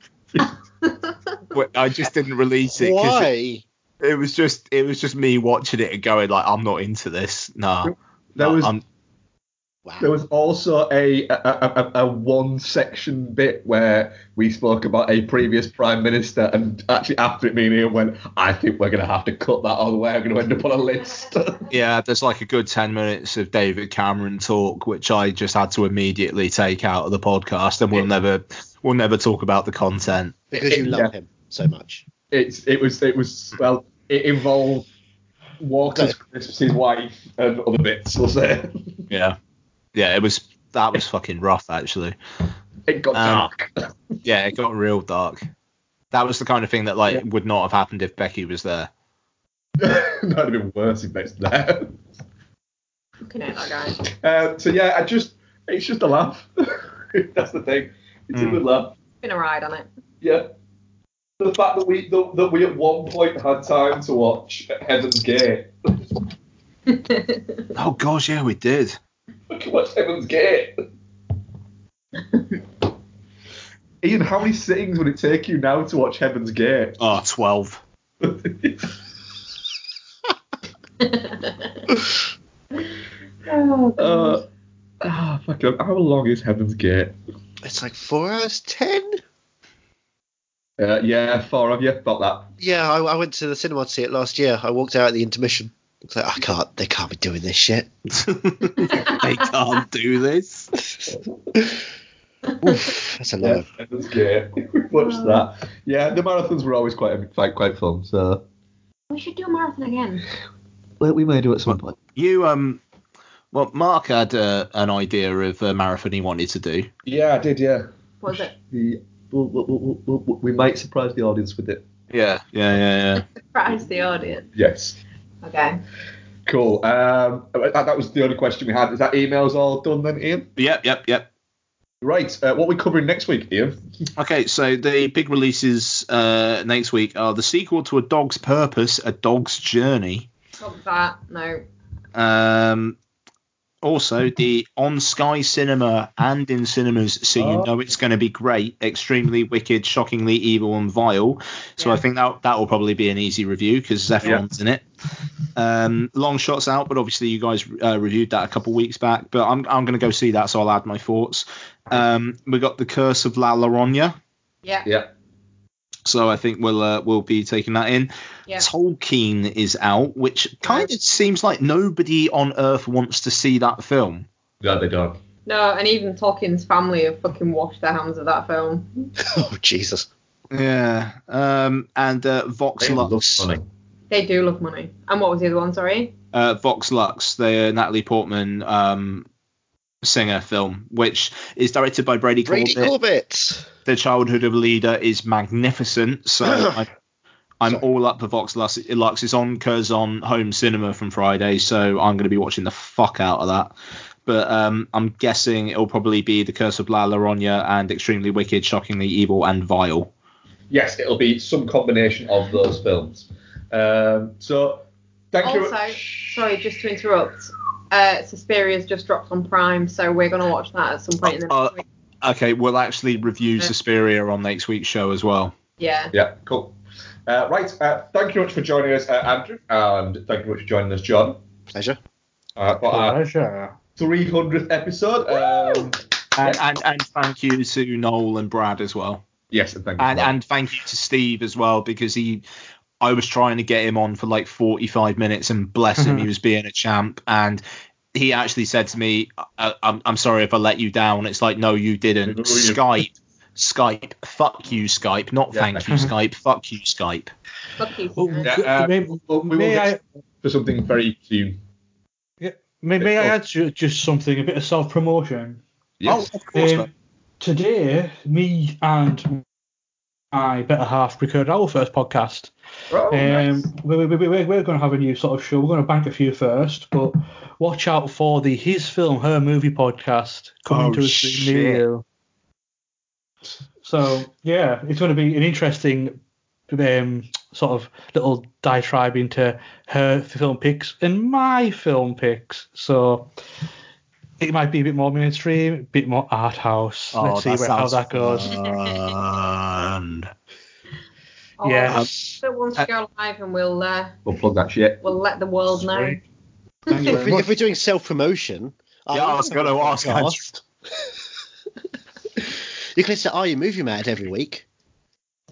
Speaker 5: I just didn't release it. 'cause It,
Speaker 6: Why?
Speaker 5: it was just it was just me watching it and going like I'm not into this. Nah.
Speaker 1: There
Speaker 5: Nah,
Speaker 1: was-
Speaker 5: I'm-
Speaker 1: There was also a a, a, a- a one section bit where we spoke about a previous prime minister, and actually after it, me and Ian went, I think we're going to have to cut that all the way. I'm going to end up on a list.
Speaker 5: Yeah, there's like a good 10 minutes of David Cameron talk, which I just had to immediately take out of the podcast, and we'll never we'll never talk about the content.
Speaker 6: Because you love him so much.
Speaker 1: it's it was it was well it involved Walker's his wife and other bits. We'll say
Speaker 5: Yeah, yeah, it was that was fucking rough actually.
Speaker 1: it got
Speaker 5: Um,
Speaker 1: dark.
Speaker 5: Yeah, it got real dark. That was the kind of thing that like would not have happened if Becky was there.
Speaker 1: That'd have been worse if next there.
Speaker 3: Looking at that guy.
Speaker 1: Um, so yeah, I just it's just a laugh. That's the thing. It's a good laugh.
Speaker 3: Been a ride on it.
Speaker 1: Yeah. The fact that we that, that we at one point had time to watch Heaven's Gate.
Speaker 5: Oh gosh, yeah, we did.
Speaker 1: We can watch Heaven's Gate. Ian, how many sittings would it take you now to watch Heaven's Gate? Uh,
Speaker 5: Oh, 12.
Speaker 3: Oh,
Speaker 1: Uh, ah, fuck it. How long is Heaven's Gate?
Speaker 6: It's like four hours ten.
Speaker 1: Uh, yeah, four of you. About that.
Speaker 6: Yeah, I, I went to the cinema to see it last year. I walked out at the intermission. It's like, I can't. They can't be doing this shit.
Speaker 5: they can't do this.
Speaker 6: That's a lot.
Speaker 1: Yeah,
Speaker 6: Of,
Speaker 1: Heaven's Gate. We
Speaker 3: Oh.
Speaker 1: watched that. Yeah, the marathons were always quite quite quite fun. So
Speaker 3: we should do a marathon again.
Speaker 1: we, we may do at some point.
Speaker 5: You um, well, Mark had uh, an idea of a marathon he wanted to do.
Speaker 1: Yeah, I did. Yeah.
Speaker 3: What was it?
Speaker 1: The we, we, we, we might surprise the audience with it.
Speaker 5: Yeah, yeah, yeah, yeah.
Speaker 3: Surprise the audience.
Speaker 1: Yes.
Speaker 3: Okay.
Speaker 1: Cool. Um, that, that was the only question we had. Is that emails all done then, Ian?
Speaker 5: Yep, yep, yep.
Speaker 1: Right. Uh, what are we covering next week, Ian?
Speaker 5: Okay, so the big releases uh, next week are the sequel to A Dog's Purpose, A Dog's Journey.
Speaker 3: What was that? No.
Speaker 5: Um, also, the on Sky Cinema and in cinemas, so you
Speaker 1: Oh.
Speaker 5: know it's going to be great. Extremely wicked, shockingly evil and vile. So I think that that will probably be an easy review because everyone's in it. Um, long shots out, but obviously you guys uh, reviewed that a couple weeks back. But I'm I'm going to go see that, so I'll add my thoughts. Um, we got the Curse of La Llorona,
Speaker 3: Yeah.
Speaker 1: Yeah.
Speaker 5: so I think we'll uh, we'll be taking that in.
Speaker 3: Yeah.
Speaker 5: Tolkien is out, which kind of seems like nobody on Earth wants to see that film.
Speaker 1: No, they don't.
Speaker 3: No, and even Tolkien's family have fucking washed their hands of that film.
Speaker 6: oh Jesus!
Speaker 5: Yeah. Um, and uh, Vox
Speaker 1: They love
Speaker 5: Lux.
Speaker 1: money.
Speaker 3: They do love money. And what was the other one? Sorry.
Speaker 5: Uh, Vox Lux, the Natalie Portman uh, um, Singer film, which is directed by Brady,
Speaker 6: Brady Corbett.
Speaker 5: The Childhood of a Leader is magnificent. So I, I'm all up for Vox Lux. Lux. It's on Curzon Home Cinema from Friday, so I'm going to be watching the fuck out of that. But um, I'm guessing it'll probably be The Curse of La Llorona and Extremely Wicked, Shockingly Evil, and Vile.
Speaker 1: Yes, it'll be some combination of those films. Um, so, thank you.
Speaker 3: also, Oh, sorry, just to interrupt. Uh, Suspiria's just dropped on Prime, so we're gonna watch that at some point in the
Speaker 5: Uh,
Speaker 3: next week.
Speaker 5: okay, we'll actually review Suspiria on next week's show as well.
Speaker 3: Yeah.
Speaker 1: Yeah, cool. Uh, right, uh, thank you much for joining us, uh, Andrew, and thank you much for joining us, John.
Speaker 6: Pleasure.
Speaker 1: Uh, for our
Speaker 4: Pleasure.
Speaker 1: 300th episode. Um,
Speaker 5: And, and, and thank you to Noel and Brad as well.
Speaker 1: yes, and thank you.
Speaker 5: And,
Speaker 1: for that.
Speaker 5: and thank you to Steve as well because he, I was trying to get him on for like 45 minutes and bless
Speaker 1: Mm-hmm.
Speaker 5: him, he was being a champ. And he actually said to me, I, I'm, I'm sorry if I let you down. It's like, no, you didn't.
Speaker 1: No, you-
Speaker 5: Skype, Skype, fuck you, Skype. Not
Speaker 1: Yeah.
Speaker 5: thank you, Skype, fuck you, Skype.
Speaker 3: Fuck you.
Speaker 4: Oh,
Speaker 3: Sarah.
Speaker 1: Yeah,
Speaker 4: g-
Speaker 1: uh,
Speaker 4: may,
Speaker 1: Well, we will
Speaker 4: may
Speaker 1: get
Speaker 4: I,
Speaker 1: for something very soon.
Speaker 4: may, may I
Speaker 1: Oh.
Speaker 4: add ju- just something, a bit of self promotion?
Speaker 1: Yes.
Speaker 5: Oh, of course.
Speaker 4: Um,
Speaker 5: but-
Speaker 4: today, me and my better half recorded our first podcast.
Speaker 1: Oh,
Speaker 4: Um,
Speaker 1: nice.
Speaker 4: we, we, we, we're going to have a new sort of show. We're going to bank a few first, but watch out for the His Film, Her Movie podcast coming
Speaker 5: Oh,
Speaker 4: to us
Speaker 5: shit.
Speaker 4: soon near you. So, yeah, it's going to be an interesting um, sort of little diatribe into her film picks and my film picks. So it might be a bit more mainstream, a bit more art house.
Speaker 5: Oh,
Speaker 4: Let's see where, how
Speaker 5: sounds
Speaker 4: that goes.
Speaker 5: fun.
Speaker 3: Oh,
Speaker 4: yeah.
Speaker 3: So once we go live, and we'll uh,
Speaker 1: We'll plug that shit.
Speaker 3: we'll let the world know.
Speaker 4: Sweet. Thank you
Speaker 6: If,
Speaker 4: very
Speaker 6: we,
Speaker 4: much.
Speaker 6: if we're doing self promotion,
Speaker 5: Yeah, I was going to ask. Andrew.
Speaker 6: You can listen to Are You Movie Mad every week,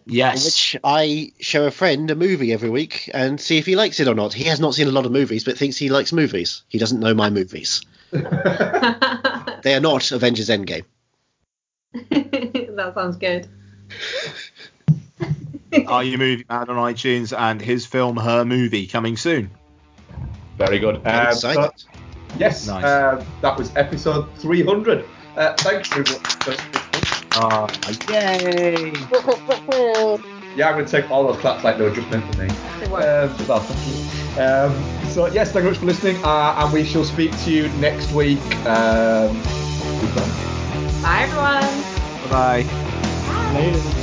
Speaker 6: in
Speaker 5: Yes.
Speaker 6: which I show a friend a movie every week and see if he likes it or not. He has not seen a lot of movies, but thinks he likes movies. He doesn't know my movies.
Speaker 3: that
Speaker 6: They are not Avengers Endgame.
Speaker 3: sounds good.
Speaker 5: Are You Movie Mad on iTunes and his film Her Movie coming soon.
Speaker 1: Very good.
Speaker 6: I'm
Speaker 1: Um, so-
Speaker 6: excited.
Speaker 1: yes,
Speaker 5: Nice.
Speaker 1: um, that was episode 300. Uh, thank you. For, Ah,
Speaker 5: Yay!
Speaker 1: yeah, I'm going to take all those claps like they were just meant for me.
Speaker 3: It works.
Speaker 1: Um, well, thank you. Um, so yes, thank you very much for listening, uh, and we shall speak to you next week. Um, goodbye.
Speaker 3: Bye everyone.
Speaker 5: Bye bye.
Speaker 4: Later.